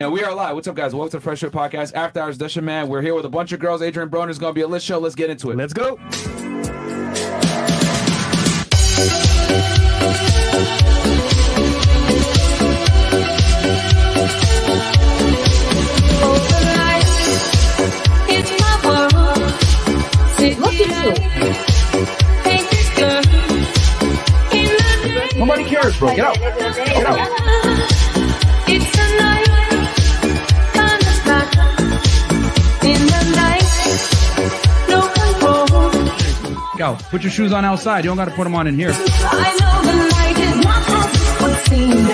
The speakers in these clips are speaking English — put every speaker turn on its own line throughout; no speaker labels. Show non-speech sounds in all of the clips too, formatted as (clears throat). And we are live. What's up, guys? Welcome to the Fresh Air Podcast. After Hours Dusha Man. We're here with a bunch of girls. Adrian Broner is going to be a list show. Let's get into it.
Let's go.
Look at you.
Nobody cares, bro. Get out.
It's a night kind of night. In the night, no control.
Go. Put your shoes on outside. You don't got to put them on in here.
I know the night is not as it would seem.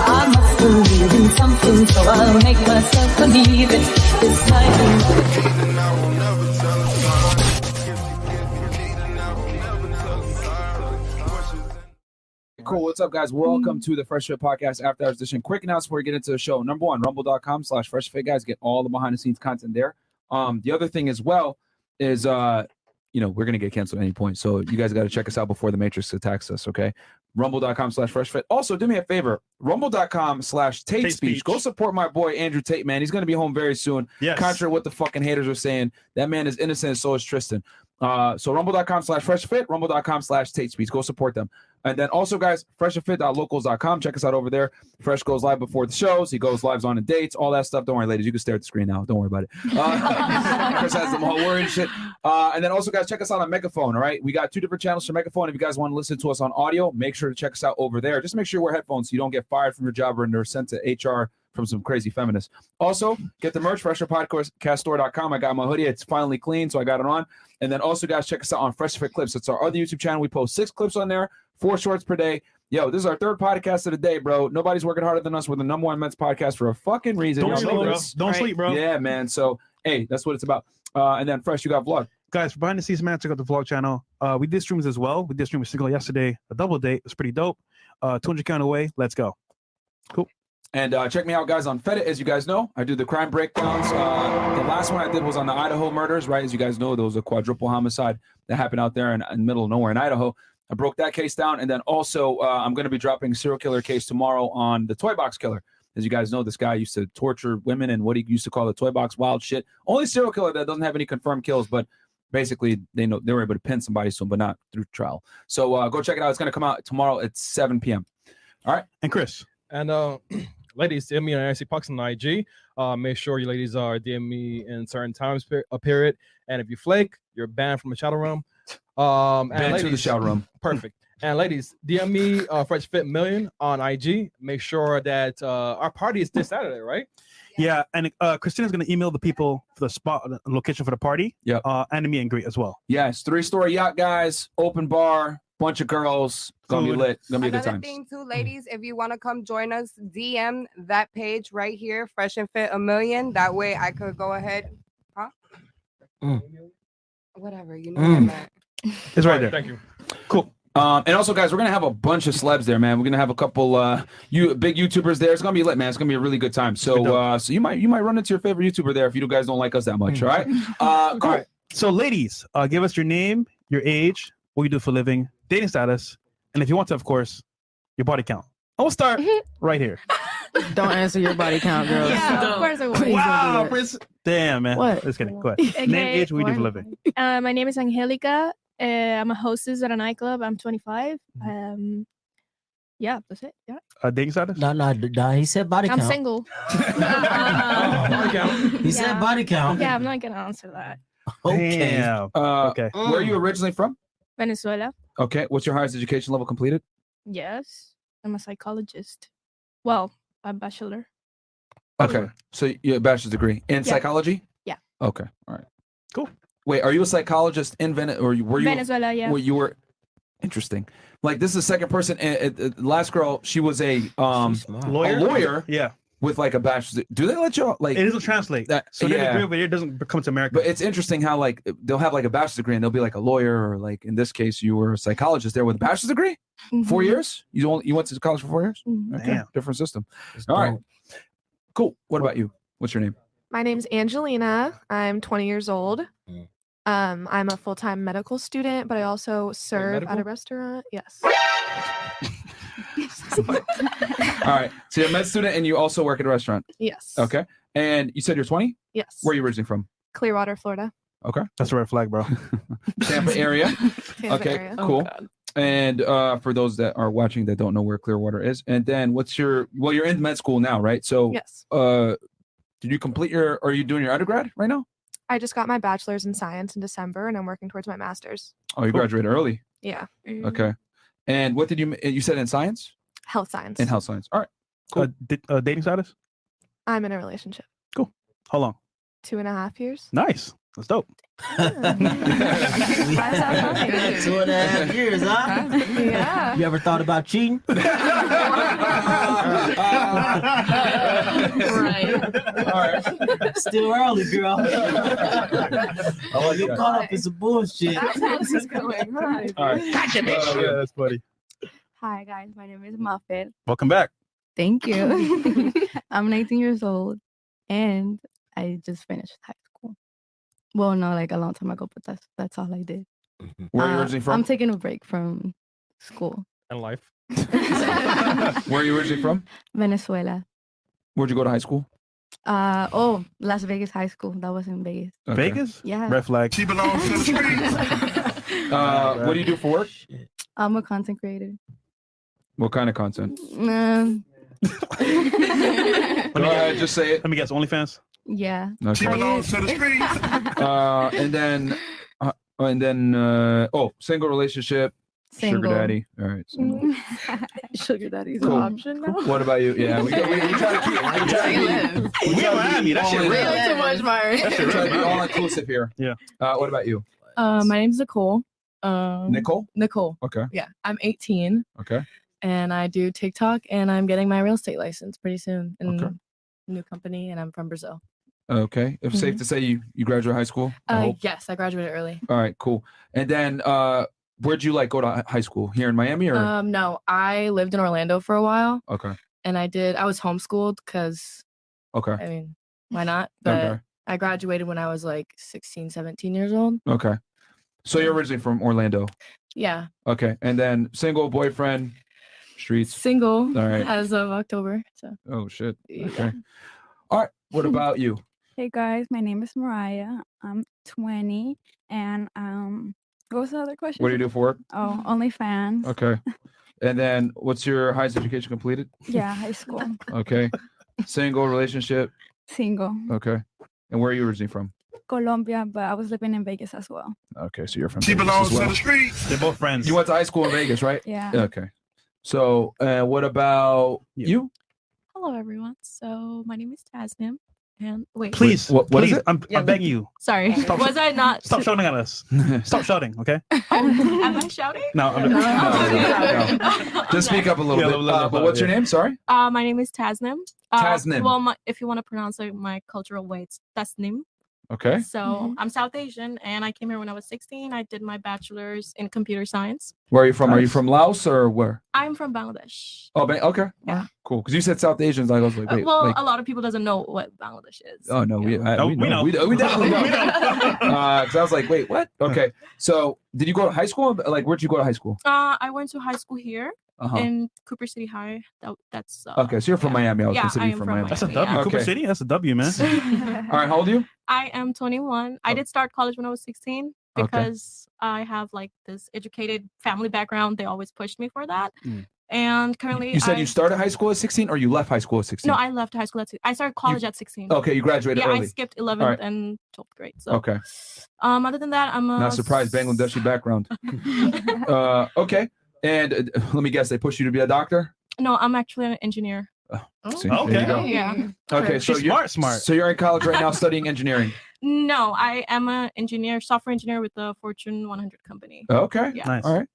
I must believe in something, so I'll make myself believe it. This night.
Cool. What's up, guys? Welcome to the Fresh Fit Podcast After Hours Edition. Quick announcement before we get into the show. Number one, rumble.com slash fresh fit guys. Get all the behind the scenes content there. Um, the other thing as well is uh, you know, we're gonna get canceled at any point. So you guys gotta check us out before the Matrix attacks us, okay? Rumble.com slash fresh fit. Also, do me a favor, rumble.com slash Tate
Tate
Speech.
Speech.
Go support my boy Andrew Tate, man. He's gonna be home very soon.
Yes.
Contrary to what the fucking haters are saying, that man is innocent and so is Tristan. Uh, so rumble.com slash fresh fit, rumble.com slash Tate Speech. Go support them. And then also, guys, freshandfit.locals.com. Check us out over there. Fresh goes live before the shows. He goes lives on the dates, all that stuff. Don't worry, ladies. You can stare at the screen now. Don't worry about it. Uh, (laughs) Chris has them all worried and shit. Uh, and then also, guys, check us out on Megaphone. All right, we got two different channels for Megaphone. If you guys want to listen to us on audio, make sure to check us out over there. Just make sure you wear headphones so you don't get fired from your job or are sent to HR from some crazy feminists. Also, get the merch, fresherpodcaststore.com. I got my hoodie. It's finally clean, so I got it on. And then also, guys, check us out on Fresh Fit Clips. It's our other YouTube channel. We post six clips on there, four shorts per day. Yo, this is our third podcast of the day, bro. Nobody's working harder than us. We're the number one men's podcast for a fucking reason.
Don't
Y'all
sleep,
know
bro.
this.
Don't
Right.
sleep, bro.
Yeah, man. So, hey, that's what it's about. Uh, and then Fresh, you got vlog.
guys for behind the scenes man check out the vlog channel uh we did streams as well we did stream a single yesterday a double date it was pretty dope uh 200 count away let's go
And uh, check me out, guys, on Fedit. As you guys know, I do the crime breakdowns. Uh, the last one I did was on the Idaho murders, right? As you guys know, there was a quadruple homicide that happened out there in, in middle of nowhere in Idaho. I broke that case down. And then also, uh, I'm going to be dropping serial killer case tomorrow on the toy box killer. As you guys know, this guy used to torture women and what he used to call the toy box wild shit. Only serial killer that doesn't have any confirmed kills, but basically they know they were able to pin somebody soon, but not through trial. So uh, go check it out. It's going to come out tomorrow at 7 p.m.
and chris
And uh, (clears throat) ladies, DM me on Nancy Pucks on IG. Uh, make sure you ladies are DM me in certain times per- a period. And if you flake, you're banned from the shadow room. Um, and
Back to the
ladies-
shout room.
(laughs) Perfect. And ladies, DM me uh, Fresh Fit Million on IG. Make sure that uh, our party is this Saturday,
(laughs)
right?
yeah and uh christina's gonna email the people for the spot the location for the party
Yep.
uh and meet and greet as well
Yes, three story yacht, guys. Open bar, bunch of girls. Gonna be
Food.
lit. Gonna be a good
Another
time. Mm.
thing too, ladies, if you want to come join us, DM that page right here, Fresh and Fit a Million. That way I could go ahead, huh?
Mm.
Whatever, you know what I meant.
it's right there
Thank you.
Um, and also, guys, we're gonna have a bunch of celebs there, man. We're gonna have a couple uh you big YouTubers there. It's gonna be lit, man. It's gonna be a really good time. Mm. So uh so you might you might run into your favorite YouTuber there if you guys don't like us that much. All right. (laughs) Uh cool.
All right. so ladies uh give us your name your age what you do for a living dating status and if you want to of course your body count i will start right here
Don't answer your body count, girl.
Yeah, of course I
(laughs)
would.
Please
Ah,
wow
don't do
Chris. damn man
What?
just kidding go ahead name
(laughs) Okay,
age what you do for a
one.
living
Uh, my name is Angelica. Uh, I'm a hostess at a nightclub. I'm 25.
Mm-hmm.
Um, yeah, that's it. Yeah,
uh dating status
No, no, d- no. He said body
I'm
count.
(laughs)
single.
Body count.
he said
Yeah.
body count.
(laughs) Yeah, I'm not gonna answer that.
Okay.
Damn.
Uh
okay
where are you originally from?
Venezuela.
Okay, what's your highest education level completed?
Yes, I'm a psychologist. Well, a bachelor.
Okay. So you have a bachelor's degree in
Yeah.
psychology?
Yeah.
Okay. All right.
Cool.
Wait, are you a psychologist in Venice or you- were you
Venezuela. Yeah.
Well, you were interesting. Like this is the second person. And, and, and last girl, she was a um
lawyer
a lawyer
yeah
with like a bachelor's. Do they let you like?
it doesn't translate.
that-
So their degree over here doesn't come to America.
but it's interesting how like they'll have like a bachelor's degree and they'll be like a lawyer or like in this case you were a psychologist there with a bachelor's degree four
Mhm,
years you only you went to college for four years
mhm.
okay
Damn.
different system all right cool what about you what's your name
My name's Angelina. I'm 20 years old.
Mm.
Um, I'm a full time medical student, but I also serve at
medical?
a restaurant. Yes.
All right. So you're a med student and you also work at a restaurant.
Yes.
Okay. And you said you're 20?
Yes.
Where are you originally from?
Clearwater, Florida.
Okay.
That's a red flag, bro.
(laughs) Tampa area.
(laughs) Tampa
okay.
area. Oh,
Cool. and uh, for those that are watching that don't know where Clearwater is, and then what's your well, you're in med school now, right? So
Yes.
uh, did you complete your? Are you doing your undergrad right now?
I just got my bachelor's in science in December, and I'm working towards my master's.
Oh, you graduated early.
Yeah.
Mm.
Okay. And what did you? You said in science,
Health science.
in health science. All right. Cool.
Uh, di- uh, dating status?
I'm in a relationship.
How long?
Two and a half years.
Nice. That's dope.
(laughs)
Two and a
(laughs)
half years, huh?
Uh-huh.
yeah.
You ever thought about cheating? Still early,
(laughs)
girl. oh, you caught up in some bullshit.
(laughs)
going on.
All right. Gotcha, bitch.
Uh,
Oh, yeah, that's funny.
Hi guys, my name is Muffet.
Welcome back.
(laughs)
Thank you. I'm 19 years old, and I just finished high school. Well, no, like a long time ago, but that's that's all I did.
Where are you
Uh,
originally from?
I'm taking a break from school.
and life.
uh,
Where are you originally from?
Venezuela.
Where'd you go to high school?
Uh oh, Las Vegas High School. That was in Vegas.
Okay.
Yeah.
Red flag.
She belongs to the
(laughs)
streets. (laughs) uh, what do you do for work?
I'm a content creator.
What kind of content?
Um,
Let me guess, just say it. Let me guess. OnlyFans.
yeah.
Okay. She belongs to the
(laughs)
Uh, and then, uh, and then, uh, oh, single relationship,
Single.
sugar daddy. All right.
Sugar daddy's
Cool.
an option now.
What about you? Yeah, we, we, we try to keep. We try to keep. (laughs) We try to
Miami,
keep
that
all
shit
in-
real.
Too much, Mari.
That shit real.
(laughs)
We try to be all inclusive here. Yeah. Uh, what about you,
Uh, my name's Nicole. Um,
Nicole?
Nicole.
Okay.
Yeah, I'm 18
Okay.
and I do TikTok and I'm getting my real estate license pretty soon in
Okay.
new company and I'm from Brazil.
Okay. If safe to say you you graduate high school. I
Mm-hmm. Uh,
hope.
yes, I graduated early.
All right. Cool. And then, uh, where'd you like go to hi- high school? Here in Miami or?
Um, no, I lived in Orlando for a while
okay.
and I did, I was homeschooled because, I
Okay.
mean, why not? But
(laughs) Okay.
I graduated when I was like 16, 17 years old.
Okay. So you're originally from Orlando.
Yeah.
Okay. And then single boyfriend, streets.
Single
All right.
as of October. So
Oh shit.
Yeah.
Okay. All right. What about you?
Hey guys, my name is Mariah. I'm 20, and um, what was the other question?
What do you do for work?
Oh, OnlyFans.
Okay. And then what's your highest education completed?
Yeah,
(laughs)
high school,
Okay. Single relationship.
single,
Okay. And where are you originally from?
Colombia, but I was living in Vegas as well.
Okay, so you're from.
She
Vegas
belongs
as
to
well.
the streets. They're both friends.
You went to high school in Vegas, right?
Yeah.
Okay. So, uh, what about you?
Hello, everyone. So my name is Tasnim, and wait,
Please.
What- what is
please,
it?
I'm,
Yeah.
I'm begging you.
Sorry,
Stop-
was I not? (laughs) Oh,
Stop shouting at
(laughs)
us. Stop shouting, okay?
Am
(laughs)
I shouting? Uh,
No, I'm
No.
(laughs)
No, Just speak up a little
Yeah,
bit.
a little
Uh,
bit
but
louder,
what's your
yeah.
name? Sorry.
Uh, my name is Tasnim. Uh,
Tasnim.
Well, my, if you want to pronounce it my cultural way, it's Tasnim.
Okay.
So
Mm-hmm.
I'm South Asian, and I came here when I was 16. I did my bachelor's in computer science.
Where are you from? Are you
Nice.
from Laos or where?
I'm from Bangladesh.
Oh, ba- okay.
Yeah.
Cool. Because you said South Asians. I was like,
Uh,
wait.
well,
like,
a lot of people doesn't know what Bangladesh is.
Oh no, we, I,
No,
we,
we
know.
know.
We, we (laughs) definitely know. Uh-huh. Because I was like, wait, what? Okay. So, did you go to high school? Like, where'd you go to high school?
Uh, I went to high school here
Uh-huh.
in Cooper City High. That, that's uh,
Okay, so you're from Miami. I was
Yeah,
considering
I
you
am
from,
from
Miami.
That's a Miami, W. yeah.
Cooper City? That's a W,
(laughs)
man.
(laughs)
All right, how old are you?
I am 21. I did start college when I was 16
Okay.
because I have like this educated family background. They always pushed me for that.
Mm.
And currently,
You said
I,
you started high school at 16 or you left high school at 16?
No, I left high school at. si- I started college at 16.
okay, you graduated
Yeah, I
early.
skipped
All
11th
right.
and 12th grade. So
Okay.
Um, other than that, I'm a
Not surprised. Bangladeshi
(laughs)
background. uh, okay. And uh, let me guess, they pushed you to be a doctor?
No, I'm actually an engineer.
Oh, see, there you Okay. go.
Oh. Yeah.
Okay, so you're smart. So you're in college right now studying
(laughs)
engineering.
No, I am an engineer, software engineer with the Fortune 100 company.
Okay.
Yeah.
All right.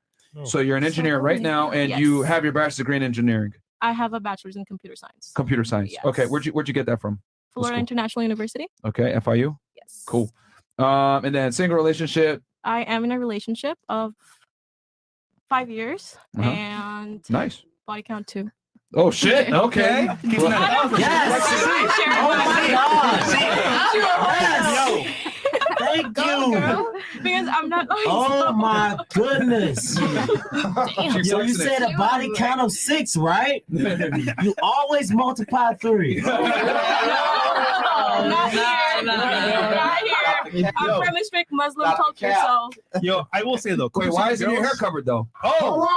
So you're an engineer right now and you have your bachelor's degree in engineering,
I have a bachelor's in computer science,
computer science. Okay, where'd you where'd you get that from? What
Florida
school?
International University.
Okay, FIU? Yes. Cool. Um, and then single relationship.
I am in a relationship of five years
Uh-huh.
and
Nice.
body count two.
Oh
(laughs)
shit. Okay.
Keep it up.
Yes.
Oh my God.
Yes. Thank you.
girl because I'm not (laughs) like.
Oh my
(laughs)
goodness. Yo, you said a body count of six,
(laughs)
right? you always multiply three.
not
no,
here. Not here.
Yo.
I'm from a strict Muslim
Stop the
culture,
cap.
so
Yo, I will say though.
Wait, why isn't your hair covered though?
Oh,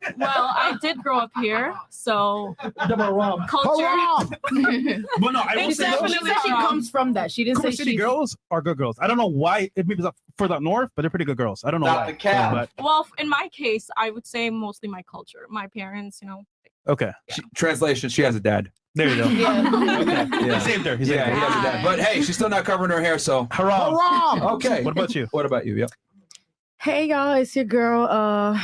Haram.
Well, I did grow up here, so culture. (laughs)
but Oh, no, I will
It's
say though-
definitely
She comes from that. She didn't
Cooper
say
City
she.
girls are good girls. I don't know why. It maybe it's up further up north, but they're pretty good girls. I don't know
Not
why.
the cap.
But
Well, in my case, I would say mostly my culture. My parents, you
(laughs)
know.
okay.
translation: She has a dad.
There
(laughs)
you go.
Yeah.
Yeah.
He saved her. He saved
yeah,
her.
he has a dad. But hey, she's still not covering her hair, so
haram.
Haram.
Okay.
What about you?
What about you? Yep.
Hey y'all, it's your girl, uh,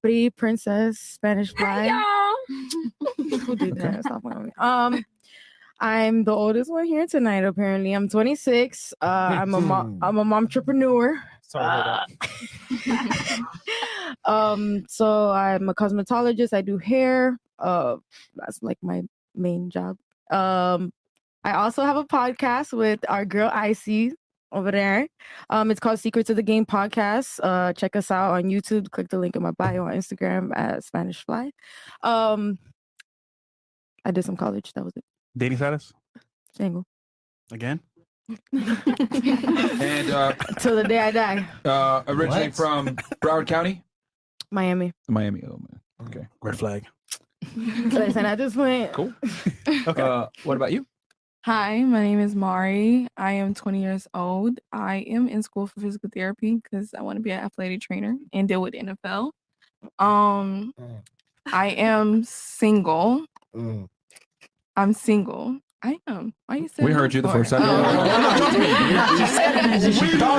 Pretty Princess Spanish Fly. (laughs) Who did that? Stop playing with me. Um, I'm the oldest one here tonight. Apparently, I'm 26. Uh, I'm a mom.
Hmm.
I'm a momtrepreneur.
Sorry.
(laughs)
Uh,
um, so I'm a cosmetologist. I do hair. Uh, that's like my main job. Um, I also have a podcast with our girl Icy over there. Um, it's called Secrets of the Game Podcast. Uh, check us out on YouTube. Click the link in my bio on Instagram at Spanish Fly. Um, I did some college. That was it.
Dating status
Single
(laughs)
again.
And uh,
till the day I die.
uh, originally
What?
(laughs)
from Broward County,
Miami.
Miami. Oh man. Okay.
Red flag.
Listen, I just went.
Cool. Okay. Uh, what about you?
Hi, my name is Mari. I am 20 years old. I am in school for physical therapy because I want to be an athletic trainer and deal with the NFL. Um, I am single. I'm single. I am. Why you saying
We
that
heard you the
for?
first time.
Oh.
Oh.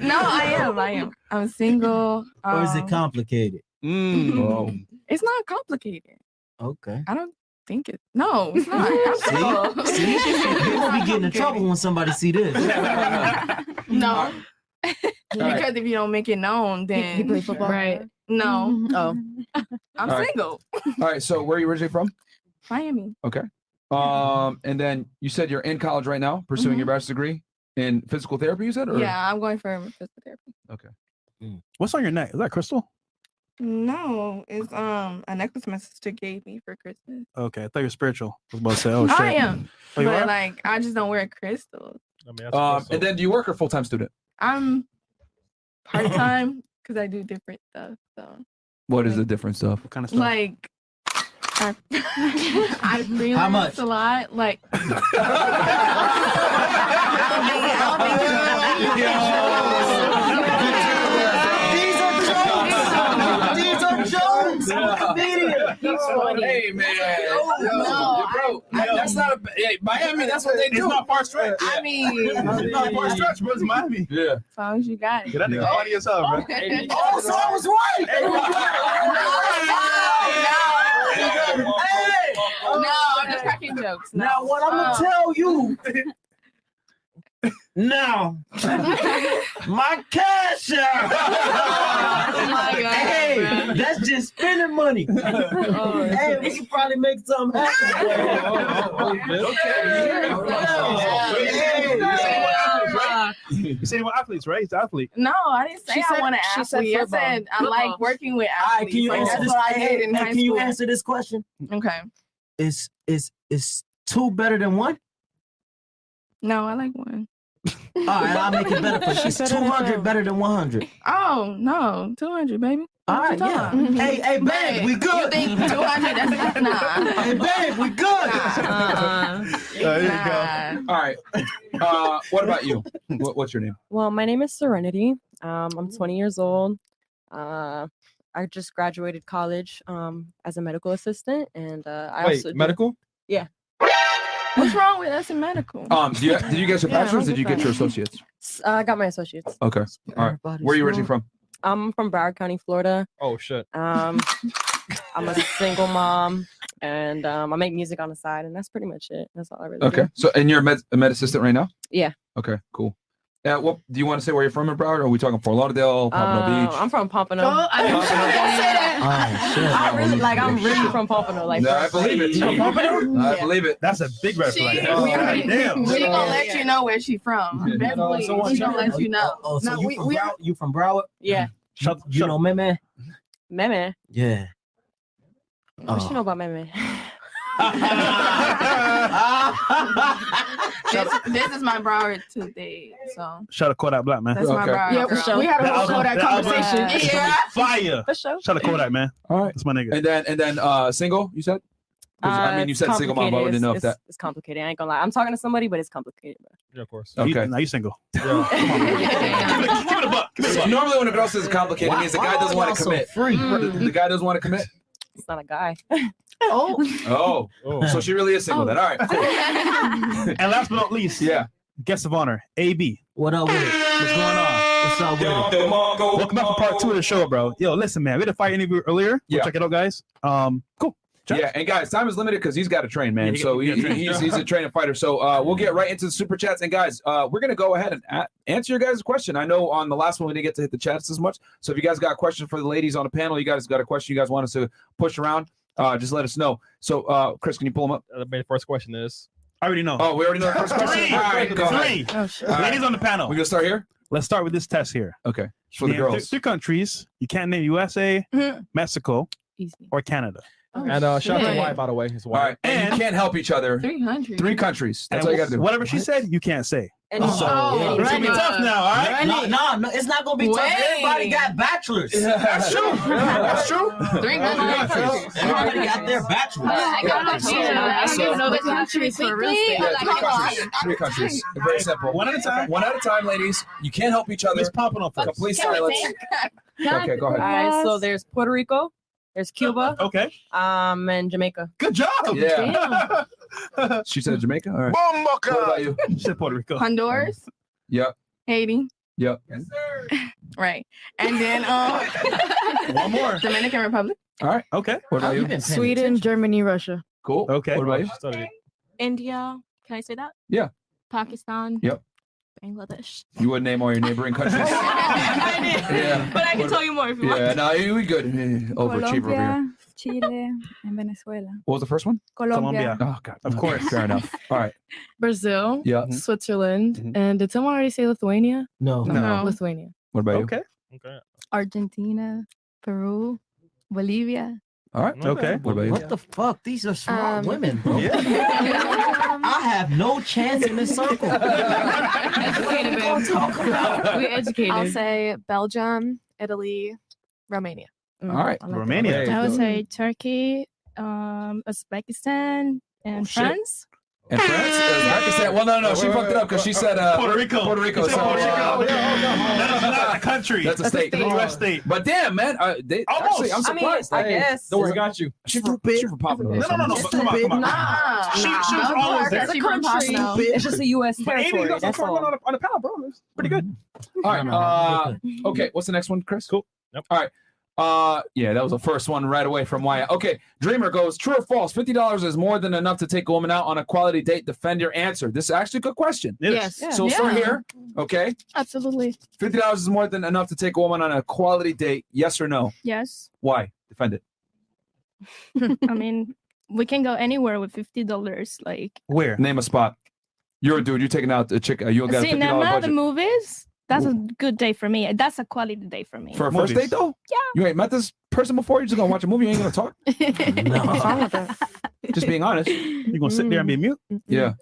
(laughs)
(laughs)
(laughs) (laughs) No, I am. I am. I'm single.
Or is it
um,
complicated?
It's not complicated.
Okay.
Mm. I don't think it. No, it's not. I'm
(laughs)
single. (laughs)
See? You're gonna be getting in trouble when somebody see this.
(laughs) No.
right.
Because if you don't make it known, then
you play football,
(laughs)
right? No.
Oh,
I'm
All right.
single.
All right. So where are you originally from?
Miami.
Okay. Um, and then you said you're in college right now, pursuing your bachelor's degree in physical therapy. You said, or
Yeah, I'm going for physical therapy.
Okay.
What's on your neck? Is that crystal?
No, it's um a necklace my sister gave me for Christmas.
Okay, I thought you were spiritual. I was about to say, oh shit.
I am,
Oh, you
but
are?
like I just don't wear crystals.
Um, and then do you work or full time student?
I'm
(laughs)
part time because I do different stuff. So
What is the different stuff? What
kind of
(laughs)
like. I, (laughs) I freelance
much?
a lot. Like
These are jokes. I'm a comedian.
(laughs) Hey man,
No,
bro, that's not a hey, Miami. That's what they do.
It's not far stretch.
I mean,
It's not far stretch, bro. It's Miami.
Yeah.
as long as you got it.
Get that nigga funny as hell, bro.
Oh, so I was right.
Hey,
Hey.
No, I'm just cracking jokes. No.
Now what I'm gonna
Um,
tell
(laughs)
you. Now, my cash
(laughs) my
out.
God,
hey,
bro. Oh,
that's just spending
(laughs)
money. hey, we could probably make something happen.
(laughs)
Oh,
Oh,
(laughs)
(laughs) You say what athletes, right? He's an athlete.
No, I didn't say
She
I
said-
want to
she said
athlete. I
football.
said I like working with
All right,
athletes.
can you
Like,
answer
that's
this?
what I
hey,
did in
hey,
high
can you
school.
answer this question?
Okay.
Is is is two better than one?
No, I like one.
All right, I'll make it better for
She
you.
said
Two hundred
NFL.
better than one hundred.
Oh no, two hundred, baby.
All right, yeah. Hey, hey, babe, we good.
You think two hundred?
(laughs)
That's nah.
Hey, babe, we good.
uh-uh. there you go. All right. Uh, what about you? What, what's your name?
Well, my name is Serenity. Um, I'm 20 years old. Uh, I just graduated college um, as a medical assistant, and uh, I
Wait,
also do-
medical?
yeah.
What's wrong with us in medical?
Um, do you, did you get your
Yeah, I'm
bachelor's? or did you
good
get your
friend.
associates?
S- uh, I got my associates.
Okay. All right.
Everybody's
Where are you originally
wrong.
from?
I'm from Broward County, Florida.
Oh shit.
(laughs)
Um, I'm a single mom, and um, I make music on the side, and that's pretty much it. That's all I really do.
Okay. So, and you're a med, a med assistant right now?
Yeah.
Okay. Cool. Uh, what
(laughs)
do you want to say? Where you're from in Broward? Or are we talking Fort Lauderdale, Pompano
Uh,
Beach?
I'm from Pompano.
Don't- I-
Pompano.
Don't say
that.
I really like. I'm really from Pompano. Like,
No, I
(laughs)
believe it.
From Pompano?
I believe it.
That's a big red
She-
flag.
we-
Oh,
we- (laughs)
goddamn.
we-
She gonna let you know where she from.
Yeah.
Best
No,
believe.
so what
She gonna
you-
let you know.
Oh, so
No,
you
we-
from
we
Broward? You from Broward? Yeah.
Shut,
you know, Meme? Meme.
Yeah.
What
Oh.
you know about Meme?
This, this is my Broward today.
Oh,
So
Shout out Kodak Black, man.
That's my Okay. bride, Yeah, for girl. sure. We had a
That
whole
album-
Kodak
that album-
conversation.
that
Yeah.
album is Fire.
For sure.
Shout out Kodak, man.
All right.
That's my nigga.
And then and then uh single, you said? 'Cause, I
Uh,
mean you
it's
said single mom, but I
complicated.
wouldn't know if
It's-
that
It's complicated. I ain't gonna lie. I'm talking to somebody, but it's complicated. bro.
of course.
You-
Okay.
now you single.
(laughs)
Normally when a girl says complicated, it means the
Why-
guy
why
doesn't
are
want
y'all
to
so
commit.
free?
The, the guy doesn't want to commit.
It's not a guy. Oh.
Oh. so she really is single then.
Oh.
All right. Cool.
(laughs) and last but not least,
yeah,
guest of honor, AB.
What up with it? What's going on? What's up with it?
Welcome back for part two of the show, bro. Yo, listen, man, we had a fire interview earlier. Go
Yeah.
check it out, guys. Um, cool.
Yeah, and guys, time is limited because he's got to train, man.
Yeah, he-
so
he
he,
gotta train.
he's, he's a training fighter. So uh, we'll get right into the super chats. And guys, uh, we're gonna go ahead and a- answer your guys' question. I know on the last one we didn't get to hit the chats as much. So if you guys got a question for the ladies on the panel, you guys got a question you guys want us to push around, uh, just let us know. So uh, Chris, can you pull them up?
The first question is.
I already know.
Oh, we already know the
(laughs)
first question.
Three.
All right, go
Three.
ahead.
Oh, shit. Ladies on the panel.
We gonna start here.
Let's start with this test here.
Okay. It's for the
Name
girls.
Three, three countries. You can't name USA, Mexico, or Canada.
and uh, shout out to
Mm-hmm. Oh, shit.
Y, by the way. His
All
wife.
right, and, you can't help each other.
three hundred.
Three countries. That's
And
all you gotta do.
Whatever she said, you can't say.
And
so
Oh,
it's gonna be
Brenna.
tough now, all right?
No, no, no, it's not gonna be tough.
Wait.
Everybody got bachelors.
Yeah, that's true. (laughs) Yeah, that's
true.
Three
countries. Everybody got their bachelors.
I got
Yeah.
it. Yeah.
So-
I don't know
the countries for real estate.
Yeah, three
oh,
countries. Three countries. Very simple. One at a time. One at a time, ladies. You can't help each other. It's popping off. Complete silence. Okay, go ahead.
All right, so there's Puerto Rico, there's Cuba,
okay,
um, and Jamaica.
Good job.
Yeah. (laughs) she said Jamaica. All right. What about you?
She said Puerto Rico.
Honduras,
Yep.
Haiti,
Yep.
right, and then um,
one more
Dominican Republic,
All right.
Okay.
What
Oh,
about you?
Sweden, Germany, Russia.
Cool.
Okay.
What about
you?
India. Can I say that?
Yeah.
Pakistan.
Yep.
Bangladesh.
You wouldn't name all your
(laughs)
neighboring countries.
I
(laughs)
did.
Yeah.
But I can tell you more if you want.
Yeah, no, you- we good. Eh, Overachiever over here.
Colombia, Chile, and Venezuela.
What was the first one?
Colombia.
Oh God.
Of
course. Fair enough. All right.
Brazil,
Yeah. mm-hmm.
Switzerland, and did someone already say Lithuania?
No. No.
Lithuania.
What about you?
Okay.
Okay.
Argentina, Peru, Bolivia.
All right.
Okay.
What about you?
What the fuck? These are smart
Um,
(laughs)
women, bro. I have no chance in this circle.
Educated,
Don't talk
(laughs)
about.
We educated.
I'll
say Belgium, Italy, Romania.
Mm.
All right.
Romania.
There
I
you
would
go.
say Turkey,
uh,
um, Uzbekistan, and
Oh, shit.
France.
And France? Is Pakistan? Well, no, no, she fucked it up because she said uh,
Puerto Rico.
Puerto Rico.
You said
So,
Puerto Rico.
uh,
Oh, yeah, oh, no. That is not a country.
That's a
That's a
state.
state. U.S. state.
But damn, man, uh, they,
Almost.
actually, I'm
I mean,
surprised.
I
Hey,
guess.
Don't worry,
I got you.
She from, she from Papua.
No, no, no, no. but Come on, come on.
Nah.
She, she
Nah.
was
Of
always
course,
there.
she from Pompano.
It's just a U.S.
But Amy, you
territory.
got some
That's
fun
all.
on a- on a panel, bro. It's pretty good.
All right. Uh, okay. What's the next one, Chris? Cool. All right. Uh, yeah, that was the first one right away from Wyatt. Okay. Dreamer goes true or false. Fifty dollars is more than enough to take a woman out on a quality date. Defend your answer. This is actually a good question.
It is.
Yes.
So start
Yeah.
here. Okay.
Absolutely.
Fifty dollars is more than enough to take a woman on a quality date. Yes or no?
Yes.
Why? Defend it. (laughs)
I mean, we can go anywhere with fifty dollars. Like,
Where?
Name a spot. You're a dude. You're taking out a chick. uh, You got a fifty dollar
cinema, the
budget
movies. That's a good day for me. That's a quality day for me.
for a first date though. Yeah. You ain't met this person before. You're just gonna watch a movie. You ain't gonna talk.
(laughs)
(laughs) Just being honest.
You're gonna sit there and be mute.
Yeah.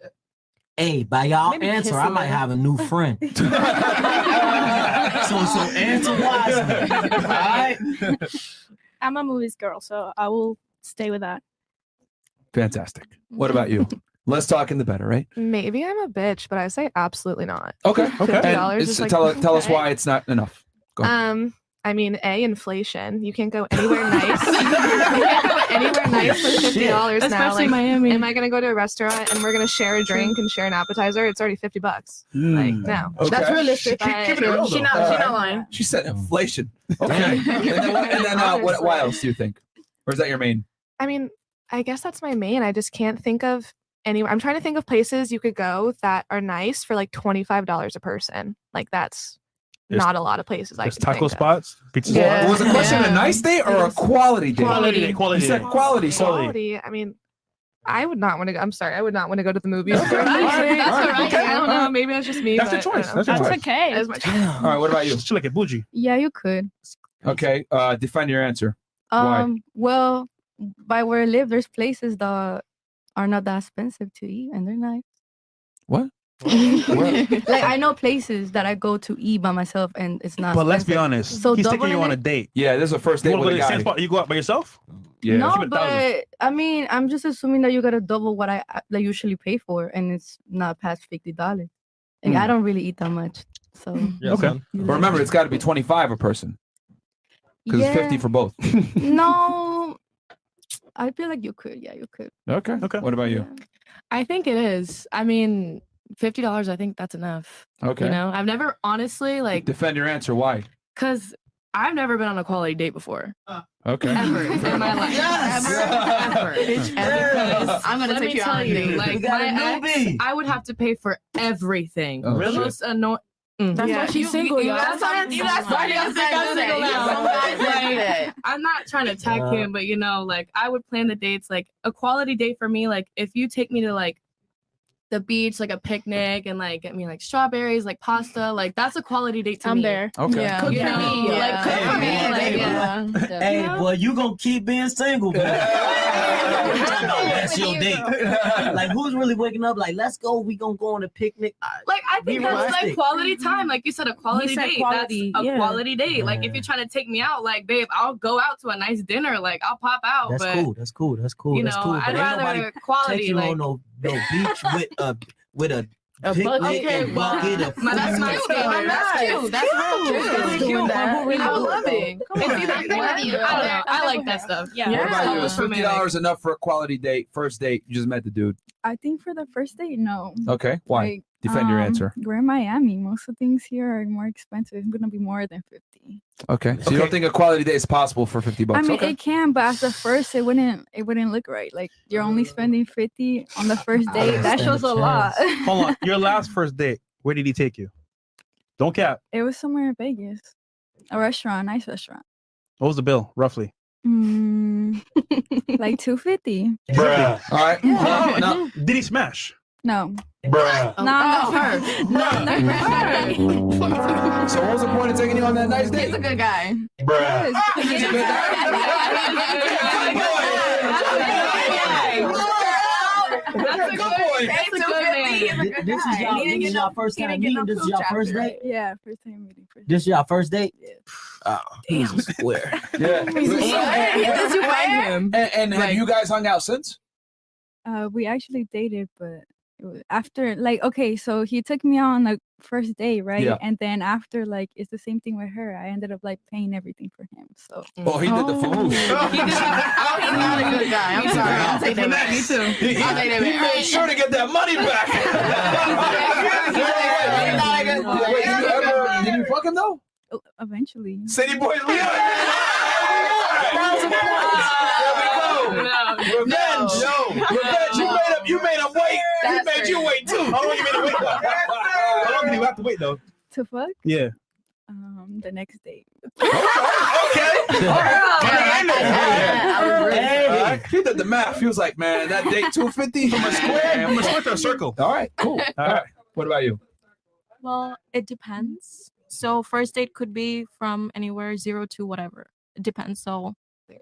Hey, by y'all
Maybe
answer,
kiss
I
him,
might
man.
have a new
(laughs)
friend. so, so answer wisely. All right.
I'm a movies girl, so I will stay with that.
Fantastic. What about
(laughs)
you? Less talking, the better, right?
Maybe I'm a bitch, but I say absolutely not. (laughs)
Okay. Okay.
$50
And
is
it's-
like-
tell, tell us why it's not enough. Go ahead.
Um, I mean, a inflation.
(laughs)
You can't go anywhere nice. you can't go anywhere nice for fifty dollars now.
Especially
Miami. Am I gonna go to a restaurant and we're gonna share a drink and share an appetizer? It's already fifty bucks. Like no,
Hmm. Okay. That's
realistic.
Keep- keep it real, though. All right. She said
Oh.
inflation. Okay. and then, what, and then uh,
(laughs)
what, what else do you think? Or is that your main?
I mean, I guess that's my main. I just can't think of any. I'm trying to think of places you could go that are nice for like twenty five dollars a person. Like that's
There's-
not a lot of places I
There's
can
taco
think of.
spots. Pizza
Yeah.
spots.
Was the question a nice day or a quality day?
Quality day,
quality
You said
day.
quality. So
Quality. I mean, I would not want to go. I'm sorry. I would not want to go to the movies.
That's all right,
Honestly,
that's all right,
like, I
all
don't
right.
know. Maybe that's just me.
That's
but
your
I don't
choice,
know.
that's your That's choice.
okay. That's my choice.
All right, what about you?
She like a bougie.
(laughs) Yeah, you could.
Okay, uh, defend your answer. Why?
Um, well, by where I live, there's places that are not that expensive to eat, and
(laughs)
they're nice.
What?
(laughs)
like I know places that I go to eat by myself, and it's not.
But let's be
expensive.
honest.
So
he's
double
taking you on a date.
Yeah, this is a first date
You wanna go
with a
to the same
guy.
spot? You go out by yourself?
Yeah.
No, but I mean, I'm just assuming that you gotta double what I I- like usually pay for, and it's not past fifty dollars. And I
Mm.
don't really eat that much,
(laughs)
so
okay. But remember, it's got to be 25 a person because it's 50
Yeah.
for both.
(laughs) no, I feel like you could. Yeah, you could.
Okay. Okay. What about you?
I think it is. I mean, fifty dollars. I think that's enough.
Okay.
You know, I've never honestly like
Defend your answer. Why?
because I've never been on a quality date before.
Okay.
Ever in my life.
Yes!
Ever. Ever.
Yes!
Bitch, ever.
Yes!
I'm gonna
Let
take
me
you
tell
out on
you,
a date.
like,
Like
got a
my ex,
newbie.
I would have to pay for everything.
Oh,
the
shit.
most annoying.
That's why she's single, y'all.
That's why I'm
You guys
single.
find out
Yes,
that
I
I'm
know
single
that.
now.
Yes,
Yes.
like, I'm not trying to attack
Yeah.
him, but you know, like I would plan the dates like a quality date for me. Like if you take me to like the beach, like a picnic, and like get me like strawberries, like pasta, like that's a quality date to
I'm
me.
there.
Okay.
Yeah.
Cook
Yeah.
for me.
Yeah.
Like cook for me.
Yeah.
Like,
Yeah.
yeah.
Hey,
boy, you gonna keep being single, boy. (laughs) That's your date. Like, who's really waking up? Like, let's go. We gonna go on a picnic.
Like I
Be
think that's
realistic.
like quality time. Like Mm-hmm. you said, a quality
said
date.
quality,
that's a
yeah.
quality date. Like if you're trying to take me out, like babe, I'll go out to a nice dinner. Like I'll pop out.
That's
but
cool. That's cool. That's cool.
you
that's
know,
cool.
I'd
but ain't
rather
nobody
quality,
Take you
like-
on no, no beach with a with a,
(laughs) A
picnic
bucket.
and
Okay,
bucket
well,
of
my- that's my
food.
scale. I'm not- That's cute. That's
That's
cute.
cute.
That's
But
cute.
we're
I love it.
really-
It's either that or the other. I don't know. I like that stuff. Yeah.
What about you? Is fifty
Romantic.
dollars enough for a quality date? First date, you just met the dude.
I think for the first date, no.
Okay, why?
Like,
Defend your
um,
answer.
We're in Miami. Most of the things here are more expensive. It's gonna be more than fifty.
Okay, so you don't think a quality date is possible for fifty bucks?
I mean,
okay.
it can, but as the first, it wouldn't. It wouldn't look right. Like you're
Oh.
only spending fifty on the first date. That shows a lot.
Hold on. Your last first date, where did he take you? Don't cap.
(laughs) It was somewhere in Vegas, a restaurant, nice restaurant.
What was the bill, roughly?
Mm,
(laughs)
like two fifty.
All
right.
No, no. Did he smash?
No.
Bruh.
Oh,
No,
Oh,
no,
(laughs)
her. (laughs) No, no, her.
So what was the point of taking you on that nice date?
He's a good guy.
Bruh. (laughs)
That's a good boy. That's a good man.
Th- This is y'all, this is y'all first time meeting. This is y'all first date.
Yeah, first time meeting.
This is y'all first date. Oh, (laughs) damn (laughs) square.
Yeah.
Did you find him?
And, and have
Like-
you guys hung out since?
Uh, we actually dated, but it was after like okay, so he took me on the first day, right?
Yeah.
And then after like it's the same thing with her. I ended up like paying everything for him. So
Oh, he did the (laughs) fool.
(laughs) I'm not a good guy. I'm sorry. I'll take that back. Me too.
He, he-
I'll take that
he
back.
made sure
(laughs)
to get that money back. (laughs)
He's like,
Wait, did you ever- Did you fuck him though?
e- eventually.
City boy Leon. Thousand points. There we go. Revenge. Revenge. You made him. You made him wait.
That's
You made you wait too. How long you made him wait? though? How long did you have to wait though?
(laughs) To fuck
Yeah.
um the next day.
Alright, He did the math. He was like, man, that date 250. I'm gonna square. I'm gonna square to a circle. All right, cool. All right. What about you?
Well, it depends. So first date could be from anywhere zero to whatever. It depends. So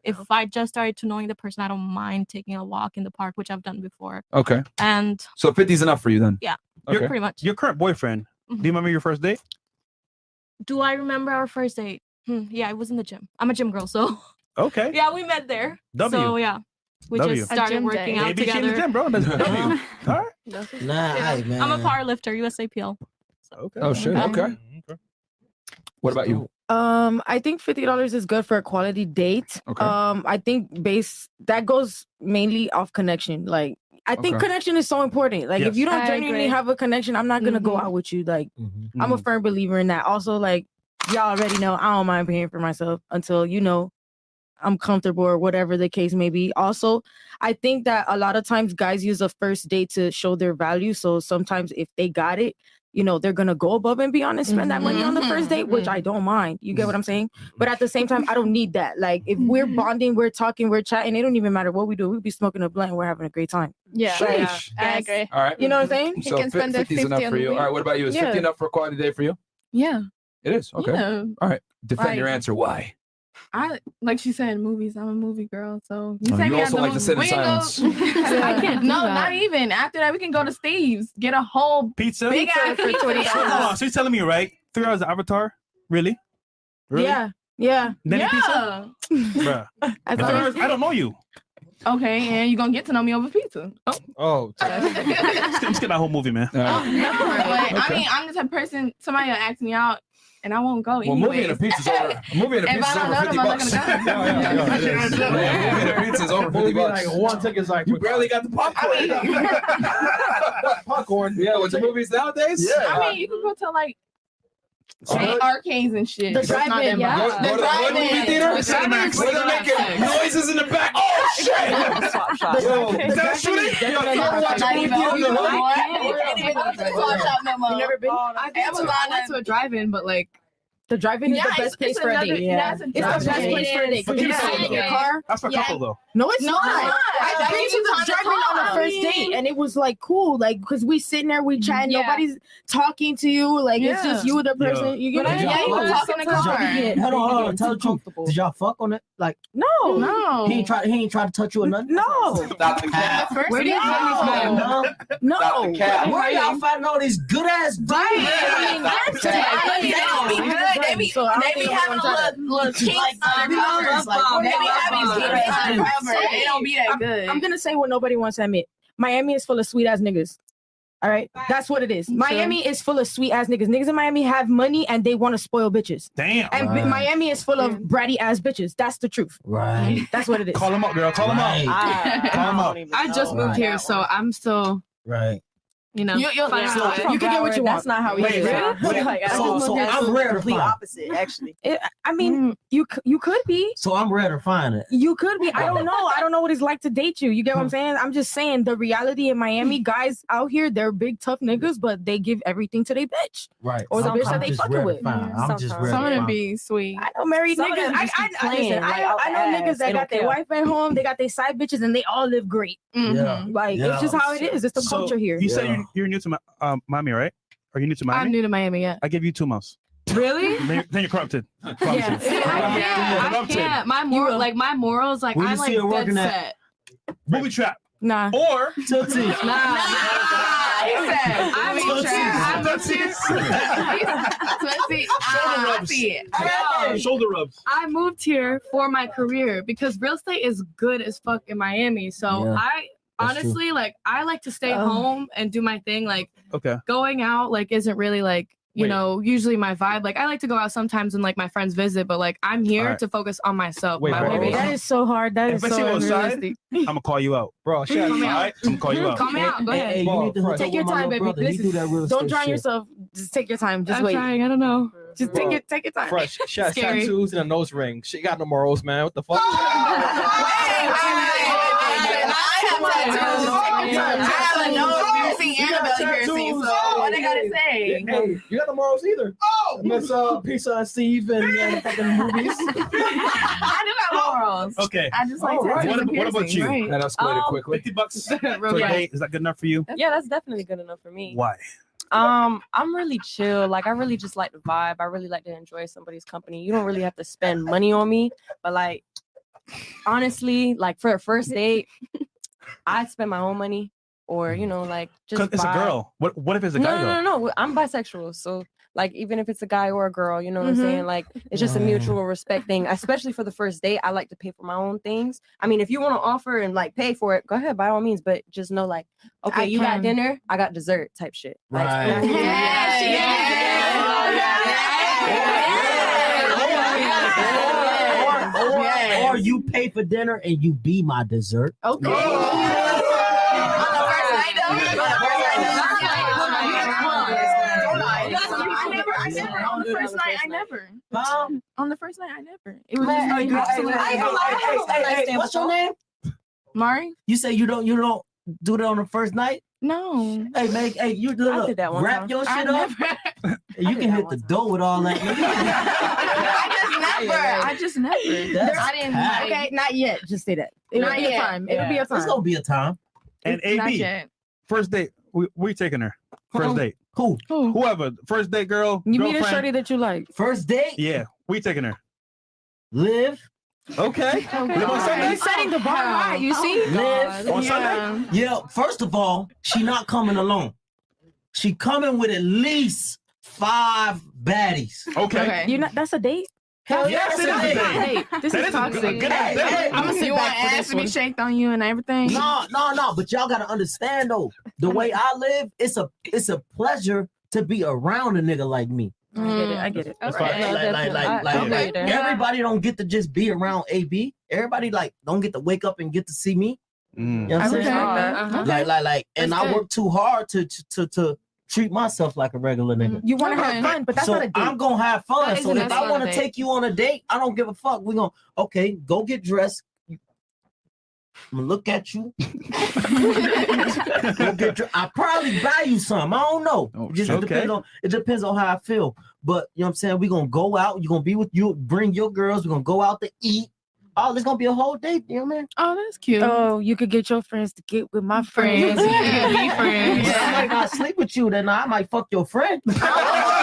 if I just started to knowing the person, I don't mind taking a walk in the park, which I've done before.
Okay.
And
So 50's enough for you then.
yeah,
Your-
pretty much.
Your current boyfriend. Do you remember your first date?
Do I remember our first date? Hmm, yeah, it was in the gym. I'm a gym girl, so (laughs)
Okay.
yeah, we met there.
W.
So yeah, we
W.
just
A
started
gym
working
day.
out
Baby, she in
together.
the gym, bro. That's W.
Nah, aight, man.
I'm a power lifter, USAPL.
Okay.
Oh shit. Okay. What about you?
Um, I think fifty dollars is good for a quality date.
Okay.
Um, I think base that goes mainly off connection. Like, I think
Okay.
connection is so important. Like, if
Yes.
you don't
I
genuinely
agree. Mm-hmm.
have a connection, I'm not gonna go out with you. Like, I'm a firm believer in that. Also, like, y'all already know I don't mind paying for myself until you know I'm comfortable or whatever the case may be. Also, I think that a lot of times guys use a first date to show their value. So sometimes if they got it, you know they're gonna go above and beyond and spend that money on the
Mm-hmm.
first date, which I don't mind. You get
Mm.
what I'm saying?
Mm-hmm.
But at the same time, I don't need that. Like if we're bonding, we're talking, we're chatting, it don't even matter what we do. We be smoking a blunt, we're having a great time.
Yeah,
Sheesh.
yeah, I (laughs) agree.
All right.
You know what I'm saying?
So fif- 50 is enough for you. All right. What about you? Is 50
Yeah.
enough for a quality day for you?
Yeah.
It is. Okay.
Yeah.
All right. Defend your
Like-
answer. Why?
I like she said movies. I'm a movie girl, so
Oh,
take
you
me out
also
the
like to
movies.
sit in
We can go- (laughs) I can't. No, not even. After that, we can go to Steve's, get a whole
Pizza?
big ass
Pizza for
pizza.
So, hold on, so you're telling me, right? Three hours of Avatar? Really? Really?
Yeah,
yeah,
Nanny
yeah.
pizza? Bruh.
(laughs) I
Three
thought-
hours? I don't know you.
Okay, and you're gonna get to know me over pizza. (laughs) Oh,
Oh,
(laughs)
I'm just that whole movie, man.
no, like, I
Okay.
mean, I'm the type of person somebody will ask me out, and I won't go.
Well, movie and a
anyways.
pizza's over. Movie and a
(laughs) If I
pizza's
don't
over
know
50
them, I'm not
bucks.
gonna
(laughs) Yeah, yeah, yeah, it is. Yeah, movie and a pizza's over 50 bucks.
Like, one ticket's like you
barely got the popcorn.
(laughs)
(laughs)
popcorn.
Yeah, with the movies nowadays.
I mean, you can go to like
Uh,
arcades and shit.
The
It's not
drive-in,
that
yeah. Go-
bad.
go to the
drive-in.
movie theater?
The drive-in
Cinemax.
is
Where they're
pretty
making
nice.
noises in the back.
(laughs)
Oh, shit!
Swap
shop. Yo, is that shooting? Yo, you ever watch a movie theater in the hood?
You never been? I
Oh, been to- I went
to a drive-in, but like.
The drive-in is
Yeah,
the
it's-
best place
it's
for a
another-
date.
yeah, it's a
it's the best
drive-in.
place for a date.
But
Because you
you
sit
said
in your
it.
car.
That's for
Yeah.
couple though.
No, it's
No,
not.
it's not.
I've
That
been
means
to
it's
the
on the
drive-in on the
car.
first date, and it was like cool, like because we sitting there, we chatting, nobody's talking to you, like it's just you, the person. You get what
But I-
I'm
yeah,
saying?
you can talk in the car. Yeah, hold on, hold on. Tell the truth. Did y'all fuck on it? Like
no,
no. He ain't try. He ain't try to touch you or nothing.
No.
Stop the cap.
Where do you
No.
find this
No.
Stop the cap.
Where y'all find all these good ass
Right. I mean, that's- I mean,
that
they be good.
They be,
they be having
little, little
kinks
undercover.
They be having kinks undercover.
They don't be that good.
I'm gonna say what nobody wants to admit. Miami is full of sweet ass niggas. All right, that's what it is. Miami is full of sweet ass niggas. Niggas in Miami have money and they want to spoil bitches.
Damn.
And
Right.
Miami is full of bratty ass bitches. That's the truth.
Right.
That's what it is.
Call
(laughs)
him up, girl. Call him up.
(laughs)
Right.
Call him up.
I just moved here, so I'm still,
Right.
you know,
You- you-
finding
so
out.
you can get what you want.
That's not how we
Wait,
do it.
really?
Like,
(laughs) Like, I
I
just
just
moved here, so-
moved
rare to
Complete
find.
opposite, (laughs) actually. Mm. I mean, you c- you could be.
So I'm rare to find it.
You could be. I
(laughs)
don't know. I don't know what it's like to date you. You get what I'm saying? I'm just saying the reality in
Hmm.
Miami, guys out here, they're big tough niggas, but they give everything to their bitch.
Right.
Or the
Sometimes
bitch that they
just
fucking
rare to
with.
find. I'm just rare.
Some
to
of them
find.
be sweet.
I know married
Some of
niggas.
them
I,
just
I,
be
I,
playing,
listen, I,
like, out
I know
the
niggas
ass. They
that
don't
got their
care.
wife at home, they got their side bitches, and they all live great. Mm-hmm.
Yeah.
(laughs) Like
Yeah.
it's just how it is. It's the
So,
culture here.
You said you're, you're new to my, um, Miami, right? Are you new to Miami?
I'm new to Miami, yeah.
I give you two months. (laughs)
Really?
Then you're- then you're corrupted.
Yeah. See,
(laughs)
I can't. I can't. My moral, like my morals, like
Where you
I'm
see
like
her working
dead
at?
set.
Booby trap.
Nah.
(laughs)
Or
Tootsie.
(laughs)
Nah. I mean, sure. I'm a cheer.
(laughs) Shoulder
I
rubs.
see
(laughs)
it.
Shoulder rubs.
I moved here for my career because real estate is good as fuck in Miami. So
Yeah,
I
that's true.
honestly like I like to stay
Oh.
home and do my thing. Like
Okay.
going out like isn't really like you know usually my vibe. Like I like to go out sometimes when like my friends visit, but like I'm here
Alright.
to focus on myself.
Wait,
my
wait,
well-being.
wait. That
is so hard. That
If I see you outside, I'm gonna call you out, bro.
she Call me out.
outside, I'm gonna call you out.
Call me out. Go
Hey,
ahead.
hey, you need to hook up with my little brother. He do that real
Don't
estate
drown
shit.
yourself. Just take your time. Just
I'm
wait.
trying. I don't know.
Just take your take your time.
Fresh. She has
Scary.
tattoos and a nose ring. She got no morals, man. What the fuck? Hey, you got the morals either. Oh, Miss uh, Pizza and Steve and uh, fucking movies.
I do got morals.
Okay.
I just like
All right.
tattoos
What,
and
ab- what about
piercings,
you?
right. That
escalated Um,
quickly. Fifty bucks for a
quick.
date. Is that good enough for you?
Yeah, that's definitely good enough for me.
Why?
Um, I'm really chill. Like I really just like the vibe. I really like to enjoy somebody's company. You don't really have to spend money on me, but like honestly, like for a first date, I'd spend my own money or you know, like just
Because it's a
vibe.
girl. What? What if it's a
no,
guy?
no,
though?
no, no, I'm bisexual, so like even if it's a guy or a girl, you know what I'm
Mhm.
saying? Like it's just a mutual respect thing, especially for the first date. I like to pay for my own things. I mean, if you want to offer and like pay for it, go ahead by all means, but just know like, okay,
I
you
can.
got dinner, I got dessert type shit. Like,
Right. Yeah,
yeah,
she
Or- or-
Or you pay for dinner and you be my dessert.
Oh,
Okay.
I never, I never on the first night. I never. on the first night, I never. It was
Man,
just like
hey,
absolutely.
hey, hey, hey, hey, hey, what's your name?
Mari.
You say you don't you don't do that on the first night?
No.
Hey, man. Hey, you look,
I did that one
wrap
time.
your
I
shit up.
(laughs)
You can hit the door with all that.
(laughs)
I just never. I just never.
That's
I didn't.
tight.
Okay, not yet. Just say that. It'll
Not
be a
yet.
time. It'll be a time.
It's gonna be a time.
And
It's not
AB,
yet.
first date. We we taking her first date.
Who?
Whoever. First date girl.
You meet
girlfriend.
a shorty that you like.
First date.
Yeah, we taking her.
Live.
Okay.
Oh,
Live on Sunday.
You're setting the bar high. You see?
(laughs) Live
Yeah.
Yeah. First of all, she not coming alone. She coming with at least five baddies.
You're not. That's a date.
Hell yeah,
That's
that's a
Hey,
date.
this
That
is
is a
toxic.
good- good- Hey, that is- hey,
I'm gonna
you
sit
want
back
ass
ass
to
to
be
be shaked on you and everything.
No, no, no. But y'all gotta understand though, the way I live, it's a it's a pleasure to be around a nigga like me.
I get it. I get it.
Like, Mm. like, like, like, like, everybody don't get to just be around AB. Everybody like don't get to wake up and get to see me. You know what I'm
Okay.
saying?
Uh-huh.
Like, like, like, and
That's
I
good.
work too hard to to to, to treat myself like a regular nigga.
You wanna have Okay. fun, but that's
So
not a date.
I'm gonna have fun.
That
So
isn't-
if
that's not
I
a
want to
date.
take you on a date, I don't give a fuck. We're gonna okay, go get dressed. I'm gonna look at you. Go get dre- I probably buy you some. I don't know. It just
okay.
depends on it depends on how I feel. But you know what I'm saying? We're gonna go out, you're gonna be with you, bring your girls, we're gonna go out to
(laughs)
eat. Oh, it's gonna be a whole date, you know what I mean?
Oh, that's cute. Oh, you could get your friends to get with my friends.
You
Yeah,
can
(laughs)
I might not sleep with you, then I might fuck your
(laughs)
friend.
Oh,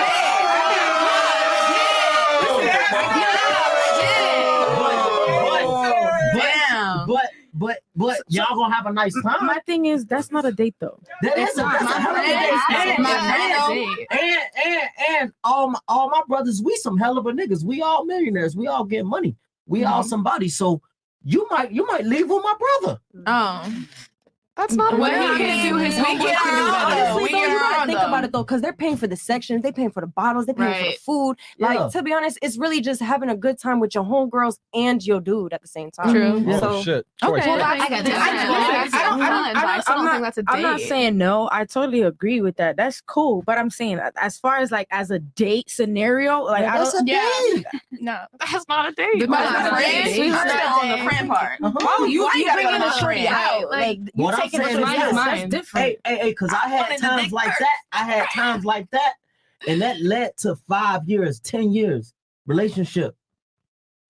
(laughs) But, but, but, but y'all gonna have a nice time.
My thing is that's not a date though.
That
It's
is a,
not
that's a
my
hell of
friend.
a date.
That's
And,
my
and,
friend.
and, and, and all my all my brothers, we some hell of a niggas. We all millionaires. We all get money. We all somebody. So you might you might leave with my brother.
Oh.
That's
not
What he can do, his homework can do better.
Honestly,
We
though,
get
you gotta
around
think
them.
about it though, because they're paying for the sections, they paying for the bottles, they paying for
Right.
the food. Like
Yeah.
to be honest, it's really just having a good time with your homegirls and your dude at the same time.
True.
So,
Mm-hmm.
Yeah.
Oh,
So,
Shit.
Okay.
Well,
I
I-
got
I-
that.
I- I
don't- I don't- I don't-
I'm
I'm
not-
not-
I'm not saying no. I totally agree with that. That's cool. But I'm saying a- as far as like as a date scenario, like I
That's
don't.
a Yeah.
(laughs) date.
No, that's not a date.
That's not a date.
We
It's
heard
not
that
a
on the
date.
friend part.
Uh-huh.
Why
You-
why
you
gotta
bringing
go to
a
the
shorty
friend?
out, like, you
what I'm
taking
saying
it
is
to
this,
the
that's
mind.
different. Hey, hey, hey, because I had
wanted the
times
big
like that. I had times like that, and that led to five years, ten years relationship.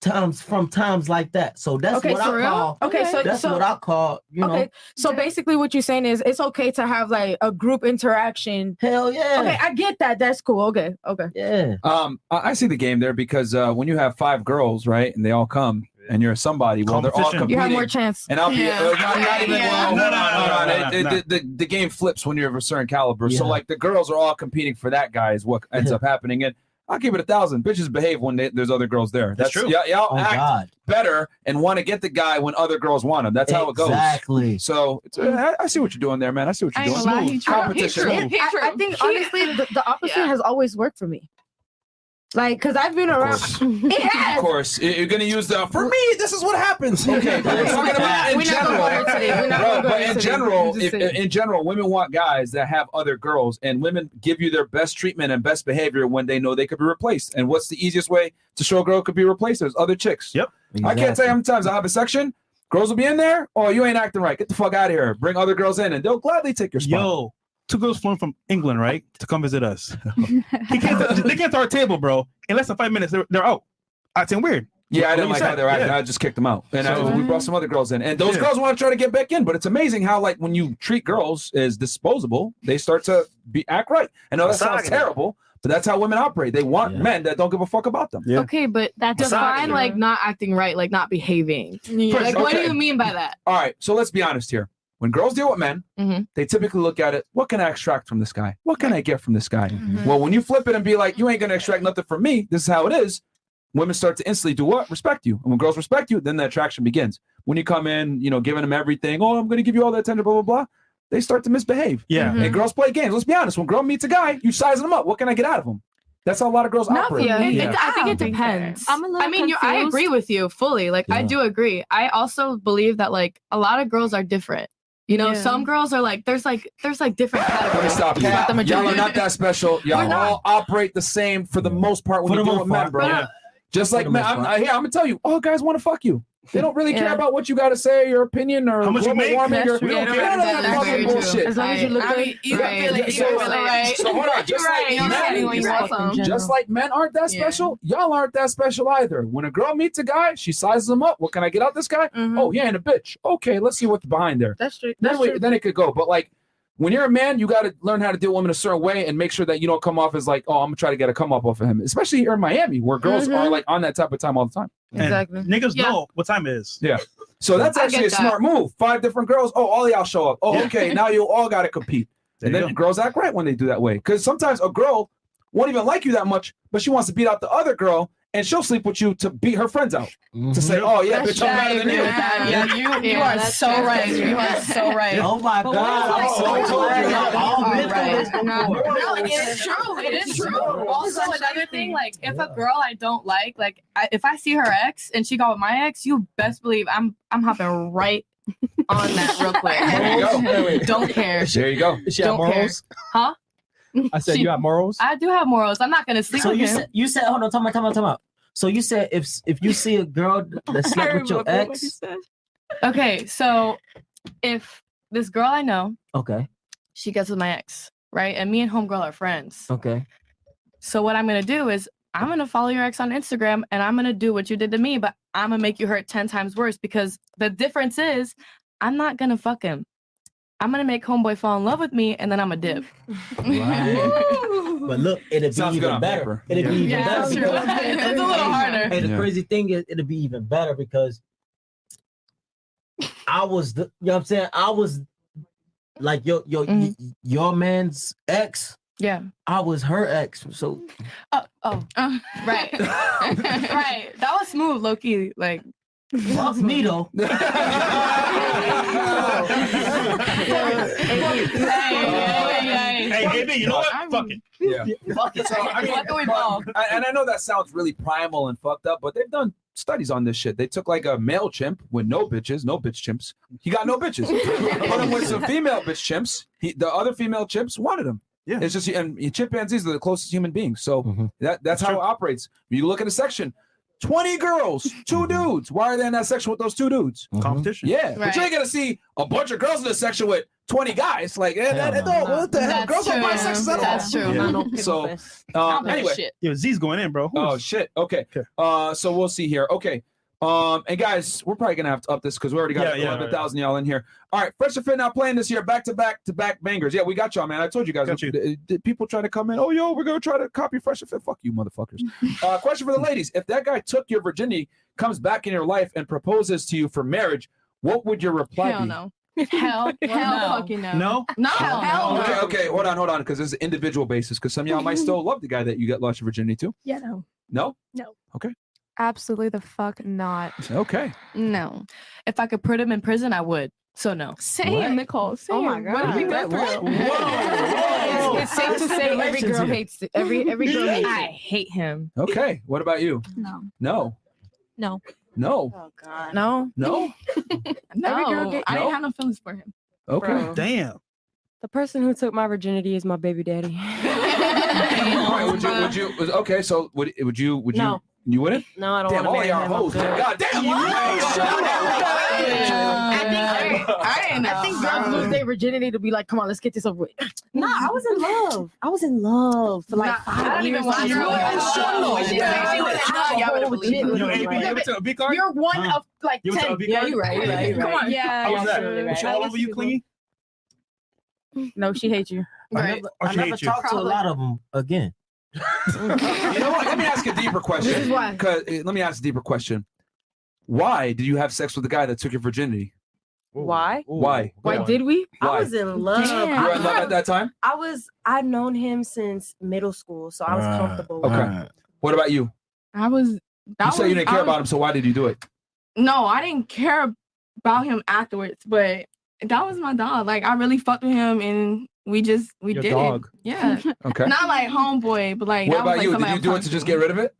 Times from times like that. So that's
Okay,
what
for
I
real?
call.
Okay, so-
that's
so-
what I call. You know,
Okay, so basically, what you're saying is it's okay to have like a group interaction.
Hell yeah.
Okay, I get that. That's cool. Okay, okay.
Yeah.
Um, I, I see the game there because uh, when you have five girls, right, and they all come, and you're somebody, well, they're all competing.
You have more chance.
And I'll be
Yeah.
uh, not, not even.
Yeah.
Well,
No, (laughs)
hold
no,
on, hold
no,
on.
no,
It-
no,
it-
no.
The, the, the game flips when you're of a certain caliber. So
Yeah.
like the girls are all competing for that guy is (laughs) what ends up happening. And I'll give it a thousand. Bitches behave when they, there's other girls there.
That's
That's,
true.
Y- y'all
Oh,
act
God.
better and want to get the guy when other girls want him. That's how it goes.
Exactly.
So it's, uh, I, I see what you're doing there, man. I see what you're
I
doing.
ain't gonna lie, he
Smooth.
true.
Competition.
I, I (laughs) think honestly, the, the opposite has always worked for me. Like, cause I've been around. (laughs)
course.
It
Of
has.
course, y- you're gonna use the for me. This is what
(laughs)
happens. Okay, but we're talking about in
We're not gonna go
general.
there today. We're not gonna
Bro,
go
but
there
in
today.
general,
I'm
if,
just saying.
in general, women want guys that have other girls, and women give you their best treatment and best behavior when they know they could be replaced. And what's the easiest way to show a girl could be replaced? There's other chicks. Yep. I can't tell you how many times I have a section. Girls will be in there. Oh, you ain't acting right. Get the fuck out of here. Bring other girls in, and they'll gladly take your spot.
Yo, two girls flown from England, right, to come
(laughs)
visit us. They came to- they came to our table, bro. In less than five minutes, they're, they're out. Acting weird.
Yeah, I
What
didn't
you
like
said,
how they were acting.
yeah.
I just kicked them out, and I-
So-
we brought some other girls in. And those
Yeah.
girls want to try to get back in, but it's amazing how like when you treat girls as disposable, they start to be act right. I know that sounds
Misogyny.
terrible, but that's how women operate. They want men that don't give a fuck about them.
Okay, but that's
Misogyny.
define like not acting right, like not behaving.
First,
Like, what do
okay.
you mean by that?
All right, so let's be honest here. When girls deal with men,
Mm-hmm.
they typically look at it, what can I extract from this guy? What can I get from this guy? Well, when you flip it and be like, you ain't gonna extract nothing from me, this is how it is, women start to instantly do what? Respect you. And when girls respect you, then the attraction begins. When you come in, you know, giving them everything, oh, I'm gonna give you all that attention, blah, blah, blah. They start to misbehave.
Yeah.
Mm-hmm.
And girls play games. Let's be honest. When girl meets a guy, you sizing him up. What can I get out of him? That's how a lot of girls
Not
operate.
for me. It- I think it depends.
I'm a little
I mean, you, I
confused.
agree with you fully. Like, I do agree. I also believe that like a lot of girls are different. You know,
Yeah.
some girls are like, there's like, there's like different categories.
Let me stop you.
Not
Y'all
the
are
majority.
not that special. Y'all all operate the same for the most part when
For
you
the
deal with
most
men,
part.
bro.
Yeah.
Just
For
like
the
men,
most
I'm,
part.
I, here, I'm gonna tell you, all guys want to fuck you. They don't really care
Yeah.
about what you got to say, your opinion, or
How much you
global
make?
warming.
That's
Your,
true.
we
Yeah,
don't
no,
care
no,
about
that's very
that fucking
true.
bullshit.
As long as you look
I mean,
good,
even-
right.
yeah,
You
so-
feel it.
So hold on,
You're
just
right,
like
you're right,
men,
you're
just
right.
like-
In
just
general.
like men aren't that special, y'all aren't that special either. When a girl meets a guy, she sizes him up. What can I get out this guy?
Mm-hmm.
Oh yeah, and a bitch. Okay, let's see what's behind there.
That's true.
Then, we, then it could go. But like when you're a man, you got to learn how to deal with women a certain way and make sure that you don't come off as like, oh, I'm gonna try to get a come up off of him. Especially here in Miami, where girls
Mhm.
are like on that type of time all the time.
Exactly. Niggas know what time it is.
Yeah. So that's
I
actually
get
a smart
that.
move. Five different girls. Oh, all y'all show up. Oh,
Yeah.
okay. Now you all got to compete. And then girls act right when they do that way. Because sometimes a girl won't even like you that much, but she wants to beat out the other girl and she'll sleep with you to beat her friends out. To say, oh, yeah,
That's
bitch, I'm
right.
better than you.
Yeah, you- you Yeah, are that's so true. right. You are so right.
Oh my
But
god.
what if, like,
Oh,
someone
my
told you
God.
that?
All
All
been through
right.
this
No,
before.
no,
It is true. It is true. Also, another thing, like if a girl I don't like, like I, if I see her ex and she got with my ex, you best believe I'm I'm hopping right on that real quick.
There you go. Wait, wait.
Don't care.
There you go.
She had
Don't care.
morals?
(laughs)
Huh?
I said
She-
you have morals.
I do have morals. I'm not gonna sleep
So
with
you
him.
said you said hold on, time out, time out, time out. So you said if if you see a
(laughs)
girl
(laughs)
that slept with your ex,
okay, so if this girl I know,
okay,
she gets with my ex, right? And me and homegirl are friends.
okay,
So what I'm gonna do is I'm gonna follow your ex on Instagram and I'm gonna do what you did to me, but I'm gonna make you hurt ten times worse because the difference is I'm not gonna fuck him. I'm gonna make homeboy fall in love with me and then I'm a dip.
but look, it'd be
Sounds good
even
on
better.
paper.
It'd be
Yeah.
even
Yeah,
better.
that's true.
because- (laughs)
It's a little harder.
And the
Yeah.
crazy thing is, it'd be even better because I was, the, you know what I'm saying? I was like your your
Mm-hmm.
y- your man's ex.
Yeah.
I was her ex. So
Oh, oh, oh,
(laughs)
right, right. That was smooth, Loki. Like,
fuck
(laughs)
me though.
hey, hey.
Hey, AB, you know what? Fuck it.
Yeah.
Fuck it.
So, I mean,
Fuck
but- I- and I know that sounds really primal and fucked up, but they've done studies on this shit. They took like a male chimp with no bitches, no bitch chimps. He got no
(laughs)
bitches. Put him with some female bitch chimps. He, the other female chimps wanted him. Yeah. It's just and chimpanzees are the closest human beings. So that that's how it operates. You look at a section. 20 girls, two dudes. Why are they in that section with those two dudes?
Competition.
Yeah. But you
Right.
ain't gonna see a bunch of girls in the section with 20 guys. Like, eh,
Hell
that,
no.
no, what the hell?
That's
Girls don't buy
true.
sexes at all.
That's true. Yeah. Not no
So,
pickle
um, anyway,
Yo, Z's going in, bro.
Oh shit. Okay. Uh, so we'll see here. Okay. Um, and guys, we're probably gonna have to up this because we already got
Yeah, yeah,
eleven thousand y'all in here. All right, Fresh and Fit not playing this year. Back to back to back bangers. Yeah, we got y'all, man. I told you guys. uh, D- d- People try to come in. Oh, yo, we're gonna try to copy Fresh and Fit. Fuck
(laughs)
you, motherfuckers. uh, question for the ladies: If that guy took your virginity, comes back in your life, and proposes to you for marriage, what would your reply
hell
be?
no, hell, hell, fucking no,
No?
no,
Oh,
hell no.
Okay, okay, hold on, hold on, because this is an individual basis. Because some of y'all might still love the guy that you got lost your virginity to.
Yeah, no,
No.
no.
Okay.
Absolutely the fuck not.
Okay.
No. If I could put him in prison, I would. So no.
Same, Nicole. Same.
Oh my god.
What do
What do
you
go
(laughs)
through?
It's, it's safe to say every
Congratulations
girl
here.
hates it. Every every girl hates
I
it.
hate him.
Okay. What about you?
No.
No.
No.
No.
No.
No.
No.
Every girl get-
I
No.
didn't have no feelings for him.
Okay.
Bro.
Damn.
The person who took my virginity is my baby daddy.
All right, would you? Would you? was- Okay. So would would you? Would you?
No.
You wouldn't?
No, I don't
Damn, all
want to
y'all
marry him. I'm
hoes.
good.
God damn. you hoes.
I think girls lose their virginity to be like, come on, let's get this (laughs) over with.
Nah, I was in love. I was in love for like
Nah, I
five
don't even
years.
want
You're
to know.
in love.
If she was
Yeah,
in
you was
love,
in
y'all
love.
would've believed it.
Yo, AP,
Yeah,
give it
but
to a B card?
You're one
Huh.
of like
Give it to a
ten.
B card?
Come on.
How was that? Was she all over you, clingy?
No, she hates you.
I never, I never talked to a lot of them again.
You know what? Let me ask a deeper question.
This is why.
'Cause- eh, let me ask a deeper question. Why did you have sex with the guy that took your virginity?
Why?
Why?
Why
Why?
did
we?
Why?
I was in love.
You were in love at that time.
I was. I'd known him since middle school, so I was
Ah,
comfortable. with him.
Okay. What about you?
I was
You
that
say
was,
you didn't care
I
about
was-
him, so why did you do it?
No, I didn't care about him afterwards, but that was my dog. Like I really fucked with him and we just we
Your
did
dog.
it. Yeah.
Okay.
Not like homeboy, but like
what
that was
about
like
you? Did
somebody I
you do it
fucked
to just get rid of it?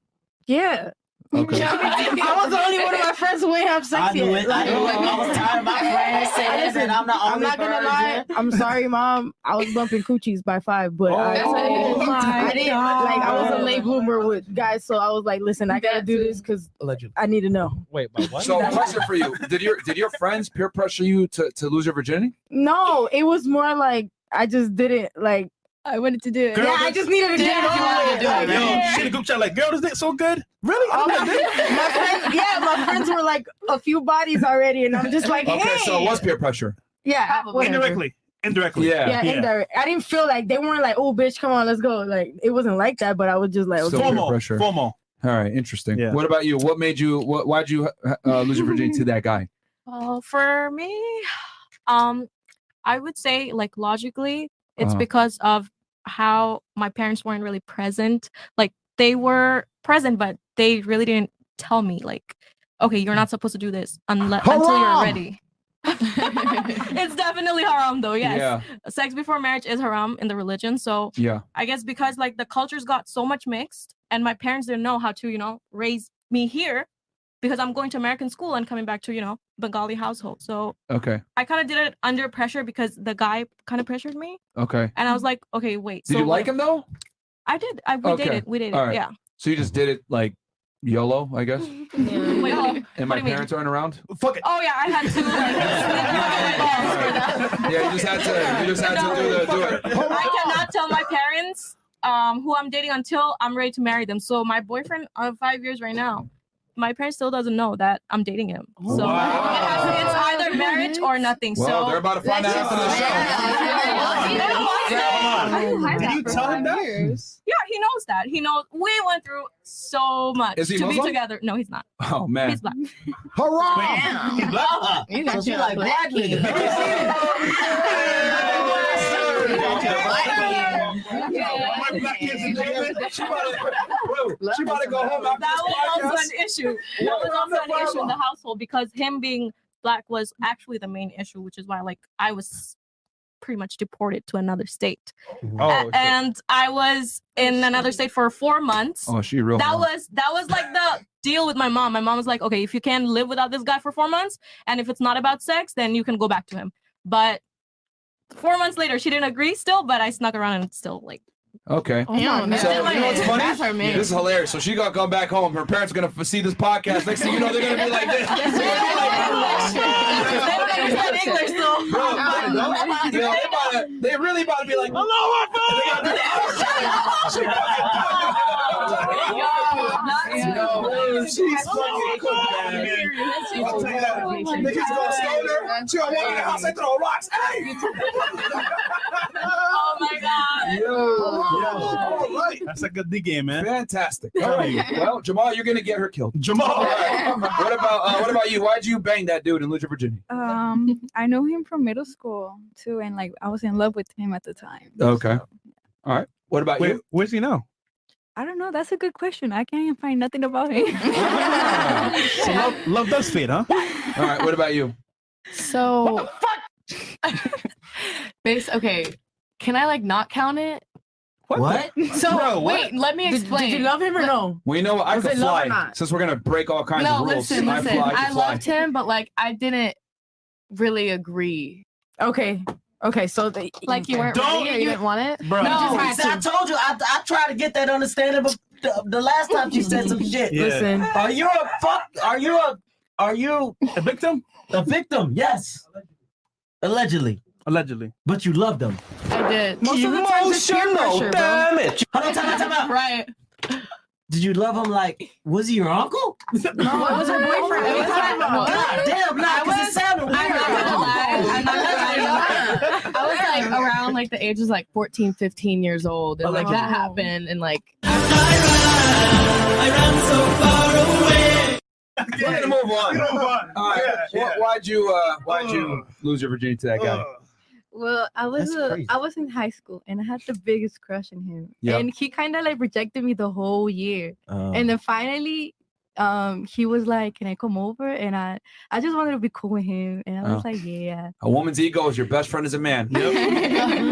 Yeah.
Okay.
I was the only one of my friends who ain't have sex
I knew
yet.
it. I knew it.
(laughs)
I was tired of my friends saying
Listen,
that I'm the
I'm
only
not gonna
virgin.
lie. I'm sorry, mom. I was bumping coochies by five, but I,
Oh, That's what it
(laughs)
is.
I
My
didn't
God.
like. I was a late bloomer with guys, so I was like, listen, I gotta do this because
Allegedly.
I need to know.
Wait, but what?
So, question for you: Did your did your friends peer pressure you to, to lose your virginity?
No, it was more like I just didn't like.
I wanted to do it.
yeah, I just needed to do it.
(laughs)
Yo, she in a group chat like, girl, this dick so good. Really?
Oh, my, my friend, yeah, my friends were like a few bodies already, and I'm just like,
okay,
hey.
so it was peer pressure.
yeah, whatever.
indirectly. Indirectly.
Yeah.
Yeah, indirect. I didn't feel like they weren't like, oh, bitch, come on, let's go. Like it wasn't like that, but I was just like,
So
okay.
peer pressure.
FOMO.
All right, interesting. What about you? What made you? What, why'd you uh, lose your virginity to that guy?
Well, for me, um, I would say like logically, it's
Uh-huh.
because of how my parents weren't really present. Like they were present, but they really didn't tell me like, okay, you're not supposed to do this unless until you're
Haram!
(laughs)
ready. it's definitely haram though. Yes,
Yeah.
sex before marriage is haram in the religion. So
Yeah.
I guess because like the cultures got so much mixed, and my parents didn't know how to, you know, raise me here because I'm going to American school and coming back to, you know, Bengali household. So
Okay.
I kind of did it under pressure because the guy kind of pressured me.
Okay.
And I was like, okay, wait.
Did you like him though?
I did. I we did it. We did it.
All right.
Yeah.
So you just did it like YOLO, I
(laughs)
guess.
Wait,
(laughs)
oh,
And my
what do you mean?
parents aren't around.
Fuck it.
Oh yeah, I had
(laughs)
to. (laughs) Like, slip my balls for that.
Yeah, you just had to. You just had to do the do it.
I cannot tell my parents um, who I'm dating until I'm ready to marry them. So my boyfriend of five years right now, my parents still doesn't know that I'm dating him. So it has- it's either marriage or nothing.
Oh, Well,
so
they're about to find out after the
show.
Did you tell him that?
Yeah, he knows that. He knows we went through so much
Is he
to
Muslim?
be together. No, he's not.
Oh man.
He's black. (laughs)
Hurrah!
Damn.
You got you like black
(laughs)
niggas.
My black kids in Japan. She about to, bro, she about to go home after
That was also an
this podcast.
issue. That
What?
was also an issue in the household because him being black was actually the main issue, which is why like I was pretty much deported to another state.
Oh,
A-
shit.
and I was in another state for four months.
Oh, she real.
that
hard.
was that was like the deal with my mom. My mom was like, okay, if you can live without this guy for four months, and if it's not about sex, then you can go back to him. But four months later, she didn't agree still, but I snuck around and still like
(laughs) Okay.
Oh, my God.
so
That's
you know what's
her
funny?
man. That's her man.
This is hilarious. So she gonna come back home. Her parents are gonna f- see this podcast. Next thing you know, they're gonna be like this.
Yes,
They're gonna be
They don't understand English, though.
Bro, they- they- yo, they about to- they really about to be like, hello, my father.
(laughs)
Oh my god.
That's a good D game, man.
Fantastic. All right. Well, Jamal, you're gonna get her killed. Jamal. What about uh, what about you? Why'd you bang that dude in Lucha, Virginia? (laughs)
Um, I know him from middle school too, and like I was in love with him at the time.
Okay. All right. What about
Wait,
you?
Where's he now?
I don't know. That's a good question. I can't find nothing about
(laughs)
him.
So love, love does fade, huh?
All right. What about you?
So (laughs) Base okay. Can I like not count it?
What?
So
Bro, what?
wait, let me
Did- did you
explain.
love him or no?
Well, you know what? I
Was
could
it love or
fly.
not?
Since we're gonna break all kinds of
no,
rules,
listen,
I
listen.
fly.
I,
could fly.
loved him, but like I didn't really agree.
Okay. Okay, so the,
like you weren't
Don't-
ready or you didn't want it.
Bro, I told you, I, I tried to get that understanding, but the, the last time you said some shit.
Yeah. Listen.
are you a fuck? Are you a? Are you a victim? A victim, yes. Allegedly.
Allegedly.
But you love them.
I did.
Most of the times it's peer Emotional pressure, bro. damage. Hold on, time out, time out.
Right.
Did you love him like? Was he your uncle? No, it
(laughs)
was her boyfriend. It was her-
God damn, nah,
I
because it
was-
sounded weird.
I'm not gonna lie. I'm not gonna lie. I was like around like the ages like 14, 15 years old, and like
Oh.
that happened, and like
We're gonna move on.
Move on.
All right. Wh- Why'd you uh, Why'd you lose your virginity to that guy?
Well, I was
That's
uh,
crazy.
I was in high school and I had the biggest crush on him,
Yeah.
and he kind of like rejected me the whole year.
Oh.
And then finally, um, he was like, "Can I come over?" And I I just wanted to be cool with him, and I was
Oh.
like, "Yeah."
A woman's ego is your best friend as a
(laughs)
man.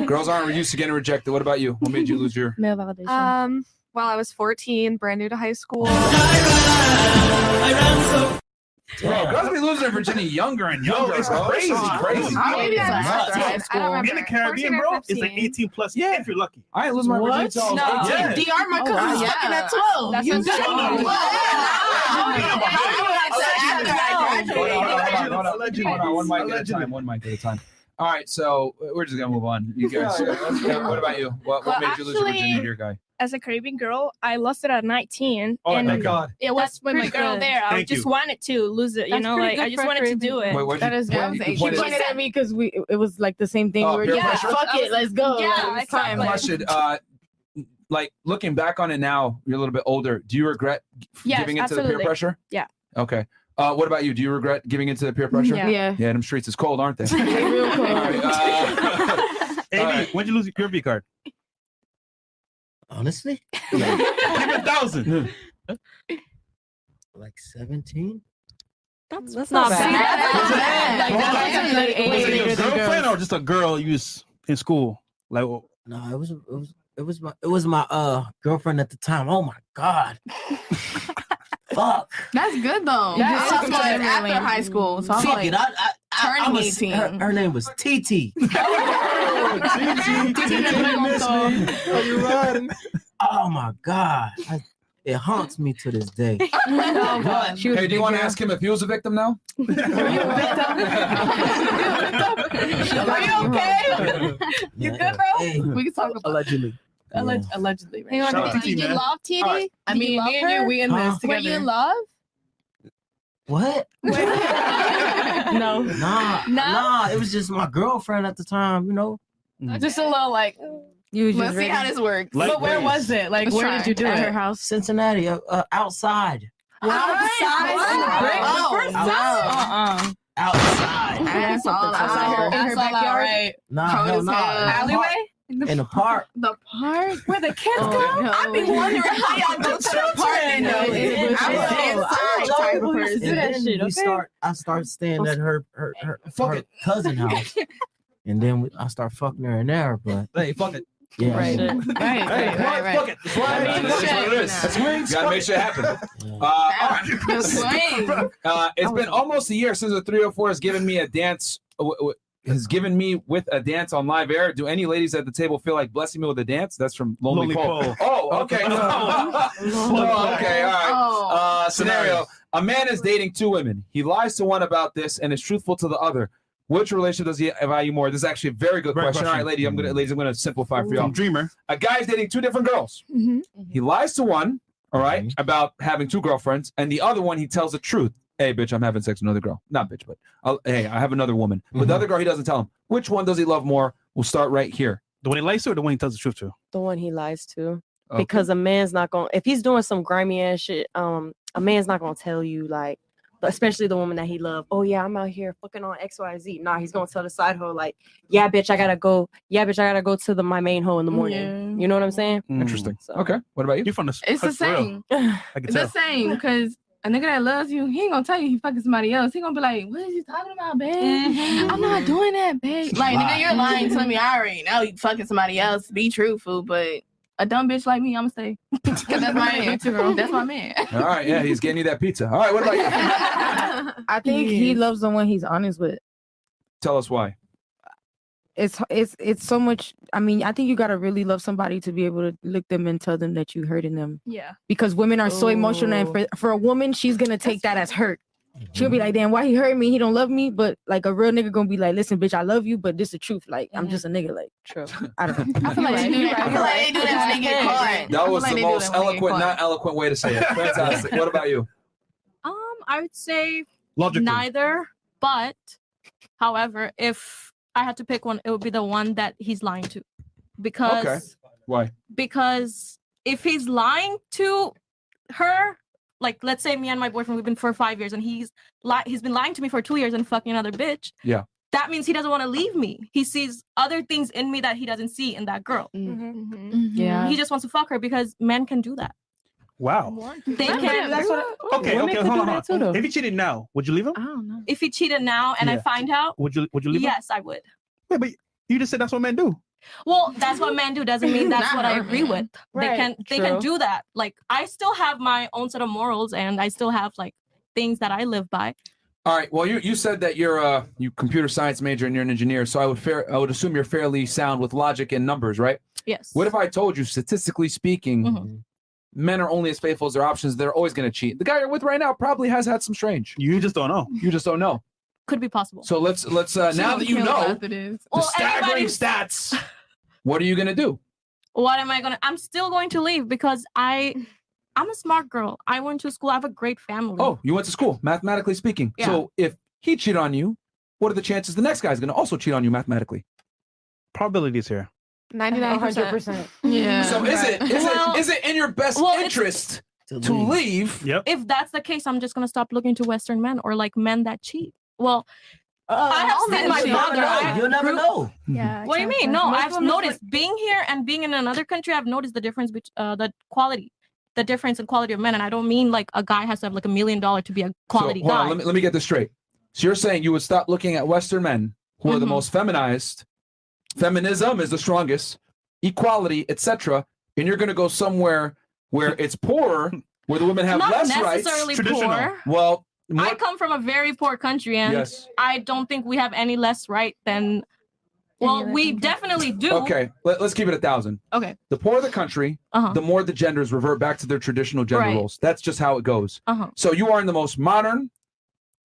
Girls aren't used to getting rejected. What about you? What made you lose your?
Male validation.
Um,
Well, I was 14, brand new to high school.
Bro, girls be losing in Virginia younger and younger. It's
bro.
crazy,
It's
crazy.
nuts.
Maybe it's nuts.
Nuts.
I don't
In the
remember.
Caribbean,
14 or
bro, it's like
15.
18 plus yeah. if you're lucky.
I ain't lose my
What?
virginity until I was
No.
18.
Yeah. DR my
Oh,
cousin's
wow.
fucking
Yeah.
at 12.
That's
You
what
don't know.
I'm saying.
What?
Oh, Hold on, hold on, hold on, hold on, One mic at a time. One mic at a time. All right, so uh, we're just gonna move on. You guys,
Yeah,
yeah, what about you? What, what
Well,
made you lose your
actually-
virginity, your guy?
As a Caribbean girl, I lost it at 19.
Oh,
and
thank God.
It was with my
pretty
girl
good.
there. I
Thank
just
you.
wanted to lose it. You
That's
know,
pretty
like I
good
just
for a
wanted to do it.
Wait, what'd you-
That is
what- you
She
pointed-
pointed at me because we it was like the same thing.
Oh,
we were
peer
just like,
pressure?
fuck it, let's go.
Yeah,
it's time. Like,
Question: uh, Like looking back on it now, you're a little bit older. Do you regret g-
Yes,
giving into
absolutely.
the peer pressure?
Yeah.
Okay. Uh, what about you? Do you regret giving into the peer pressure?
Yeah. Yeah.
Yeah, them streets is cold, aren't they?
real quick.
Amy, when'd you lose your V card? (laughs)
Honestly?
Give it a thousand.
Like 17?
That's,
not
bad.
bad.
Like,
Well,
that's
that's
actually
like
eight
Was it your
years ago.
girlfriend or just a girl you was in school? Like, wh-
No, it was it was it was my it was my uh girlfriend at the time. Oh my god. Fuck.
That's good though.
You just took
That's
him
why
to
it's
the
after
lane.
high school. So I'm
Fuck
like,
it. I, I, I, I
turning
was,
18.
her, her name was
(laughs)
TT. Oh my god. I- it haunts me to this
(laughs)
day.
Oh,
(laughs)
hey, do you want to ask him if he was a
Um,
victim now?
(laughs) Are you okay?
You
good, bro? We can talk about
Allegedly.
Alleg- allegedly.
Hang on, Shout out did to you T-Man. love
TD? I
Did
mean,
you love
me and you,
her?
we in this
Huh?
together.
Were you in
love?
What?
(laughs)
no.
(laughs)
Nah. Nah. It was just my girlfriend at the time, you know.
Just a little like.
You
was
let's
just
see how
ready.
this works.
Like
but where
this.
was it? Like,
Let's
where
try.
did you do
At
it?
her house, Cincinnati, uh, uh, outside.
Outside.
Wow.
Oh,
Wow.
wow. Uh-uh.
Outside.
That's all outside her, in her backyard. Right.
Nah,
Cold
hell
as
nah.
hell.
In the park. In
Oh, Alleyway?
the
(laughs)
park.
The park where the kids
go?
I be
wondering how y'all go to (laughs) the park and
know.
I'm an
inside type of
And
person.
then we start, I start staying at her her
(laughs)
her, her cousin house, and then we, I start fucking her in there. But
Hey, fuck it.
yeah,
Right.
I mean,
Right, right, right, right.
Fuck it. That's what
That's
it is.
what it is.
That's what it is.
You gotta make shit
(laughs)
(laughs)
happen. Uh, all right.
The (laughs) swing.
(laughs) Uh, it's been almost a year since the 304 has given me a dance. uh, W- w- has given me with a dance on live air. Do any ladies at the table feel like blessing me with a dance? That's from Lonely,
Lonely
Pole.
Pole.
Oh, (laughs) okay.
Oh.
Oh, okay, all
Oh.
right. Uh,
Scenario.
scenario: A man is dating two women. He lies to one about this and is truthful to the other. Which relationship does he value more? This is actually a very good
Great
question. All right,
question.
lady, I'm gonna ladies, I'm gonna simplify for
From
y'all.
Dreamer.
A guy's dating two different girls.
Mhm.
Mm-hmm.
He lies to one, all right,
Mm-hmm.
about having two girlfriends, and the other one he tells the truth. Hey, bitch, I'm having sex with another girl. Not bitch, but I'll, hey, I have another woman. But
Mm-hmm.
the other girl, he doesn't tell him. Which one does he love more? We'll start right here.
The one he likes or the one he tells the truth to?
the one he lies to
Okay.
because a man's not gonna if he's doing some grimy ass shit um a man's not gonna tell you like but especially the woman that he loved oh yeah i'm out here fucking on xyz nah he's gonna tell the side hoe like yeah bitch i gotta go yeah bitch i gotta go to the my main hoe in the morning you know what i'm saying
Interesting. Mm. Okay. What about you?
You're from the
It's the same.
I can
(laughs) It's the
tell.
same because a nigga that loves you, he ain't gonna tell you he fucking somebody else. He gonna be like, "What is you talking about, babe?
Mm-hmm.
I'm not doing that, babe." Like,
Lie.
nigga, you're lying to me. I already know you fucking somebody else. Be truthful, but a dumb bitch like me, I'm gonna stay (laughs) because that's my man. (laughs) That's my man.
All right. Yeah, he's getting you that pizza. All right. What about you?
I think he loves the one he's honest with.
Tell us why.
It's it's it's so much. I mean, I think you gotta really love somebody to be able to look them and tell them that you hurting them.
Yeah.
Because women are so emotional, and for, for a woman, she's gonna take that as hurt. She'll be like, "Damn, why he hurt me? He don't love me." But like a real nigga gonna be like, "Listen, bitch, I love you, but this the truth. Like, I'm just a nigga. Like,
true.
I
(laughs)
don't know.
I feel like they do that. I feel like they do that when they get caught. I
That
feel
was
like
the
they do
most
that when they get
eloquent,
caught.
not eloquent way to say (laughs) it. Fantastic. what about you?
Um, I would say
Logically.
neither. But, however, if I had to pick one, it would be the one that he's lying to, because
Okay. Why?
because if he's lying to her, like let's say me and my boyfriend we've been for five years, and he's li- he's been lying to me for two years and fucking another bitch.
Yeah.
That means he doesn't want to leave me. He sees other things in me that he doesn't see in that girl.
Mm, Mm-hmm.
Yeah.
He just wants to fuck her because men can do that.
Wow.
They
Women
can.
do that.
Okay, okay, hold on. hold on. If you cheated now, would you leave him? I
don't know. If he cheated now and I
Yeah.
find out,
Would you would you leave him?
yes, I would.
Wait, but you just said that's what men do.
Well, that's what men do. Doesn't mean that's what I
Nah.
agree with. They
Right.
can they can
True.
do that. Like I still have my own set of morals, and I still have like things that I live by.
All right. Well, you you said that you're a you computer science major and you're an engineer, so I would fair I would assume you're fairly sound with logic and numbers, right?
Yes.
What if I told you, statistically speaking, men are only as faithful as their options? They're always going to cheat. The guy you're with right now probably has had some strange.
You just don't know.
You just don't know.
Could be possible.
So let's let's uh, now that you know the staggering stats, what are you going to do?
what am I gonna? I'm still going to leave because I, I'm a smart girl. I went to school. I have a great family.
Oh, you went to school, mathematically speaking.
Yeah.
So if he cheated on you, what are the chances the next guy's going to also cheat on you mathematically?
Probabilities here.
99
100%.
Yeah.
So is it is
Well-
it is it in your best interest (laughs) to leave?
Yep.
If that's the case, I'm just gonna stop looking to Western men or like men that cheat. Well,
Uh,
I have seen my father. I-
You'll never
grew-
know.
What do you mean?
exactly.
No,
Most
I've
women
noticed being here and being in another country. I've noticed the difference between uh, the quality, the difference in quality of men. And I don't mean like a guy has to have like a million dollar to be a quality
so, hold
guy.
On, let, me, let me get this straight. So you're saying you would stop looking at Western men who are the
Mm-hmm.
most feminized, feminism is the strongest, equality, etc., and you're going to go somewhere where it's poorer, where the women have
Not
less
necessarily
rights.
poor.
Well,
I come from a very poor country, and
Yes.
I don't think we have any less right than. Well, we definitely do.
okay, let, us keep it a thousand.
Okay.
The poorer the country,
Uh-huh.
the more the genders revert back to their traditional gender
Right.
roles. That's just how it goes.
Uh-huh.
So you are in the most modern,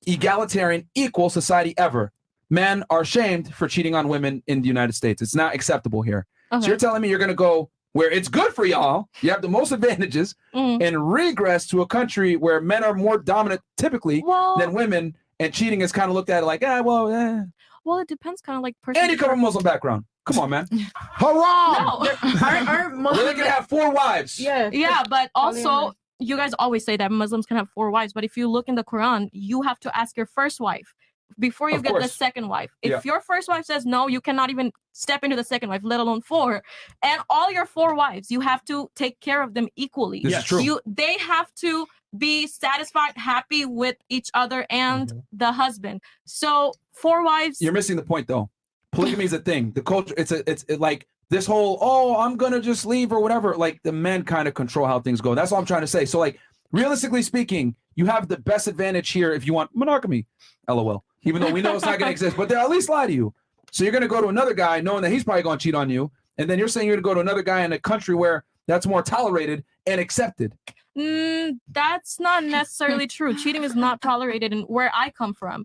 egalitarian, equal society ever. Men are shamed for cheating on women in the United States. It's not acceptable here.
Okay.
So you're telling me you're going to go where it's good for y'all, you have the most (laughs) advantages,
Mm.
and regress to a country where men are more dominant typically than women, and cheating is kind of looked at like, ah, well, eh.
Well, it depends, kind of like person.
and you
to
come from a
person.
Muslim background. Come on, man.
(laughs)
Haram!
No,
aren't, aren't
Women can have four wives.
Yeah.
Yeah, but also
Polyamorous.
you guys always say that Muslims can have four wives, but if you look in the Quran, you have to ask your first wife before you
Of
get the
course.
second wife. If
Yeah.
your first wife says no, you cannot even step into the second wife, let alone four. And all your four wives, you have to take care of them equally.
This is Yes. true.
You they have to be satisfied, happy with each other and the husband. So four wives
You're missing the point though. Polygamy is a thing. The culture, it's a, it's it, like this whole, oh, I'm gonna just leave or whatever. Like the men kind of control how things go. That's all I'm trying to say. So like, realistically speaking, you have the best advantage here if you want monogamy. LOL. Even though we know it's not gonna exist, but they'll at least lie to you. So you're gonna go to another guy knowing that he's probably gonna cheat on you, and then you're saying you're gonna go to another guy in a country where that's more tolerated and accepted.
Mm, that's not necessarily true. Cheating is not tolerated in where I come from.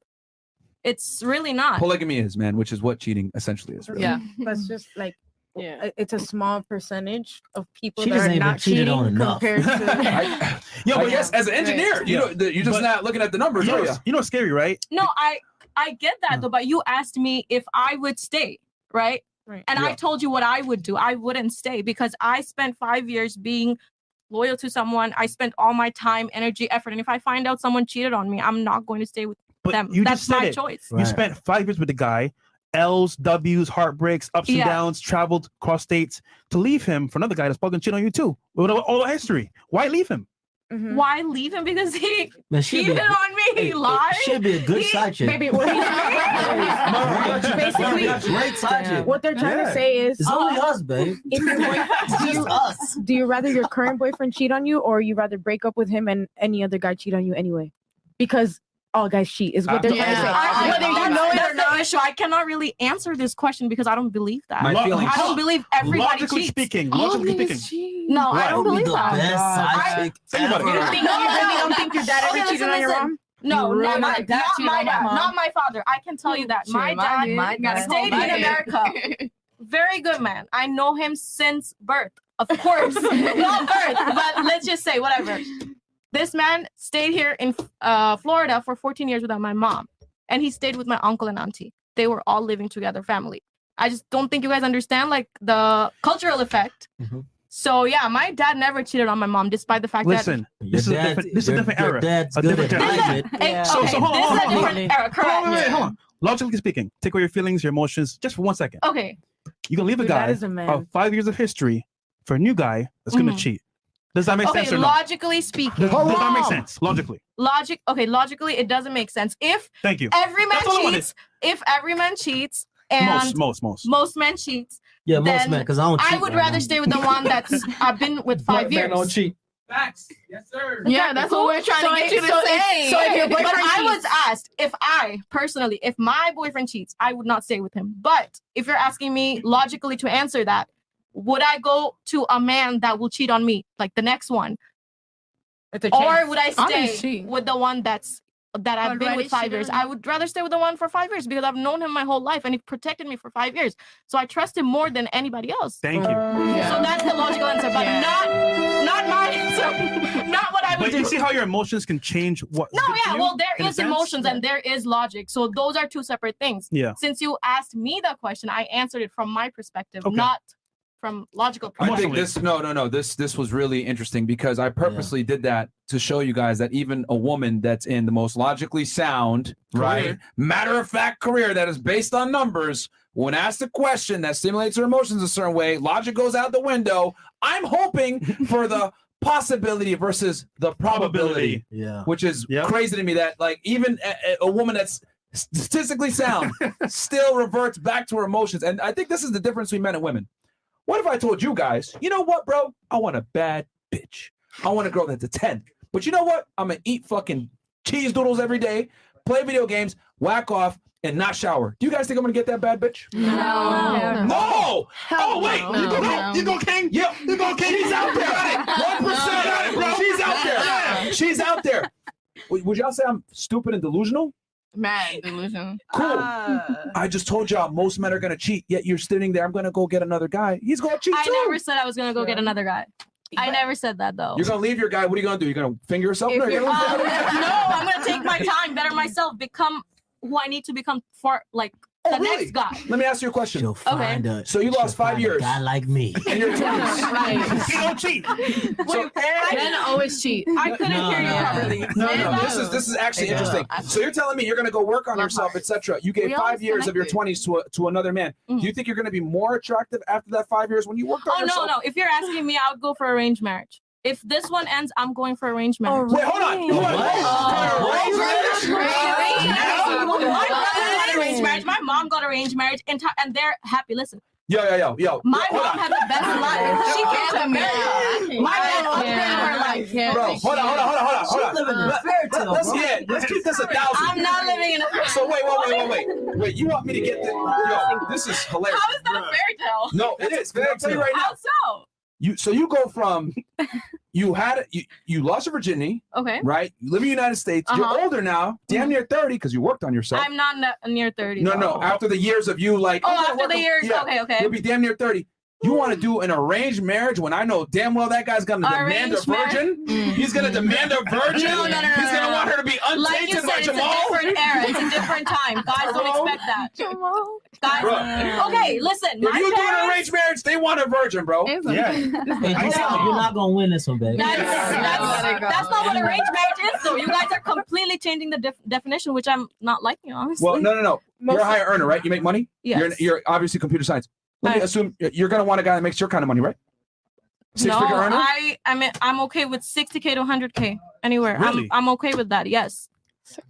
It's really not.
Polygamy is, man, which is what cheating essentially is. Really.
(laughs)
That's just like yeah. it's a small percentage of people
She
that
doesn't
are
even
not
cheat it
cheating
on enough.
compared
(laughs)
to
(laughs)
Yeah,
I
but yes, as an engineer, you know, the- you're just not looking at the numbers,
You know,
are
what's-
ya?
you know what's scary, right?
No, I I get that though, but you asked me if I would stay, right? Right. And I
Yeah.
told you what I would do. I wouldn't stay because I spent five years being loyal to someone. I spent all my time, energy, effort. And if I find out someone cheated on me, I'm not going to stay with them.
You
Um, That's
just said
my
it.
choice.
You spent five years with the guy, L's, W's, heartbreaks, ups and
Yeah.
downs, traveled cross states to leave him for another guy that's fucking cheating on you too. With all- all the history, why leave him?
Why leave him because he
Man, she'd be
cheated
a-
on me?
hey,
He
hey,
lied.
she'd be a good
He-
side chick.
(laughs)
Baby,
what
Basically, great
Damn. what they're trying to say is "Oh,
it's only us, babe.
if
(laughs)
your
(laughs)
boyfriend, do, you, do you rather your current boyfriend cheat on you or you rather break up with him and any other guy cheat on you anyway? Because all guys cheat is what they're trying to say.
I- I-
Whether you
that's-
know it
that's
or
the issue. I cannot really answer this question because I don't believe that.
My Lo- feelings.
I don't believe everybody
Logically
cheats.
speaking, logically
niggas
speaking.
No, I
Why?
don't believe that.
I- Think about it.
You think-
No,
you
no,
really don't
no.
think your dad ever
Okay,
cheated
listen,
on your
listen.
mom? No,
You really
not, my,
like that
not
cheated
my
on my
dad,
mom?
not my father. I can tell you that.
Cheated
My
on my
dad,
dad. My dad.
stayed in
Nobody.
America. Very good man. I know him since birth. Of course, not birth, but let's just say whatever. This man stayed here in uh, Florida for 14 years without my mom, and he stayed with my uncle and auntie. They were all living together, family. I just don't think you guys understand like the cultural effect.
Mm-hmm.
So yeah, my dad never cheated on my mom, despite the fact that
Listen, this is a
dad's-
different. This is a
your-
different
your
era.
dad's
a
good
different
at
(laughs)
era.
budget. Yeah.
So, so
Okay,
hold on,
this is a
hold on, hold on.
different
era,
Hold on,
correct.
wait, wait,
Yeah.
hold on. Logically speaking, take away your feelings, your emotions, just for one second.
okay,
You can leave a
Dude, that
guy
is a man.
of five years of history for a new guy that's gonna
Mhm.
cheat. Does that make
okay,
sense or not?
logically speaking,
Does, does that make
Haram.
sense logically?
Logic, okay, logically it doesn't make sense. If
Thank you.
every man
That's all I wanted.
cheats, if every man cheats and
Most, most, most.
men cheats.
Yeah, most
then
men, 'cause I don't
I
cheat
would
right
rather
now.
stay with the one that's I've been
(laughs)
with five years.
don't cheat.
Facts. Yes, sir.
Yeah, that's what we're trying to get you to say.
so if your
But
boyfriend
I
I
was
was asked if I personally, if my boyfriend cheats, I would not stay with him. But if you're asking me logically to answer that, would I go to a man that will cheat on me, like the next one, or would I stay with the one that's that I've been
Already
with five
cheated
years?
on
I would rather stay with the one for five years because I've known him my whole life and he protected me for five years. So I trust him more than anybody else.
Thank you.
So that's the logical answer, but not not my answer, not what I would
But
do.
you see how your emotions can change what.
No,
fits
yeah.
you,
Well, there
in a
is
sense?
emotions and there is logic. So those are two separate things.
Yeah.
Since you asked me that question, I answered it from my perspective,
Okay.
not from logical.
I think
perspective.
this no no no this this was really interesting because I purposely did that to show you guys that even a woman that's in the most logically sound, right, matter of fact career that is based on numbers, when asked a question that stimulates her emotions a certain way, logic goes out the window. I'm hoping for the possibility versus the probability,
Yeah.
which is crazy to me that like even a, a- a woman that's statistically sound still reverts back to her emotions, and I think this is the difference between men and women. What if I told you guys, you know what, bro? I want a bad bitch. I want a girl that's a 10. But you know what? I'm going to eat fucking cheese doodles every day, play video games, whack off, and not shower. Do you guys think I'm going to get that bad bitch?
No.
No.
Hell
oh, wait.
no.
You go,
No.
you go, King? Yeah. You go, King? She's out there.
(laughs)
Right? 1% got it, bro. She's out there. She's out there. Would would y'all say I'm stupid and delusional?
mad delusion.
Cool.
Uh,
I just told y'all most men are gonna cheat, yet you're sitting there. I'm gonna go get another guy. He's gonna cheat
I
too.
never said I was gonna go get another guy. I never said that though.
You're gonna leave your guy. What are you gonna do? You're gonna finger yourself?
Oh. If
No, you're
you're-
gonna-
Um, no, I'm gonna take my time, better myself, become who I need to become for like
Oh,
the next guy.
Let me ask you a question.
find
a-
so you lost five years.
Guy like me.
In
(laughs)
your 20s.
Right.
You don't cheat.
(laughs) Wait,
Men always cheat.
I couldn't
No,
hear you
no,
properly.
No, no, this is this is actually
Yeah.
interesting. So you're telling me you're going to go work on yourself, etc. You gave
uh, We
five
always
years of your 20s to a, to another man. Do you think you're going to be more attractive after that five years when you worked on
Oh no,
yourself?
no. If you're asking me, I would go for arranged marriage. If this one ends, I'm going for arranged marriage.
Wait, hold on. You want
Arranged
arranged
marriage?
marriage? Now?
My brother got arranged marriage. My mom got arranged marriage, and t- and they're happy. Listen,
Yo, yo, yo, yo.
my
Hold
mom
on.
had the best life. She came to me. My dad upgraded her life.
Bro, hold on, hold on, hold on, hold on, hold on.
She's living in a
Let-
fairy
let-
tale,
Let's
bro.
yeah, let's keep this a thousand.
I'm not living in a fairy
So wait, wait, wait, wait,
(laughs)
wait, wait. You want me to get this? Yo, this is hilarious.
How is that a fairy tale?
No, it is. Can I tell you right now?
How so?
You so you go
(laughs)
from you had you, you lost your virginity,
Okay.
right? You live in the United States.
Uh-huh. Mm-hmm.
You're older now, damn near thirty, because you worked on yourself.
I'm not ne- near 30.
no,
though.
no. After the years of you, like
Oh,
I'm gonna
after
work
the
on-
years, okay, okay. Mm.
You'll be damn near thirty. You want to do an arranged marranged marriage when I know damn well that guy's gonna demand a
Arranged mar- Mm.
virgin. He's gonna demand a virgin.
(laughs) No, no, no, no,
He's
no,
gonna
no.
want her to be
Like you
untainted
said,
by
it's
Jamal.
a different era. It's a different time. Guys
Jamal?
don't expect that. Jamal. Guys,
(laughs) Bruh.
okay, listen.
If
My
you do an
parents-
arranged marriage, they want a virgin, bro.
Hey,
I
Giselle,
know.
you're not gonna win this one, baby.
That's, that's, that's not what arranged marriage is, though. You guys are completely changing the def- definition, which I'm not liking, honestly.
Well, no, no, no.
Most-
you're a higher earner, right? You make money.
Yes.
You're, you're obviously computer science. Let me assume you're going to want a guy that makes your kind of money, right? Six
no,
figure earner.
I, I mean, I'm okay with 60k to 100k anywhere.
Really?
I'm, I'm okay with that. Yes.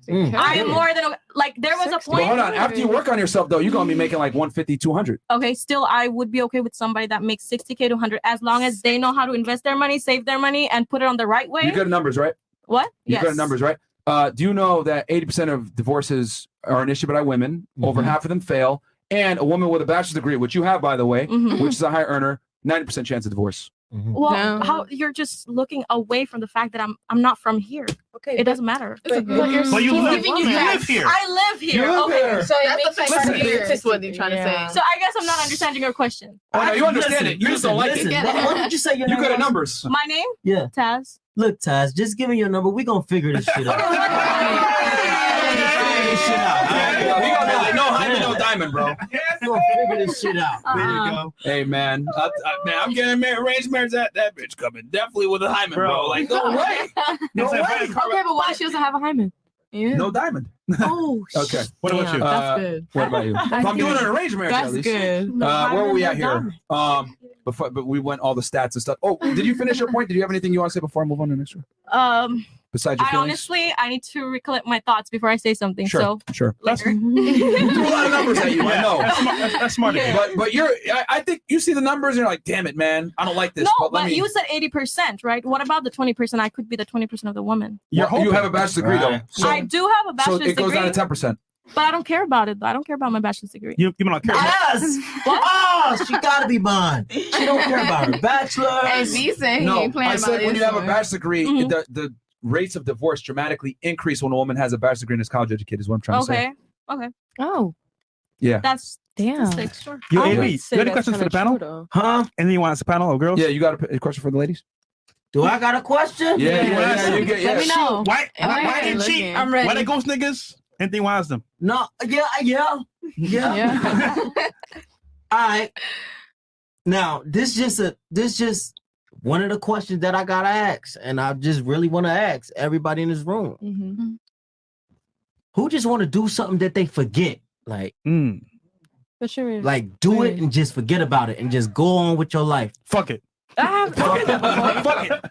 Mm.
I am more than like there was a
But
point.
hold on. After you work on yourself, though, you're going to be making like 150, 200.
okay, still I would be okay with somebody that makes 60k to 100 as long as they know how to invest their money, save their money, and put it on the right way.
You're good at numbers, right?
What?
You're good
Yes.
at numbers, right? Uh, do you know that 80% of divorces are initiated by women? Over half of them fail. And a woman with a bachelor's degree, which you have, by the way,
Mhm.
which is a high earner, 90% chance of divorce.
Well, how you're just looking away from the fact that I'm I'm not from here. Okay, it doesn't matter.
But- but you're But you still live- giving you you live here.
I live here.
You live
okay,
here. So it That's makes the sense thing. here. That's what you're trying to Yeah. say.
So I guess I'm not understanding your question.
Oh, no, you understand it. You just don't like
listen,
it.
What, what did you say? Your
You
name
good at
was?
numbers.
My name?
Yeah.
Taz.
Look, Taz, just give me your number. We gonna figure this shit
(laughs)
out.
Oh, He gonna be like, no hype, no diamond, bro.
We gonna figure this shit out.
There you go. Hey man, I, I, man, I'm getting married, arranged marriage. That that bitch coming definitely with a hymen, bro. Like no
(laughs)
way,
(laughs)
no way.
Okay, but why she doesn't have a hymen? Yeah.
No diamond. (laughs)
Oh.
Okay.
What about you?
Uh,
That's good.
What about you?
That's
if I'm doing
good.
an arranged marriage, at
That's
least.
good. No
Uh, where were we
diamond,
at
no
here? Um, before, but we went all the stats and stuff. Oh, did you finish your point? Did you have anything you want to say before I move on to the next one?
(laughs) Um,
besides your
I
feelings?
honestly, I need to recollect my thoughts before I say something.
sure,
So
sure.
later. (laughs)
threw a lot of numbers at you. I know.
Yeah, that's
smart- that's- that's smart of you.
But but you're. I, I think you see the numbers and you're like, damn it, man. I don't like this.
no,
but,
but,
let me.
you said eighty percent, right? What about the twenty percent? I could be the twenty percent of the woman.
Well, you have a bachelor's degree though.
Right.
So,
I do have a
so
bachelor's
it goes
degree,
down to ten percent.
but I don't care about it. Though. I don't care about my bachelor's degree.
You you don't care. about-
(laughs)
Yes. Oh, she gotta be mine. She don't care about her bachelor's.
(laughs)
No, I said when you have a bachelor's degree,
Mm-hmm.
the the rates of divorce dramatically increase when a woman has a bachelor's degree and is college educated. Is what I'm trying to
Okay.
say.
Okay.
Oh.
Yeah.
That's
Damn.
statistics, Sure.
You,
I would
AB,
say
you any
that's
questions for the
kinda
panel?
true, though.
Huh? And then you want to ask the panel of girls?
Yeah, you got a, question for the ladies?
Do
I got a question?
Yeah,
Yeah,
you wanna ask
yeah,
them?
you get- Let yeah. me know.
Why,
I'm
why, why
ready.
they cheat?
I'm ready.
Why they ghost niggas? Anything you wanna ask them?
No, yeah, yeah, yeah. (laughs) All right. Now, this just a this just one of the questions that I gotta ask, and I just really want to ask everybody in this room
(laughs)
who just want to do something that they forget, like
Hmm.
like do it and just forget about it and just go on with your life.
Fuck it.
I have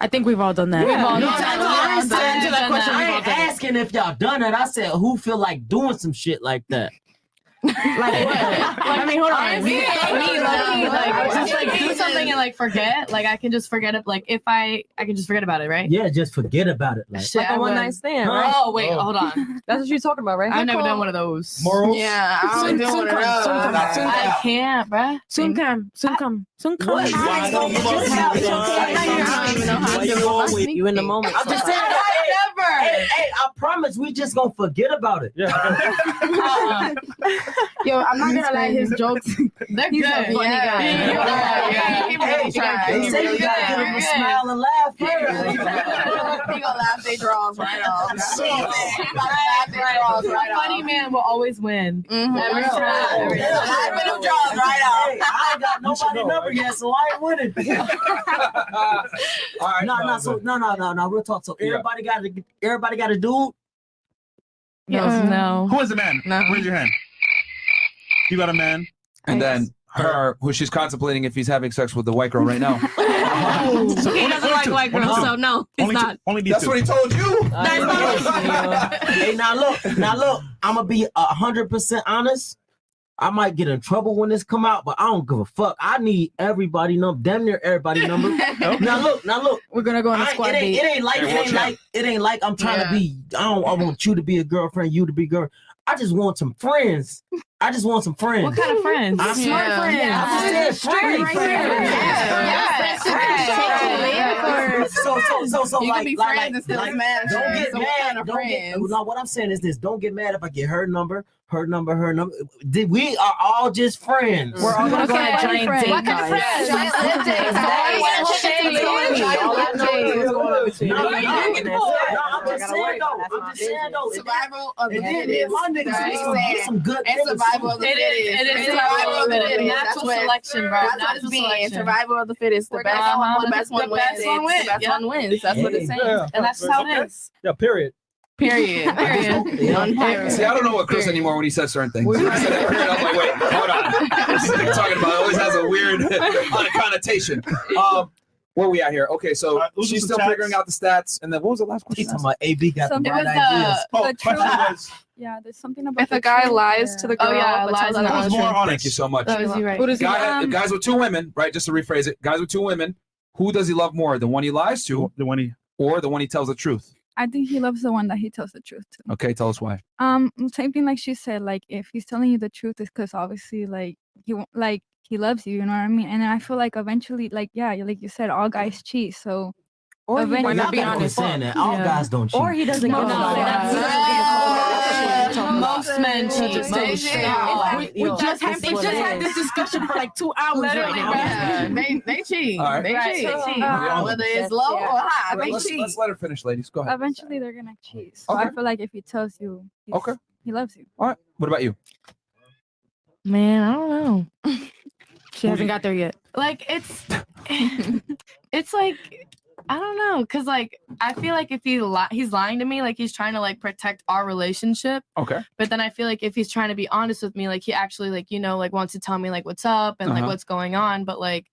I think we've all done that.
Yeah.
We've all
No,
done that.
no,
We've all
I ain't
done
saying
that.
to that
Done
question.
that.
I ain't asking if y'all done it. I said who feel like doing some shit like that.
Like
I
mean, hold on.
Me, me, lucky, like just like do something and like forget. Like I can just forget it. Like if I, I can just forget about it, right?
Yeah, just forget about it. Like,
Shit,
Like a
I
one
would.
night stand,
Huh?
right?
Oh wait,
Oh.
hold on.
(laughs) That's what you're talking about, right?
I've never
Nicole?
done one of those.
Morals?
Yeah, (laughs) I
Soon-
don't do
soon
one of
come,
those.
soon come, soon
I
come.
can't, bruh.
Soon come, soon come, soon come.
What? Why don't you love me?
I don't even know how
Why
to
you
do
always-
it.
you in the moment.
I'm just saying.
sometimes.
never. Hey, hey, I promise we just gonna forget about (laughs) it.
Yo, I'm not gonna lie, his jokes.
(laughs) They're
He's
good.
a funny
yeah.
guy.
Yeah.
Yeah.
Yeah. He really
Hey,
tried.
they
He
say
really
you gotta
tried.
give him a
You're good.
smile
and laugh.
He really tried. (laughs)
You gonna laugh they draws right off.
So-
Everybody laugh they draws right off.
Funny man will always win.
Mm-hmm.
Every
Yeah.
time. Every
Yeah.
time.
Laugh at them draws right off.
I ain't got nobody number yet, so I ain't winning.
(laughs)
(laughs)
All right,
no,
no,
no, so no, no, no, no. Real talk. So
Yeah.
everybody got a, everybody got a dude.
Yes, no.
Who is the man?
No.
Raise your hand. You got a man?
And then her, who she's contemplating if he's having sex with the white girl
(laughs)
right now.
So
he
only-
Oh. doesn't
only
like
two.
white
Only
girls,
two.
so no, he's
Only two.
not.
Only these
That's
two.
what he
(laughs)
told you.
hey, now look, now look. I'm gonna be hundred percent honest. I might get in trouble when this come out, but I don't give a fuck. I need everybody number, damn near
(laughs)
everybody number. Now look, now look.
We're gonna go on a
I-
squad
it, ain't,
date.
it ain't like it
Hey, watch
ain't
out.
like it ain't like I'm trying to be. I don't. I want you to be a girlfriend, you to be girl. I just want some friends. I just want some friends.
What kind of friends?
I'm smart
Yeah.
friends.
Yeah.
I just said
Straight
friends.
right
friends.
there. Yeah.
Friends.
Yeah.
Friends.
Yeah.
So so so so
You can
like,
be
like,
friends
like,
and still
like,
smash
Don't
her.
get
So what
mad.
kind of
don't get,
friends?
no, what I'm saying is this: don't get mad if I get her number, her number, her number. Did- We are all just friends.
We're all gonna go on a giant date.
What kind of friends?
guys.
Giant date.
Survival of the
And then me
fittest.
and my niggas, we some- we
Right.
some good
And
niggas.
survival of the
It
fittest.
is, it is
And
survival of the fittest.
That's
Natural
what-
selection, bro.
That's what
Natural
it's being.
selection.
Survival of the fittest. The
We're
best
gonna-
one, the
Uh-huh.
best one
The
wins.
best one wins.
The best
Yeah.
one wins. That's what it's saying.
Yeah.
And that's how it is.
Yeah, period.
(laughs)
Period.
See, I don't know what Chris anymore when he says certain things. He said that period, I'm like, wait, hold on. This is what you're talking about. It always has a weird (laughs) uh, connotation. Um, where we at here? Okay, so
those are
she's
some
still
chats.
figuring out the stats. And then what was the last question?
talking about AB got
Something
bad
with
uh,
uh,
ideas.
the, the
Oh, question
truth.
was-
Yeah, there's something about
If a guy
Oh, lies to the
girl, but tells
That
Who's more honest?
Thank you so much.
That was you, right.
Guy-
um,
guys with two women, right? Just to rephrase it, guys with two women, who does he love more? The one he lies to,
the one he,
or the one he tells the truth?
I think he loves the one that he tells the truth to.
Okay, tell us why.
Um, same thing like she said. Like if he's telling you the truth, it's because obviously like he wa- like he loves you. You know what I mean? And I feel like eventually, like yeah, you- like you said, all guys cheat. So
Or he might not
eventually-
be Not honest.
saying that. All guys don't cheat.
Or he doesn't
No,
give a
no,
fuck.
that's-
That's what we're talking about.
Most men cheat.
Most
Most
men.
men.
We- we just had- they just had this
discussion for like two hours. Literally,
right now.
yeah. They they cheat.
All right.
They
Right,
cheat.
so,
Cheat.
uh,
Whether it's low or high,
Let-
they
let's,
cheat.
let's let her finish, ladies. Go ahead.
eventually they're gonna cheat. So I feel like if he tells you, he's,
Okay.
he loves you.
All right. What about
(laughs)
you?
Man, I don't know.
She hasn't got there yet.
like
(laughs)
it's it's like I don't know, cause like I feel like if he li- he's lying to me, like he's trying to like protect our relationship.
Okay.
But then I feel like if he's trying to be honest with me, like he actually like you know like wants to tell me like what's up and like
Uh-huh.
what's going on. But like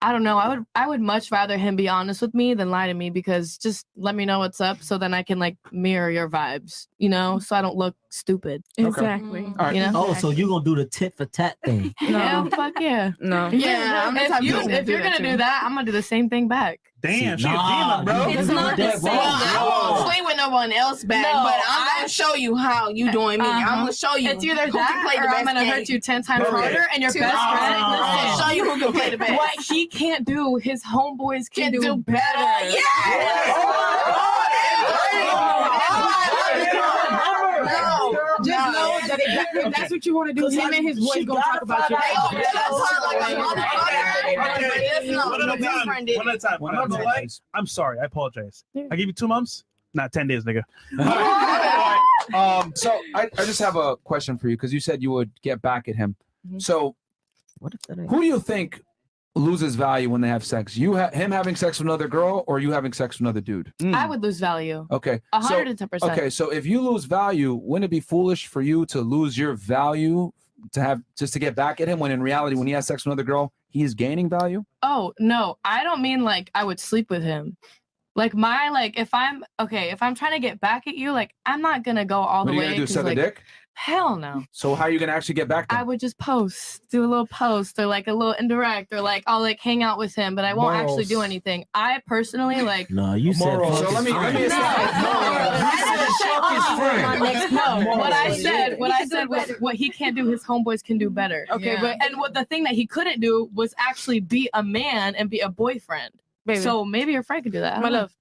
I don't know. I would I would much rather him be honest with me than lie to me because just let me know what's up so then I can like mirror your vibes, you know, so I don't look stupid. Mm. You know?
Oh, so you're gonna do the tit for tat thing?
(laughs) Yeah, fuck yeah.
No.
Yeah,
I'm the
if
type of
you,
person to
if
do
you're
that
gonna
too.
do that, I'm gonna do the same thing back.
Damn,
See,
she
nah,
a demon, bro.
you
It's
do
not the
that,
same.
bro.
I won't play with no one else back,
No,
but I'm
I-
gonna show you how you doing me. I'm
Uh-huh.
gonna show you.
It's either
who
that
can play
or
the
I'm
best
gonna
game.
hurt you 10 times
Period.
harder and your
To-
best friend-
I'm gonna show you who can (laughs) play the best.
What
he can't do, his homeboys can, do, better. Yeah.
No,
Just
no.
know that exactly if that's what you want to do. Him and his boys gonna talk about you.
One at a time. One at a time. I'm not gonna lie. I'm sorry. I apologize. I give you two months. Not ten days, nigga. (sighs)
um, so I, I just have a question for you because you said you would get back at him. So, who do you think loses value when they have sex? You ha- him having sex with another girl, or you having sex with another dude?
I would lose value.
Okay.
A
so-
hundred and ten percent.
Okay, so if you lose value, wouldn't it be foolish for you to lose your value to have just to get back at him when in reality, when he has sex with another girl, he is gaining value?
Oh no, I don't mean like I would sleep with him. Like my like if I'm okay, if I'm trying to get back at you, like I'm not gonna go all
what
the
are you
way.
gonna do?
'cause,
Suck
like,
a dick?
Hell no.
So how are you gonna actually get back?
I would just post, do a little post or like a little indirect or like I'll like hang out with him, but I won't actually do
Morals.
anything. I personally
(laughs)
like
No, you said.
Moral.
fuck
So let
his
me- let me
friend.
establish- No,
You
(laughs)
said fuck his friend.
No, what I said, what
You
I
can do
said was
better.
what he can't do, his homeboys can do better. Okay,
Yeah.
but and what the thing that he couldn't do was actually be a man and be a boyfriend.
Baby.
So maybe your friend could do that. I
My
don't know.
love.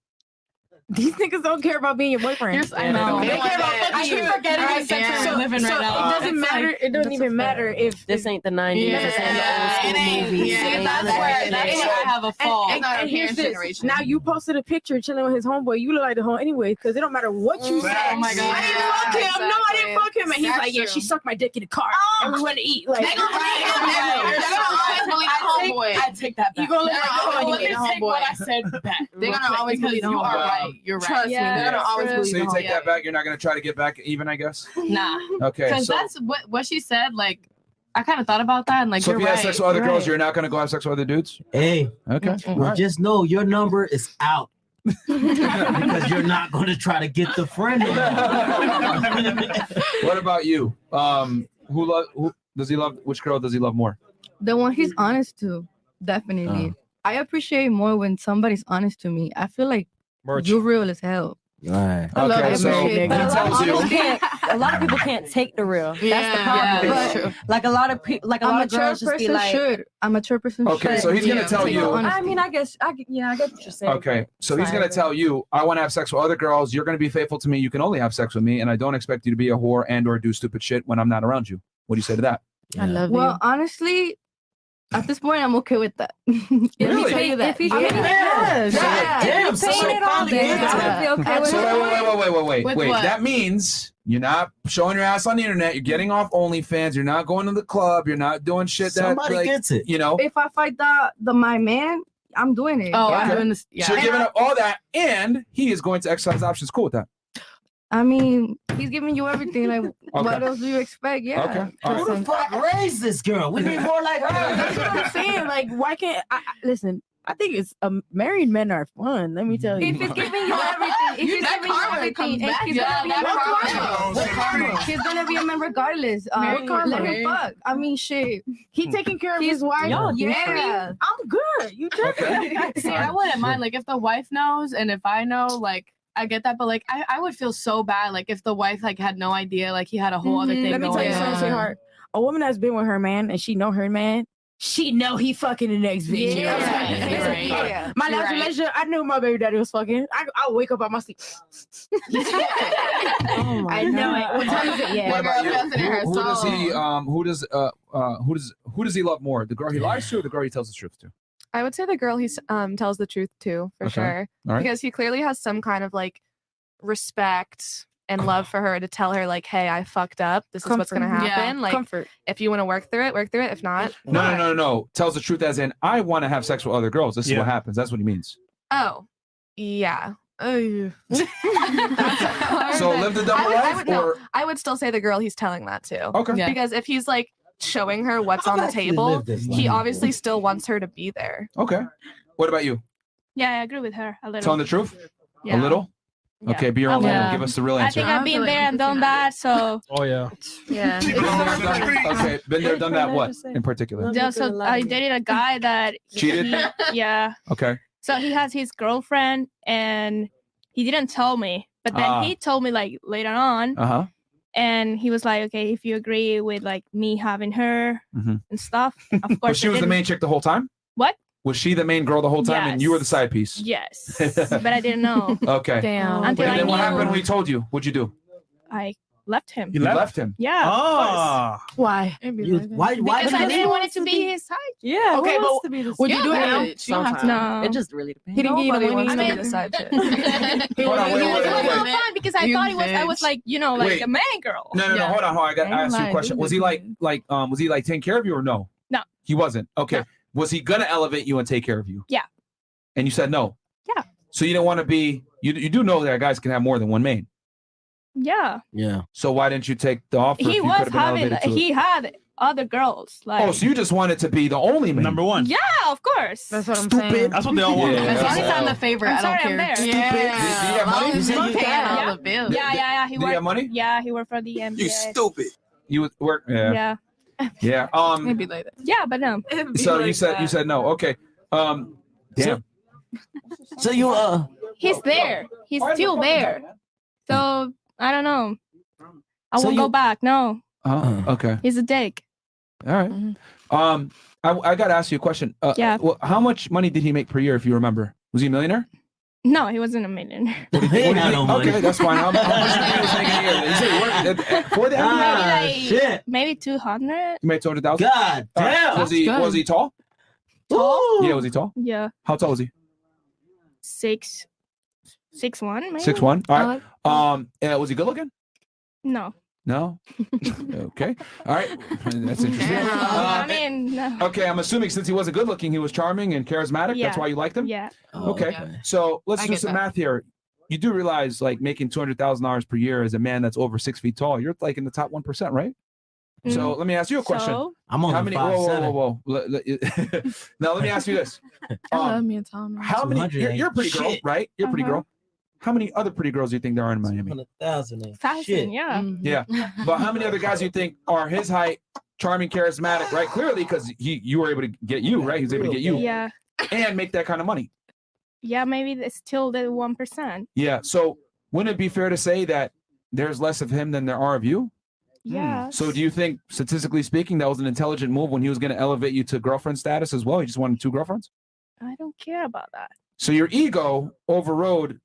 These niggas don't care about being your boyfriend.
I Yeah, they know. don't. They
They
don't
care
care
about
about
fucking
fucking
you.
you. All right, yeah.
so,
Living
so
right
Uh,
now.
It doesn't
It's
matter.
like-
it doesn't even matter if
This ain't the 90s.
Yeah.
This ain't the old school
ain't-
movies.
yeah,
It ain't
that's
none of
where-
that
that's
shit.
where I
have a
And, and, and here's this. Now you posted a picture chilling with his homeboy. You look like the home anyway, because it don't matter what you said.
Oh my God.
I didn't fuck him. No, I didn't fuck him. And he's
That's
like, yeah,
true.
she sucked my dick in the car, and we went to eat.
They
Like,
gonna believe him. They gonna always believe the homeboy.
I take that back.
You gonna look
No,
like the
I'm
homeboy.
gonna look at the
Take what I
said back.
They're gonna always
Because
believe the
you are
homeboy.
right. You're right.
Um, Trust me, they're gonna always believe
so
the
you take
homeboy.
that back. You're not gonna try to get back even, I guess. (laughs)
Nah.
Okay,
Because
so-
that's what what she said. Like, I kind of thought about that, and like,
so if
you're
you
right.
have sex with other
you're
girls,
right.
you're not gonna go have sex with other dudes.
Hey,
okay.
Well, just know your number is out because you're not gonna try to get the friend.
(laughs) what about you? Um, who love? Who does he love? Which girl does he love more?
The one he's honest to,
Uh-huh.
definitely. I appreciate more when somebody's honest to me. I feel like you're real as hell.
Right.
I love
Okay,
that
so
shit.
he tells you.
Honestly,
can't- a lot of people can't take the real. That's the
Yeah,
problem.
yeah,
But,
true.
Like a lot of people, like a
a
lot of
mature
girls just be
person
like, "Oh,
should. A mature person
Okay,
should.
so he's gonna tell
take
you-
the honest-
I mean, I guess, I g- yeah, I get what you're saying.
Okay, so he's gonna tell you, I want to have sex with other girls. You're gonna be faithful to me. You can only have sex with me, and I don't expect you to be a whore and or do stupid shit when I'm not around you. What do you say to that?
I love well, honestly, at this point, I'm okay with that. (laughs)
Really?
Tell you that.
If he- Yeah. Yeah.
So-
Yeah.
Damn,
If he
so-
paid it all back, I'd be okay with
So wait,
it.
wait, wait, wait, wait, wait,
With
wait.
what?
That means you're not showing your ass on the internet. You're getting off OnlyFans. You're not going to the club. You're not doing shit that
Somebody
like,
gets
it. You know.
If I fight the, the my man, I'm doing it.
Oh,
Okay. So you're giving up all that, and he is going to exercise options. Cool with that.
I mean, he's giving you everything. Like, what
(laughs) Okay.
else do you expect? Yeah.
Okay. All right.
Who the fuck raised this girl? We need more like
That's what I'm
her.
saying. Like, why can't I, I- listen? I think it's um, married men are fun. Let me tell you.
If he's giving you
(laughs)
everything, if
You-
he's
that
giving you
karma
everything,
comes
and
back,
he's
yeah,
gonna be a
that
man
karma.
regardless.
What karma?
He's gonna be a man regardless. Um,
Married
Let
karma.
him fuck. I mean, shit.
He taking care of
He's-
his wife.
Y'all
you
different.
free. I'm good. You
(laughs)
just
(laughs) See, I wouldn't mind like if the wife knows and if I know, like I get that, but like I, I would feel so bad like if the wife like had no idea, like he had a whole other thing
Mm-hmm. Let me tell
going
you something,
on.
sweetheart. A woman that's been with her man and she know her man, she know he fucking the next bitch. You know what I'm
Yeah.
saying?
You're
Listen,
right.
(laughs)
Yeah.
My
You're
last
right.
relationship, I knew my baby daddy was fucking. I I wake up on my sleep.
I know it. What time is it? Yeah.
What about you?
Girl,
Oh Who,
her
who does he?
soul.
Um, who does? Uh, uh, who does? Who does he love more? The girl he lies to, or the girl he tells the truth to?
I would say the girl he um, tells the truth to for
Okay.
sure,
All right.
because he clearly has some kind of like respect and love for her to tell her like, "Hey, I fucked up. This is what's gonna
Comfort. Yeah.
happen. Like,
Comfort.
if you want to work through it, work through it. If not,
No, no, no, no, no. Tells the truth as in, I want to have sex with other girls. This is
Yeah.
what happens. That's what he means.
oh, yeah." Oh,
So live the double
I would, I
life,
would, no,
or-
I would still say the girl he's telling that to.
Okay. Yeah.
Because if he's like, showing her what's on the
actually
table.
lived this
He
life.
obviously still wants her to be there.
Okay. What about you?
Yeah, I agree with her a little.
Telling the truth? A
Yeah.
little? Okay, be your own
Yeah.
man. Give us the real
I
answer.
think I've been there and done that, so
oh yeah.
yeah. (laughs)
Okay, been there, done that. What in particular?
Yeah, so I dated a guy that he-
Cheated?
he- yeah.
Okay.
So he has his girlfriend, and he didn't tell me. But then
Ah.
he told me like later on,
Uh huh.
and he was like, "Okay, if you agree with like me having her
Mm-hmm.
and stuff,
(laughs)
of
But
course."
she
I
was the
didn't-
main chick the whole time.
What?
Was she the main girl the whole time, and you were the side piece?
Yes, (laughs)
(laughs)
but I didn't know.
okay.
Damn.
And
Until I
then what
knew.
happened when he told you? What'd you do?
I left him.
You left him.
Yeah. of
Ah.
course.
Why?
why- why
Because
would
I
you-
didn't want it to be his side.
Yeah, who
Okay,
wants
but
to be the
would you
side
do it
chick?
now?
You don't have
Sometimes.
to. It just really depends.
He didn't give you the
Nobody
winning
wants to be
number.
the side
(laughs)
chick.
Hold on, wait, wait, wait,
No,
wait.
fine, because I
You
thought it was. I was
bitch.
like, you know, like
Wait.
a man girl.
No, no, no. Hold on, hold on. I got. I
Ain't
asked you a
lying.
question. Was he like, like, um, was he like taking care of you or no?
No.
He wasn't. Okay. Was he gonna elevate you and take care of you?
Yeah.
And you said no.
Yeah.
So you do not want to be. You you do know that guys can have more than one main.
Yeah.
Yeah. So why didn't you take the offer? if
He
you
was
could've been
having.
elevated to it?
He had other girls. Like.
Oh, so you just wanted to be the only man. Number
one.
Yeah, of course. That's
what I'm
Stupid. That's what they all want.
Yeah,
As
that's
long as
all.
I'm the
favorite.
I don't
sorry,
care.
I'm there.
Stupid. Yeah. Did- did he have money? As long as you paying all
yeah.
the bills.
Yeah, yeah, yeah. He
Did he
worked,
have money?
Yeah, he worked for the NBA.
You stupid. You would work.
Yeah.
Yeah.
Yeah,
Yeah. Um.
like that. Yeah, but no.
So you said you said no. Okay. Um. Damn.
(laughs) So you uh.
he's there. He's still there. So I don't know. I
So
won't go
you-
back. No,
Uh, okay.
he's a dick.
All right. Um. I I gotta ask you a question. Uh,
Mm-hmm. Yeah.
Well, how much money did he make per year, if you remember? Was he a millionaire?
No, he wasn't
(laughs)
a millionaire.
What do you think- what do you think-
money.
Okay, that's fine. How, how much did he was making a year? He said he worked at- at- for the
Ah,
NBA?
shit. Maybe two hundred.
You made two hundred thousand.
God damn.
Was he
That's good.
was he tall? Tall. Yeah. Was he tall?
Yeah,
How tall was he?
six, six one. Maybe?
Six one. All right.
Uh,
Um. And was he good looking?
no.
No. (laughs) okay. All right. That's
(laughs)
interesting.
I
Uh,
mean, no.
okay. I'm assuming since he wasn't good looking, he was charming and charismatic. That's
Yeah.
why you liked him.
Yeah.
Oh,
okay. So let's
I
do
get
some
that.
math here. You do realize, like, making two hundred thousand dollars per year as a man that's over six feet tall, you're like in the top one percent, right? So
Mm-hmm.
Mm.
let me ask you a question.
So? I'm only
How many? Whoa, whoa, whoa, whoa! Le- le- now let (laughs) me ask you
(laughs)
this: Um,
I
Uh-huh.
love me a Tom.
How many? You're, you're a pretty girl, right? You're a pretty
Uh-huh.
girl. How many other pretty girls do you think there are in Miami?
Thousand.
Thousand. Yeah.
Yeah. But how many other guys you think are his height, charming, charismatic, right? Clearly, because he you were able to get you, right? He was able to get you
Yeah.
and make that kind of money.
Yeah, maybe it's still the one percent.
Yeah. So wouldn't it be fair to say that there's less of him than there are of you?
Yeah.
Hmm, So do you think statistically speaking that was an intelligent move when he was gonna elevate you to girlfriend status as well? He just wanted two girlfriends?
I don't care about that.
So your ego overrode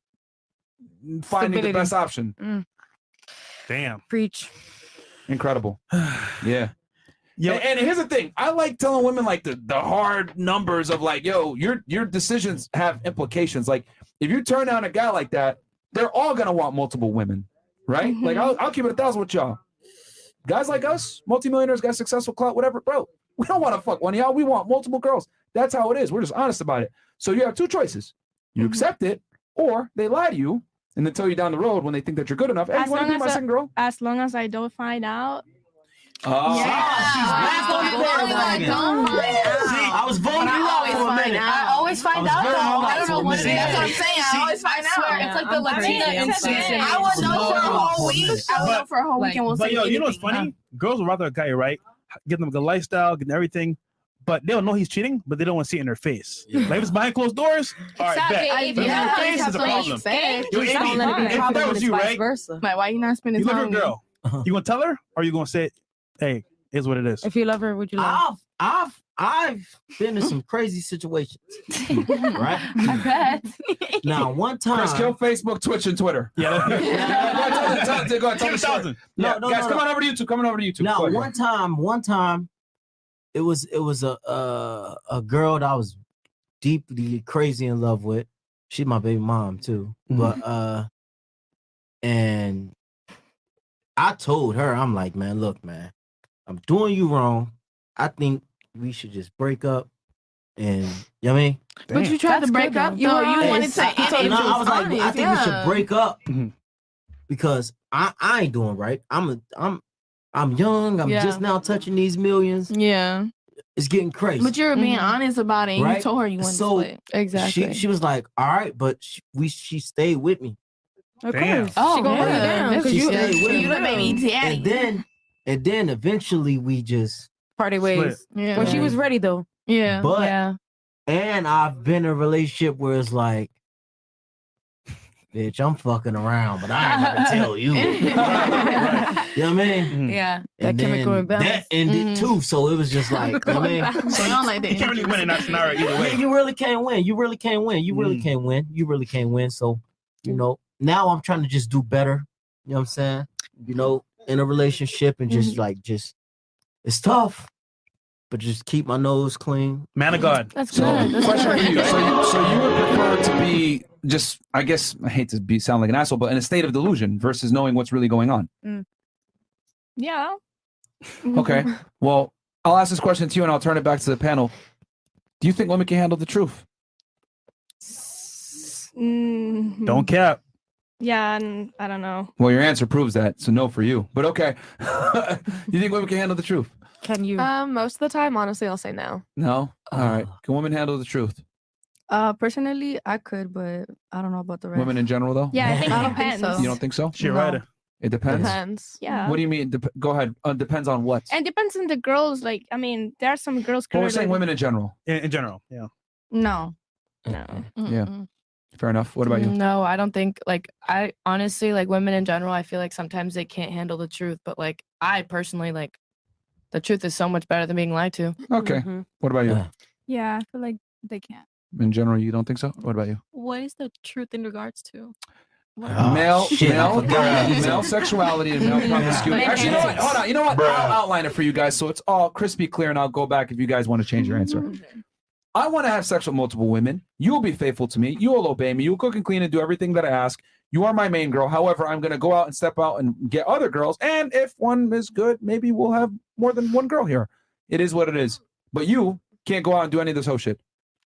finding the
Stability.
best option.
Mm.
Damn.
Preach.
Incredible. yeah.
Yo-
and, and here's the thing. I like telling women like the, the hard numbers of like, yo, your your decisions have implications. Like if you turn down a guy like that, they're all gonna want multiple women, right? Like I'll, I'll keep it a thousand with y'all. Guys like us, multimillionaires, got successful clout, whatever, bro. We don't want to fuck one of y'all. We want multiple girls. That's how it is. We're just honest about it. So you have two choices: you accept it, or they lie to you and then tell you down the road when they think that you're good enough. Hey, you want to be my
I-
second girl?
as long as I don't find out.
Oh.
I was voting
But I
you out
always
for a
find
minute.
out. I always find
was
out,
voting
though.
you
I
out
don't
for
know
a
what it
minute.
is. That's what I'm saying. I always find out. It's like the
I'm
Latina
crazy. I'm
intuition.
sorry.
I was know for a whole week. I was know for a whole week and will
But
say
yo, you know what's
anything.
funny? Girls would rather a guy, right? Give them a good lifestyle, give them everything. But they don't know he's cheating, but they don't want to see it in their face. Like if it's behind closed doors, all right,
Exactly.
bet. But
If you
in
have
their face
to
is a
have
problem.
something fake,
Yo,
you
Amy,
don't let it be a
if that
problem when
was
it's
you,
vice
right?
versa. Like, why you not spending
You love
time
your
with me?
(laughs)
girl.
Uh-huh.
You gonna tell her, or you gonna say, "Hey, is what it is."
If you love her, would you
love?
I've I've I've been
Mm.
in some crazy
(laughs)
situations. right?
(laughs)
I
Now one time
Chris, kill Facebook, Twitch, and Twitter. (laughs)
Yeah.
go ahead, tell the story. Yeah, guys, come on over to YouTube. Coming over to YouTube. Go
No,
ahead.
one time, one time, it was it was a a, a girl that I was deeply crazy in love with. She's my baby mom too,
Mm-hmm.
but uh, and I told her, I'm like, man, look, man, I'm doing you wrong. I think we should just break up. And you know what I mean?
But you tried to That's break good, up, though. though. You
And
wanted to
I- I,
end it.
no,
You was
I was like, I
honest,
think we
yeah.
Mm-hmm.
should break up because I, I ain't doing right. I'm a, I'm I'm young. I'm
Yeah.
just now touching these millions.
Yeah.
It's getting crazy.
But you're being
Mhm.
Mm-hmm.
honest about it. And
Right?
You told her you wanted
So,
to split.
She, she was like, all right, but she, we she stayed with me.
Of Damn. course. Oh,
She gonna
yeah.
hold it down,
That's
'cause you
good.
stayed with
You
me.
the baby daddy.
And then and then eventually we just
parted ways.
Yeah.
When she was ready though.
Yeah.
But and I've been in a relationship where it's like, (laughs) bitch, I'm fucking around, but I ain't gonna
(laughs)
tell you. You know what I mean?
Yeah.
And
That chemical
then
imbalance.
That ended too. So it was just
(laughs)
like,
(laughs)
you know what I mean?
So don't like that.
You can't really win in that
scenario either way.
Yeah, you really can't win. You really can't win. You really can't win. You really can't win. So, you know, now I'm trying to just do better. You know what I'm saying? You know, in a relationship and just like just it's tough. But just keep my nose clean.
(laughs) Man of God.
That's
so,
good.
That's
Question for
(laughs)
good.
you. So, you. so you would
(laughs)
prefer to be just, I guess, I hate to be sound like an asshole, but in a state of delusion versus knowing what's really going on.
mm, Yeah. Mm-hmm.
Okay.
(laughs)
Well, I'll ask this question to you and I'll turn it back to the panel. Do you think women can handle the truth?
Mhm.
cap.
Yeah, and I don't know.
Well, your answer proves that. So no for you. But okay. (laughs) you think women can handle the truth?
Can you?
Um,
most of the time, honestly, I'll say no.
No? All right. Can women handle the truth?
Uh, personally, I could, but I don't know about the rest.
Women in general, though?
Yeah, I think it
don't
depends.
You don't think so?
She a No. writer.
It depends.
Depends. Yeah.
What do you mean? Dep- go ahead. Uh, depends on what?
And depends on the girls. Like, I mean, there are some girls.
Well, we're
clearly-
saying women in general.
In, in general, yeah.
No.
No. Yeah. Fair enough. What about you?
No, I don't think like I honestly like women in general. I feel like sometimes they can't handle the truth, but like I personally like the truth is so much better than being lied to.
Okay. What about you?
Yeah, I feel like they can't.
In general, you don't think so? What about you?
What is the truth in regards to?
male,
Oh, shit, I
male,
forgot.
male sexuality and
(laughs)
male
Yeah.
promiscuity. Actually, you know what? Hold on. You know what?
Bruh.
I'll outline it for you guys so it's all crispy clear, and I'll go back if you guys want to change your answer.
Mm-hmm.
I want to have sex with multiple women. You will be faithful to me. You will obey me. You will cook and clean and do everything that I ask. You are my main girl. However, I'm going to go out and step out and get other girls. And if one is good, maybe we'll have more than one girl here. It is what it is. But you can't go out and do any of this whole shit.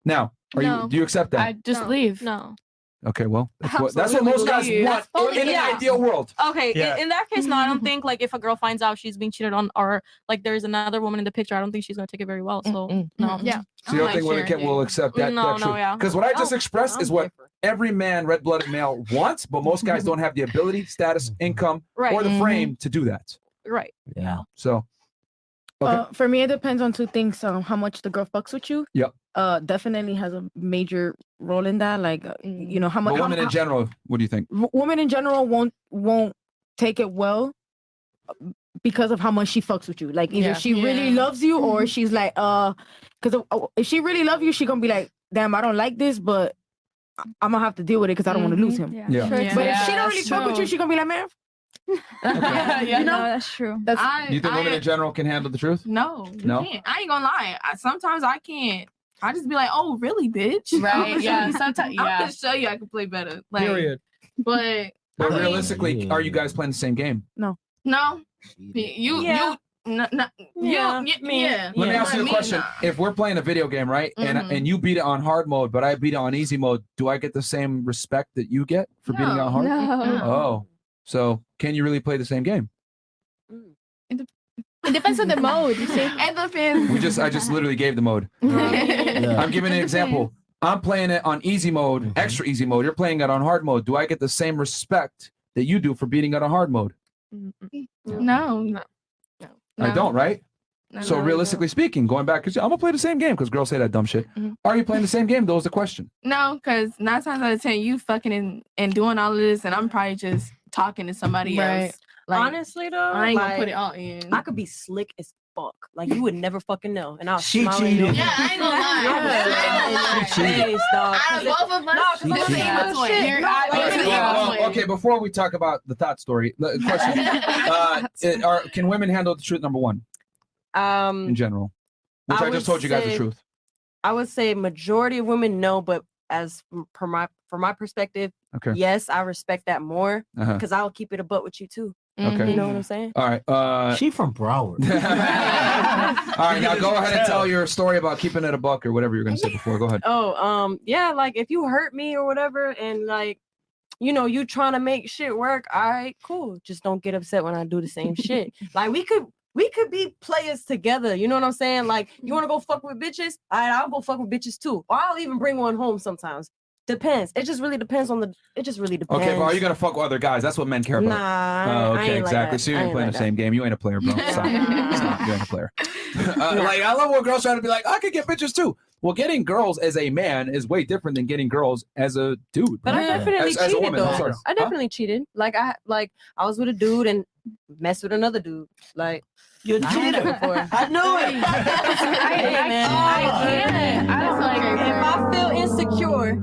Now, are
No.
you? Do you accept that?
I just leave.
No.
Okay, well, that's what, that's what most guys
Absolutely.
want
That's
in the
totally-
ideal world.
Okay, in- in, that case, no, I don't think like if a girl finds out she's being cheated on or like there's another woman in the picture, I don't think she's gonna take it very well. So no. Yeah.
So you don't think women can, will accept that?
No,
that
no, yeah.
Because what I just expressed is what every man, red-blooded male, wants, but most guys don't have the ability, status, income,
Right.
or the
Mhm.
frame to do that.
Right.
Yeah.
So, okay.
Uh, for me, it depends on two things. Um, how much the girl fucks with you.
yep.
Uh, definitely has a major role in that. Like, uh, you know, how much
But women in general, what do you think?
w- women in general won't won't take it well because of how much she fucks with you. Like either
Yeah.
she really loves you
Mm-hmm.
or she's like, uh, because if she really love you, she gonna be like, damn, I don't like this, but I'm gonna have to deal with it because I don't want to lose him.
Mm-hmm. Yeah.
Yeah. Sure,
But
yeah,
if she don't
that's
really fuck with you,
true.
she gonna be like, man.
yeah,
You know?
no, that's true.
That's
Do you think women in general can handle the truth?
No, you
No?
can't. I ain't gonna lie. I, sometimes I can't. I just be like, oh, really, bitch? (laughs)
Right, yeah, sometime-
I'm
yeah.
gonna show you I can play better. Like,
Period.
But
But realistically, are you guys playing the same game?
no,
no, Y- you,
Yeah.
you, no, no,
Yeah,
you,
me.
me. yeah.
Let me
yeah.
ask you a
Me,
question.
nah.
If we're playing a video game, right, and
Mhm.
and you beat it on hard mode, but I beat it on easy mode, do I get the same respect that you get for beating it on hard?
No. No.
Oh, so can you really play the same game?
It depends
(laughs)
on the mode. You see,
(laughs)
it depends.
We just I just literally gave the mode.
(laughs)
I'm giving an example. I'm playing it on easy mode, extra easy mode. You're playing it on hard mode. Do I get the same respect that you do for beating it on hard mode?
No, no.
I don't, right?
No,
so
no, no.
realistically speaking, going back, because I'm gonna play the same game because girls say that dumb shit.
Mhm.
Are you playing the same game? That was the question.
No, because nine times out of ten, you fucking and, and doing all of this, and I'm probably just talking to somebody
Right.
else. Like,
Honestly though,
I ain't gonna put
like,
it all in.
I could be slick as fuck. Like you would never fucking know. And I'll
She
smile at
cheated.
you.
Yeah, I ain't gonna lie.
I was
She
like, in your
cheated.
face, dog.
Out of
'Cause it-
both of us,
No, 'cause
she
I'm
cheated.
saying
Oh,
what-
shit.
Here,
No,
I-
I
All right,
wasn't
well, well,
even
Oh, okay, before we talk about the thought story,
(laughs)
the question: uh, it- are, Can women handle the truth? Number one,
Um,
in general, which
I
I, just
would
told you guys the
say-
truth.
I would say majority of women know, but as m- per my from my perspective,
Okay.
yes, I respect that more
Uh-huh.
because I'll keep it a butt with you too.
Okay.
You know what I'm saying?
All right. Uh,
she from Broward.
All right, now go ahead and tell your story about keeping it a buck or whatever you're going to say before. Go ahead.
Oh, um, yeah, like if you hurt me or whatever, and like you know, you trying to make shit work. All right, cool. Just don't get upset when I do the same shit. Like we could we could be players together. You know what I'm saying? Like you want to go fuck with bitches? All right, I'll go fuck with bitches too. Or I'll even bring one home sometimes. Depends. It just really depends on the. It just really depends.
Okay, but are you gonna fuck with other guys? That's what men care about.
Nah, I- I
Oh, okay,
ain't like
exactly.
that.
so you
I
ain't
ain't
playing
like
the
that.
same game. You ain't a
(laughs)
player, bro. Stop. Stop. You ain't a player. Uh, Like I love when girls try to be like, I could get bitches too. Well, getting girls as a man is way different than getting girls as a dude.
But I
bro.
definitely
as, as
cheated
a woman.
though.
I'm sorry.
I definitely cheated. Like I like I was with a dude and messed with another dude. Like
you're
cheated before.
I knew it. (laughs)
hey, man. I can't. I was like, if I feel insecure,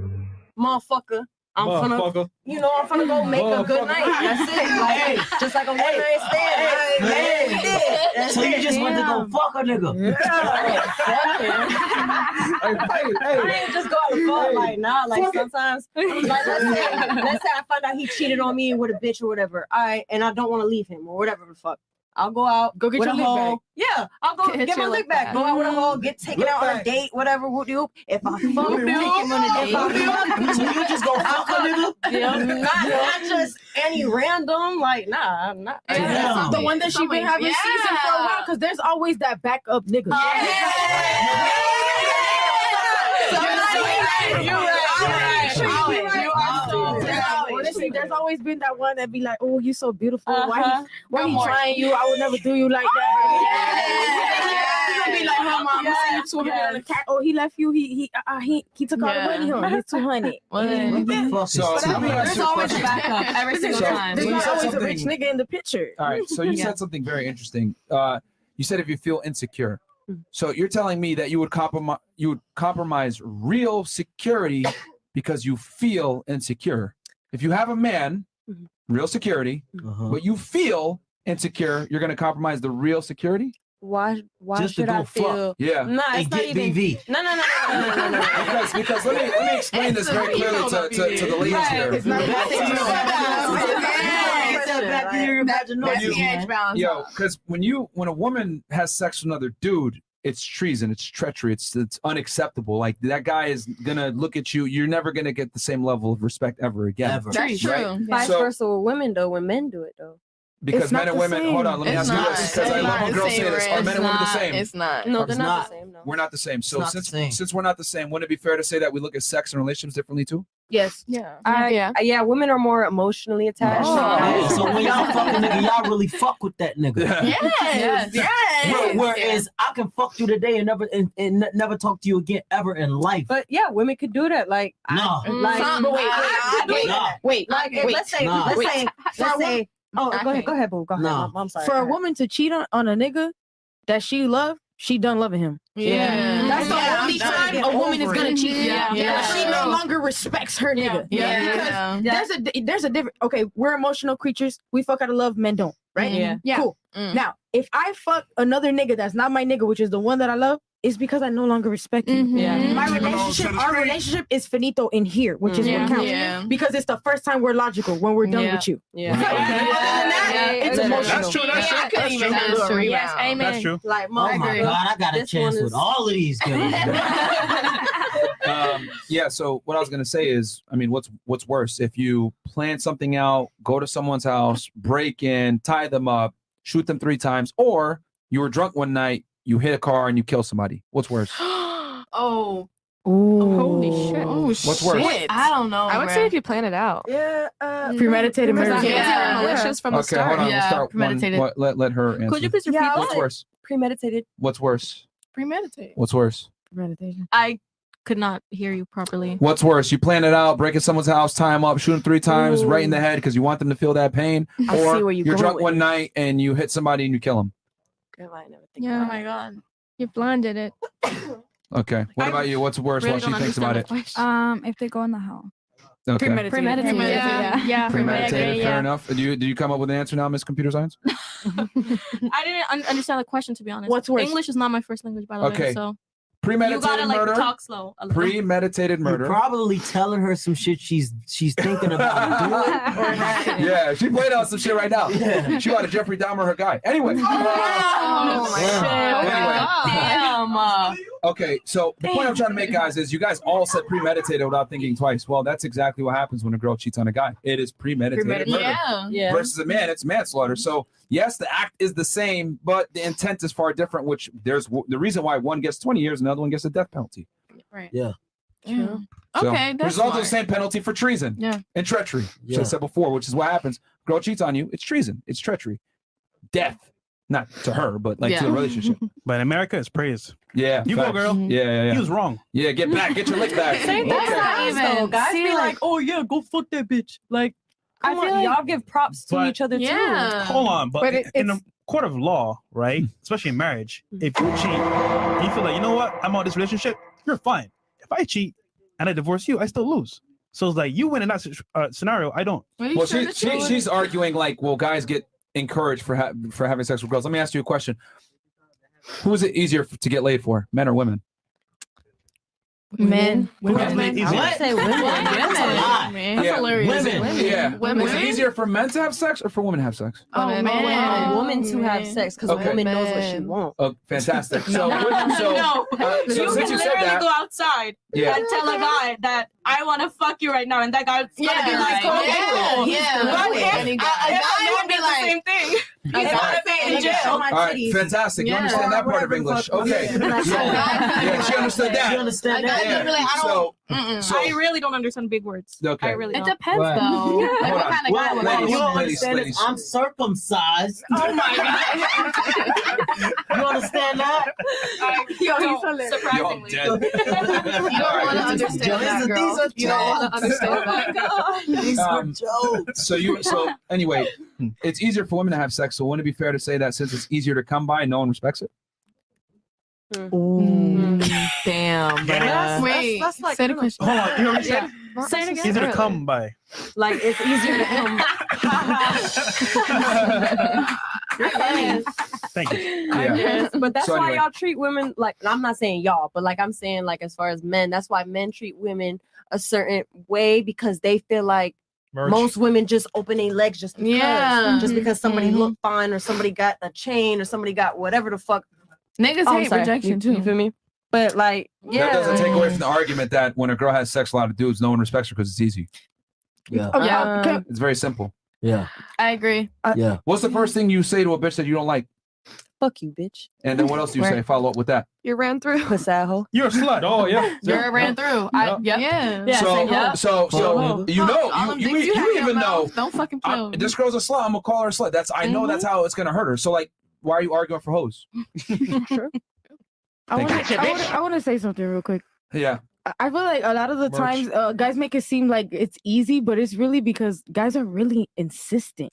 motherfucker, I'm gonna,
Motherfucker.
you know, I'm gonna go make a good
Motherfucker.
night. That's
(laughs)
it. Like,
Hey.
just like a one night stand.
Hey,
Like,
hey.
that's it.
So you just went to go
Damn.
fuck a (laughs) nigga.
I ain't just go out and fuck
Hey.
like nah. Like
Fuck it.
sometimes, like let's say, let's say I find out he cheated on me with a bitch or whatever. All right, and I don't want to leave him or whatever the fuck. I'll go out,
Go get
with
your
a
lick
hoe.
back.
Yeah, I'll go
Get
get, my
your
lick
lick
back.
back.
Go out
Mm-hmm.
with a hoe, get taken
Lick
out on
back.
a date, whatever. Whoop you. If I fuck him,
Whoop
take him on a date.
Whoop you. So
(laughs)
(laughs)
you just gonna
I'll
fuck a nigga?
Yeah, not, not
Yeah.
just any random. Like nah, I'm not.
Yeah.
The one that she been having season for a while, because there's always that backup nigga.
Oh,
Honestly, there's always been that one that be like, "Oh, you so beautiful. Why,
Uh-huh.
he, why he
Come on.
trying you? I would never do you like that."
Yeah.
You gonna be like, "Huh, mom? You say you
Yes,
200 on the
yes.
cat? Oh, he left you. He he uh, uh, he he took all the
Yeah.
money home. He's 200.
(laughs) What the fuck is-
So,
But
let me
there's
ask you a
always
question.
a backup every single
So,
time.
so
There's
you
not
said
always a
something-
rich nigga in the picture.
All right. So you said something very interesting. Uh, you said if you feel insecure,
Hmm.
so you're telling me that you would compromise you would compromise real security because you feel insecure. If you have a man,
Mm-hmm.
real security,
Hmm.
but you feel insecure, you're going to compromise the real security.
Why? Why
Just to
should
go
I
fuck.
feel? Nah,
Yeah. And
it's not
get
even.
BV.
No, no, no, no, no, no, no, no.
(laughs)
Because because let me let me explain this very clearly to, to, to the ladies here.
That's the edge balance.
Yo, because when you when a woman has sex with another dude, it's treason, it's treachery, it's it's unacceptable. Like that guy is gonna look at you. You're never gonna get the same level of respect ever again.
That's true.
Right?
Vice
So-
versa with women though. When men do it though.
because men and women. Hold on, let me
It's
ask
not.
you this because I
It's
love
not
when
the
girls
same,
say this. Are
Ren.
men and women the
It's
same?
not. It's not. No,
Or
they're
it's
not the same, no.
We're not the same. So
not the
since
same.
since we're not the same, wouldn't it be fair to say that we look at sex and relationships differently too?
Yes. Yeah. I, yeah. Yeah. Women are more emotionally attached.
Oh.
Yeah, so when y'all fuck a nigga, y'all really fuck with that nigga.
Yes, yes.
Where- whereas I can fuck you today and never and, and never talk to you again ever in life.
But yeah, women could do that. Like,
no,
like,
Some-
but wait,
I-
I,
I do
wait,
that.
wait, like, if-
wait,
let's say,
nah.
let's
Wait.
say,
For
let's
a
say, oh, go ahead, go ahead, boo, go ahead,
Nah.
mom, I'm sorry.
For a woman to cheat on, on a nigga that she loved, she done loving him.
Yeah.
That's the
Yeah,
only
I'm trying to
time
get
a woman is
over
gonna
it.
cheat.
Yeah. Yeah.
Because She no longer respects her nigga.
Yeah. Yeah.
Because
Yeah.
There's a di- there's a different okay, we're emotional creatures. We fuck out of love, men don't, right?
Mhm. Yeah. Yeah.
Cool.
Mm.
Now, if I fuck another nigga that's not my nigga, which is the one that I love, it's because I no longer respect him.
Yeah.
My
Mhm.
Mm-hmm.
relationship, our relationship is finito in here, which is
Yeah.
what counts.
Mm-hmm. Yeah.
Because it's the first time we're logical when we're done
Yeah.
with you.
Yeah.
Other than that,
Yeah.
It's
Yeah.
emotional.
That's true, that's Yeah, true, I couldn't that's even true. handle a rebound. That's true. Like,
oh my
motherfucker,
god, I got a
this one
chance
is-
with all of
(laughs)
these girls.
um, yeah. So what I was gonna say is, I mean, what's what's worse if you plan something out, go to someone's house, break in, tie them up, shoot them three times, or you were drunk one night, you hit a car and you kill somebody. What's worse?
Oh.
Holy
shit. Oh,
What's worse?
shit. I don't know.
I would
bruh.
say if you plan it out.
Yeah. Uh,
premeditated
because
murder.
I-
Yeah.
Yeah.
Malicious from the
okay,
start.
hold on. Let's
Yeah.
start one,
Premeditated.
what, let let her answer.
Could you please repeat
Yeah,
that?
What's worse?
Premeditated.
What's worse?
Premeditated.
What's worse?
Premeditated.
I could not hear
(laughs)
you properly.
What's worse? You plan it out, breaking someone's house, tie them up, shoot them three times,
Ooh.
right in the head because you want them to feel that pain,
I see
or
where
you're
you're
drunk
going.
one night and you hit somebody and you kill them.
Yeah. Oh my god. You blinded it.
Uh, Okay. What about you? What's worse?
really
what she
don't
thinks about it?
Um, if they go in the house.
Okay.
Premeditated.
Yeah.
Yeah.
Yeah.
Premeditated.
Premeditated,
Fair
yeah.
enough. Did you did you come up with an answer now, Miss Computer Science?
I didn't un- understand the question to be honest.
What's worse?
English is not my first language, by the
Okay.
way. So
Premeditated
you gotta, like,
murder.
Talk slow.
(laughs)
A little.
Premeditated murder.
You're probably telling her some shit she's she's thinking about
(laughs)
doing.
yeah, she played out some shit right now. She ought to Jeffrey Dahmer her guy. Anyway.
Oh my
Anyway.
Oh,
god. Damn.
Okay, so the point I'm trying to make, guys, is you guys all said premeditated without thinking twice. Well, that's exactly what happens when a girl cheats on a guy. It is premeditated.
Premeditated.
murder.
Yeah. Yeah.
Versus a man, it's manslaughter. So yes, the act is the same, but the intent is far different. Which there's w- the reason why one gets 20 years, another one gets a death penalty.
Right.
Yeah.
True.
So,
Okay, that's
result
smart.
of the same penalty for treason
Yeah.
and treachery. Should
Yeah.
have said before, which is what happens. Girl cheats on you, it's treason, it's treachery, death. Not to her, but like to the
Yeah.
relationship.
But in America, it's praised.
Yeah,
you go,
facts.
girl.
Yeah, yeah, yeah.
He was wrong.
Yeah, get back, get your
(laughs)
lick back.
Say that's
Okay.
not even.
Though,
guys be like,
oh yeah, go fuck that bitch.
Like,
I
come
feel
on,
like-
y'all give props to
But-
each other too.
Hold on, but,
But
i-
it-
in a
it's-
court of law,
Hmm.
right? Especially in marriage, if you cheat, and you feel like you know what, I'm out of this relationship. You're fine. If I cheat and I divorce you, I still lose. So it's like you win in that s- uh, scenario. I don't.
Well, she, she, she's arguing like, well, guys get encouraged for ha- for having sex with girls. Let me ask you a question: Who is it easier f- to get laid for, men or women?
Men.
Women. Women.
I would say women.
That's a lie.
Women. That's
Yeah,
hilarious.
Women. Yeah.
Women.
Is it easier for men to have sex or for women to have sex?
Oh, man.
man.
A woman to have sex because
Okay.
a woman knows what she wants.
Oh, fantastic.
(laughs)
So,
No.
would- so,
No.
uh, so
(laughs) You can
since you said
literally
that,
go outside
Yeah.
and tell a guy that I want to fuck you right now, and that guy's
Yeah,
gonna be like,
right.
"Oh,
Yeah,
cool."
yeah.
But
Totally.
if,
Any
if
guy-
a
a guy
man
would be
did
like-
the same thing,
A
he's
guy-
gonna be in
Look at
jail.
all my
All right,
titties.
fantastic. You
Yeah.
understand that part of English. Okay. Yeah, Yeah, she understood that.
She understood
Yeah.
that.
So, so-
I really don't understand big words.
Okay.
I really
It
don't.
depends, Right. though. Like, what Hold on. kind of guy would
you
ladies,
don't
ladies,
understand
ladies.
is I'm circumcised.
(laughs) Oh my
god. (laughs) you understand that?
I don't, surprisingly. (laughs)
You
don't wanna
understand that,
These
girl.
are
You don't wanna
jokes.
(laughs)
understand that.
Oh my God. These are
Um,
jokes.
so you so anyway, it's easier for women to have sex. So wouldn't it be fair to say that since it's easier to come by, no one respects it?
Damn.
Get it?
bruh.
Mm. Wait, that's, that's like, say the question.
Hold on, you already said.
Say it again.
Easier to (laughs) come by.
Like it's easier to come. (laughs) You're funny.
Thank you.
I guess, But that's
So
why
anyway.
y'all treat women like and I'm not saying y'all, but like I'm saying like as far as men, that's why men treat women a certain way because they feel like
Merch.
most women just open their legs just because
Yeah.
just because somebody
Mm-hmm.
looked fine or somebody got a chain or somebody got whatever the fuck. Oh,
Niggas
I'm
hate
sorry.
rejection,
You-
too.
You feel me? But like yeah.
That doesn't take away from the argument that when a girl has sex with a lot of dudes, no one respects her because it's easy.
Yeah.
Oh, yeah, okay.
It's very simple.
Yeah.
I agree.
Yeah.
What's the first thing you say to a bitch that you don't like?
Fuck you, bitch.
And then what else do you
Right.
say? Follow up with that.
You ran through. Puss asshole.
You're a slut.
(laughs)
Oh yeah.
You're ran through. I, yep. Yeah.
so, so, so, you know,
All them
you, you,
dicks
you,
have in your
even know.
mouth, Don't fucking play
I'm-
with me. Mm-hmm.
this girl's a slut. I'm gonna call her a slut. That's I know that's how it's gonna hurt her. So like, why are you arguing for
(laughs)
hoes?
I
Thank
want
you.
to. I want to say something real quick.
Yeah.
I- I feel like a lot of the
Merch.
times uh, guys make it seem like it's easy, but it's really because guys are really insistent.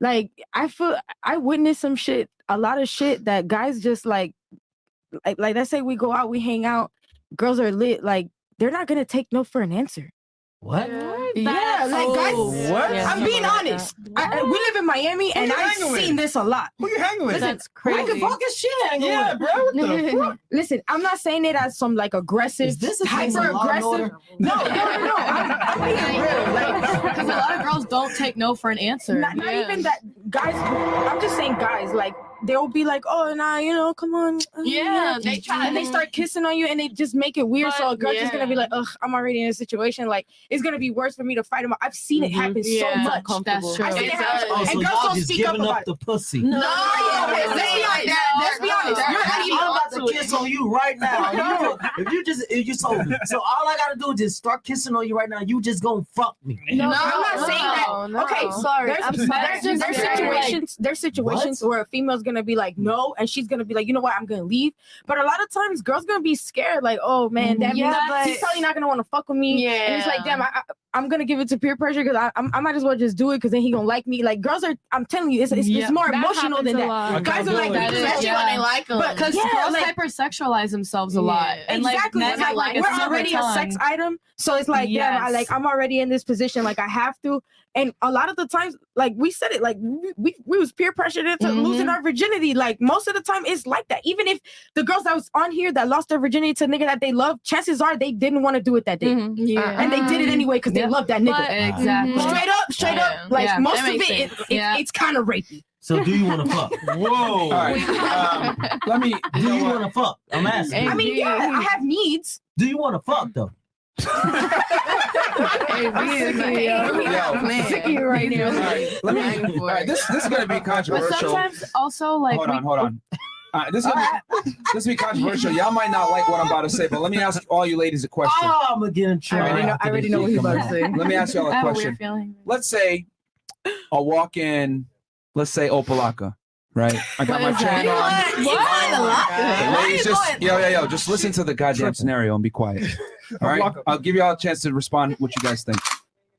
Like I feel I witnessed some shit, a lot of shit that guys just like, like, like let's say we go out, we hang out, girls are lit, like they're not gonna take no for an answer.
What?
Yeah, like guys.
What? Yeah.
I'm being honest. I, I- we live in Miami,
Who
and
you
I've
hanging with?
seen this a lot.
Who you hanging with?
Listen,
That's crazy.
I can shit. hanging
Yeah,
with.
bro, what the fuck?
Listen, I'm not saying it as some like aggressive,
Is this a
hyper
thing, Law and
aggressive.
Order?
No, no, no,
(laughs)
no. I'm, I'm being real. Like,
Because a lot of girls don't take no for an answer.
not, not
Yeah.
even that guys i'm just saying guys like they'll be like oh nah you know come on uh,
Yeah,
you know,"
they try-
and they start kissing on you and they just make it weird so a girl's just gonna be like ugh i'm already in a situation like it's gonna be worse for me to fight him i've seen it happen so
Mm-hmm. Yeah,
much
that's true.
I've seen it
It
happen.
does.
and
Oh,
girls
so y'all
don't
just
speak up
giving
about
up the pussy.
No, okay, let's be like that. Let's be honest. You're not even
I'm
up
about
to
to
it.
kiss on you right now. You- if you just if you so so all I gotta do is just start kissing on you right now. You just gonna fuck me.
No, I'm not saying that.
no.
okay,
Sorry,
There's,
I'm
there's,
sorry.
there's
That's just very, like-
situations. There's situations where a female's gonna be like, no, and she's gonna be like, you know what, I'm gonna leave. But a lot of times, girls gonna be scared, like, oh man, that
Yeah,
means
but-
he's probably not gonna want to fuck with me. And it's like,
Yeah.
damn, I, I, I'm gonna give it to peer pressure because I, I'm- I might as well just do it because then he gonna like me. Like girls are, I'm telling you, it's it's,
Yeah.
it's more
That
emotional
happens
than that.
a lot.
Guys are like,
That is-
especially
yeah.
when they like them.
But because
Yeah,
girls
like-
hypersexualize themselves a lot. And
exactly.
like,
It's
men
like,
are like, it's
we're
never
already a sex
done.
item, so it's like, yeah, I,
Yes.
like I'm already in this position, like I have to. And a lot of the times, like we said it, like we we, we was peer pressured into
Mm-hmm.
losing our virginity. Like most of the time, it's like that. Even if the girls that was on here that lost their virginity to a nigga that they love, chances are they didn't want to do it that day,
Mhm. Yeah.
and they did it anyway because they love that nigga. Mm-hmm.
But- Exactly.
Straight up, straight
Yeah.
up. Like
Yeah,
most
that
of it,
makes
it,
sense.
it- it's kind of rapey.
So do you want to fuck? Whoa! All right. Um, let me. Do you want to fuck? I'm asking.
I mean, yeah, I have needs.
Do you want to fuck though?
Oh,
right now.
All
(laughs)
right, let me. All right, this this is gonna be
But
controversial.
sometimes also like
hold
we-
on, hold on. All right, this is gonna
(laughs)
be, this will be controversial. Y'all might not like what I'm about to say, but let me ask all you ladies a question.
Oh, I'm gonna get in trouble. after this shit come out.
Let me ask y'all a question. Let's say I walk in. Let's say Opalaka, right? I got
What
my
is
chain
that?
on.
You want- you want Opalaka? Why
Ladies,
you
just yo, yo, yo. Just listen to the goddamn scenario and be quiet. All right, I'll give y'all a chance to respond. What you guys think?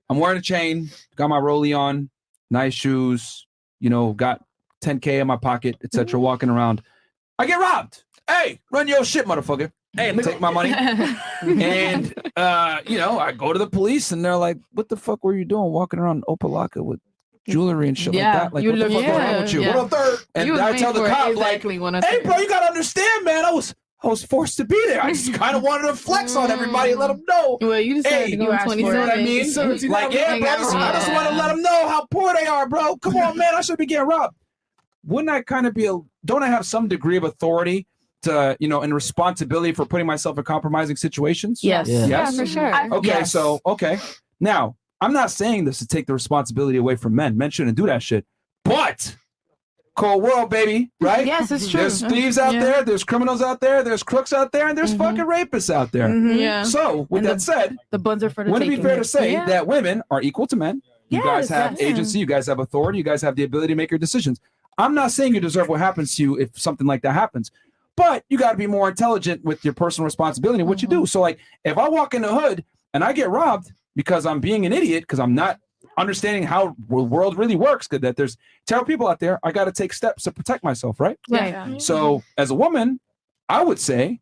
I'm wearing a chain. Got my rollie on. Nice shoes. You know, got 10k in my pocket, etc. Walking around. I get robbed. Hey, run your shit, motherfucker. Hey, take my money. and uh, you know, I go to the police, and they're like, "What the fuck were you doing walking around Opalaka with jewelry and shit
Yeah,
like that? Like,
you
what the
look-
fuck going
yeah,
on with you?
yeah.
What a third!" And
You was
I
made
tell the
for it,
cop,
exactly one
like,
of
"Hey,
third.
bro, you gotta understand, man. I was I was forced to be there. I just kind of wanted to flex on everybody, and let them know.
Mm. Well, you
hey,
decided to go
you
on
asked for it. You know what I
27.
mean?
So you
like,
know,
yeah,
hang
bro, I
out
just, I
around.
just want to let them know how poor they are, bro. Come on, man. I should be getting robbed. Wouldn't I kind of be a? Don't I have some degree of authority to, you know, and responsibility for putting myself in compromising situations?
Yes. Yes.
Yes.
Yeah, for sure. I-
Okay.
yes.
So okay. Now I'm not saying this to take the responsibility away from men. Men shouldn't do that shit. But cold world, baby, right?
Yes, it's true.
There's thieves out
Yeah. Mm-hmm.
there. There's criminals out there. There's crooks out there, and there's fucking rapists out there.
Mhm.
Mm-hmm.
Yeah.
So with that said,
the buns are for the
wouldn't it be
taking.
fair to say
Yeah.
that women are equal to men? You
Yes,
guys have
yes.
agency. You guys have authority. You guys have the ability to make your decisions. I'm not saying you deserve what happens to you if something like that happens, but you got to be more intelligent with your personal responsibility and what you
Mm-hmm.
do. So, like, if I walk in the hood and I get robbed because I'm being an idiot because I'm not understanding how the world really works, good that there's terrible people out there. I got to take steps to protect myself, right?
Right. Yeah.
So, as a woman, I would say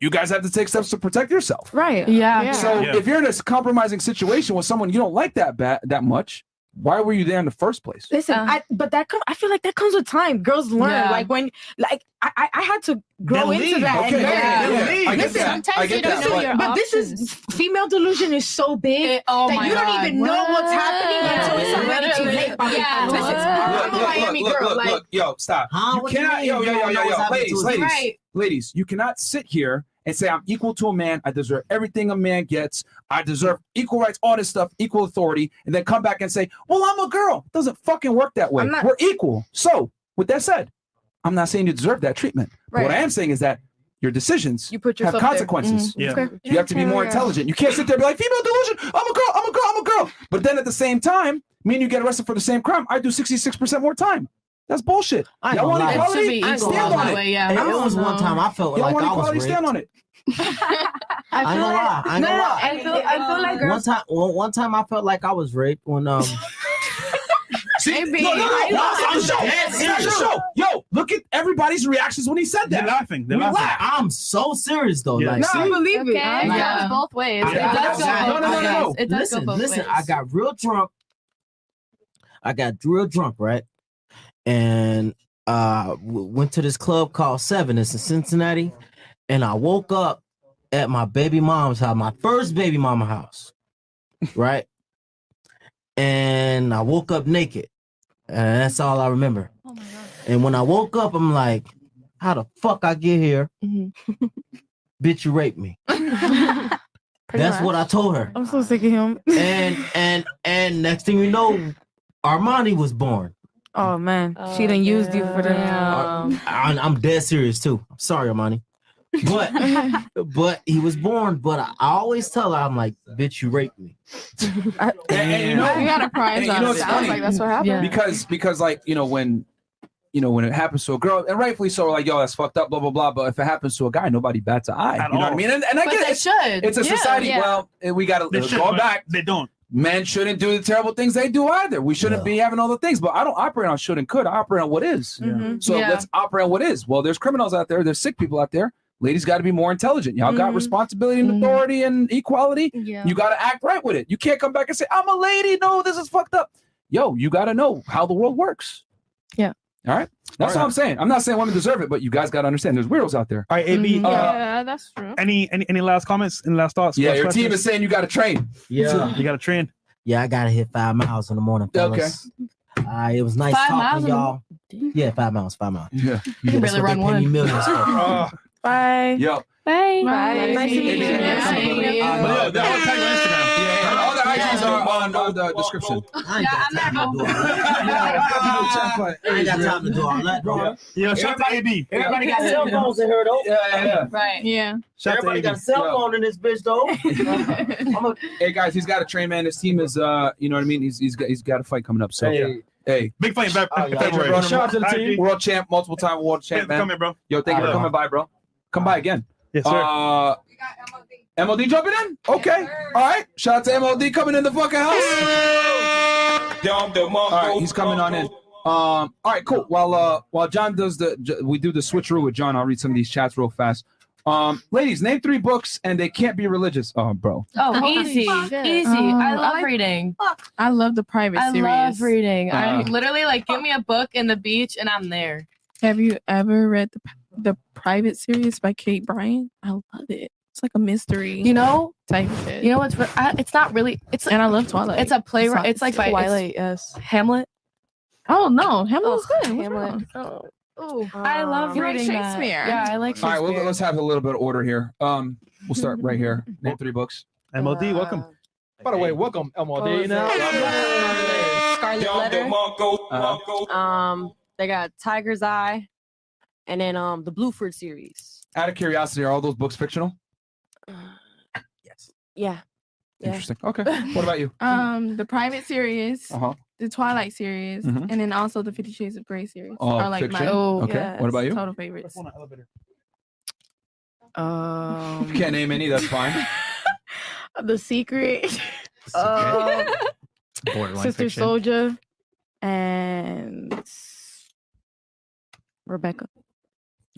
you guys have to take steps to protect yourself.
Right.
Yeah. Yeah.
So
Yeah.
if you're in a compromising situation with someone you don't like that bad that much, why were you there in the first place?
Listen, I but that come, I feel like that comes with time. Girls learn.
Uh. Yeah.
Like when like I, I I had to grow
They'll
into
leave.
that.
Okay,
and learn.
yeah, yeah, yeah. I get
Listen,
that. Sometimes I get you don't that, know but- your oh
but this is female delusion is so big that
my
you don't
God.
even know what's happening until it's already too late. Bobby.
Yeah.
Listen, I'm a Miami girl. like
yo, stop.
Huh?
You
What do you
cannot,
mean?
yo, yo,
You
yo,
don't
yo,
know
yo,
what's
ladies,
happening to
ladies,
us. Right.
ladies, you cannot sit here and say I'm equal to a man. I deserve everything a man gets. I deserve equal rights, all this stuff, equal authority, and then come back and say, well, I'm a girl. It doesn't fucking work that way.
I'm not-
We're equal. So, with that said, I'm not saying you deserve that treatment. But What
Right.
I am saying is that your decisions
You put
have
yourself there.
consequences.
Mhm. Yeah. Okay.
You have to be more
Yeah.
intelligent. You can't sit there and be like, female delusion. I'm a girl. I'm a girl. I'm a girl. But then at the same time, me and you get arrested for the same crime. I do 66% more time. That's bullshit.
I
Y'all
don't
want
lie.
equality?
I ain't
Stand
gonna lie.
on it.
Hey, It was one time I felt
Y'all
like
want
I was
equality?
raped.
Stand on it.
I ain't gonna lie. I ain't gonna lie. one time. One, one time I felt like I was raped when
(laughs)
um.
See,
Hey,
no, no,
babe,
no, no,
I
no, stop the
love
show.
that.
Stop the show. Yo, look at everybody's reactions when he said that. They're
laughing.
They're laughing.
I'm so serious though. Like, see?
okay?
I
It
know.
goes both ways.
I got-
It does go
I
both
got- I got-
ways. It does
listen,
go both
listen.
ways.
I got real drunk. I got real drunk, right? And uh w- went to this club called Seven. It's in Cincinnati, and I woke up at my baby mom's house, my first baby mama house, right? and I woke up naked, and that's all I remember. And when I woke up, I'm like, "How the fuck I get here? (laughs) Bitch, you raped me." That's what I told her.
I'm so sick of him.
And and and next thing you know, Armani was born.
Oh man, she done used you for the. um,
I, I'm dead serious too. I'm sorry, Armani. But but he was born. But I, I always tell her, I'm like, bitch, you raped me.
And you know,
You got a prize
and you
on
know
it.
it's
I was
funny
like, that's what happened. Yeah.
Because because like you know when you know when it happens to a girl, and rightfully so, like yo, that's fucked up, blah blah blah. But if it happens to a guy, nobody bats an eye. you know what I mean? And, and I
But
get
they
it.
should.
It's a
Yeah,
society.
yeah.
Well, and we got
They
to
should,
go
but
back.
They don't.
Men shouldn't do the terrible things they do either. We shouldn't be having all the things. But I don't operate on should and could. I operate on what is.
Mhm.
So
Yeah.
let's operate on what is. Well, there's criminals out there. There's sick people out there. Ladies got to be more intelligent. Y'all got
Mhm.
responsibility and authority and equality.
Yeah.
You got to act right with it. You can't come back and say, I'm a lady. No, this is fucked up. Yo, you got to know how the world works.
Yeah.
All right. That's
All
all
right.
I'm saying. I'm not saying women deserve it, but you guys got to understand there's weirdos out there.
All right, AB.
Mm-hmm.
Uh,
yeah,
that's true.
Any any any last comments? Any last thoughts?
Yeah,
Last
your
questions?
team is saying you got to train.
Yeah.
you got to train.
Yeah, I gotta hit five miles in the morning, fellas. All right, it was nice
Five miles
talking,
in a-
y'all. Yeah, five miles, five miles.
Yeah, Oh,
you
barely run
(laughs)
one.
Millions for.
Bye.
Yo.
Bye.
Bye.
Nice to meet you.
Nice to meet you.
Uh, but yo, that
(laughs)
was tagged on Instagram. And all the
Yeah.
IGs are on on the description.
(laughs) I ain't got time to do all that, bro.
Yo, shout out to AB.
Everybody got cell phones in here, though.
Yeah, yeah, yeah.
Right.
Yeah.
Shout out to
Everybody got a
AB.
cell
Yeah.
phone in this bitch,
(laughs)
though.
Hey guys, he's got a train man. His team is uh, you know what I mean. He's he's got he's got a fight coming up. So
Hey.
hey,
big fight in Feb-
Hey,
February.
Jordan,
Oh, Shout out to the team.
world champ, multiple time world champ, man.
come here, bro.
Yo, thank you for
Alright.
coming by, bro. Come by again.
Yes, sir.
Uh, MLD jumping in? Okay. All right. Shout out to MLD coming in the fucking house. All right, he's coming on in. Um, all right, cool. While uh, while John does the, j- we do the switcheroo with John. I'll read some of these chats real fast. Um, ladies, name three books and they can't be religious. Oh, bro.
Oh,
Holy
easy,
shit.
easy.
Oh,
I
I
love
like-
reading.
I love the private
I
series.
love reading. I
Uh-huh.
Uh-huh.
Uh.
literally like give me a book and the beach and I'm there.
Have you ever read the the private series by Kate Bryant? I love it. It's like a mystery.
You know,
type of shit.
You know what's? I, it's not really. It's
And I love Twilight.
It's a play. It's,
It's not-
like
it's
by, it's
Twilight,
yes. Hamlet.
Oh no, Hamlet's good.
Hamlet.
Oh,
I love
You like
reading that.
Shakespeare.
Yeah, I like Uh,
All right,
Shakespeare.
well, let's have a little bit of order here. Um, we'll start right
(laughs)
here. Name three books.
MLD, welcome.
By the way, welcome
Oh,
MLD. Now,
Scarlet Letter.
Uh,
Um, they got Tiger's Eye, and then um the Blueford series.
Out of curiosity, are all those books fictional?
Yeah.
Interesting.
(laughs)
Okay. What about you?
Um, the private series,
Uh huh.
the Twilight series,
Mhm.
and then also the Fifty Shades of Grey series
Oh,
are like
fiction?
my
Okay. What about you?
total favorites. Um,
If you can't name any,
(laughs)
that's
(laughs)
fine.
The Secret,
Oh.
(laughs)
uh,
Borderline
Sister
fiction.
Soldier, and Rebecca.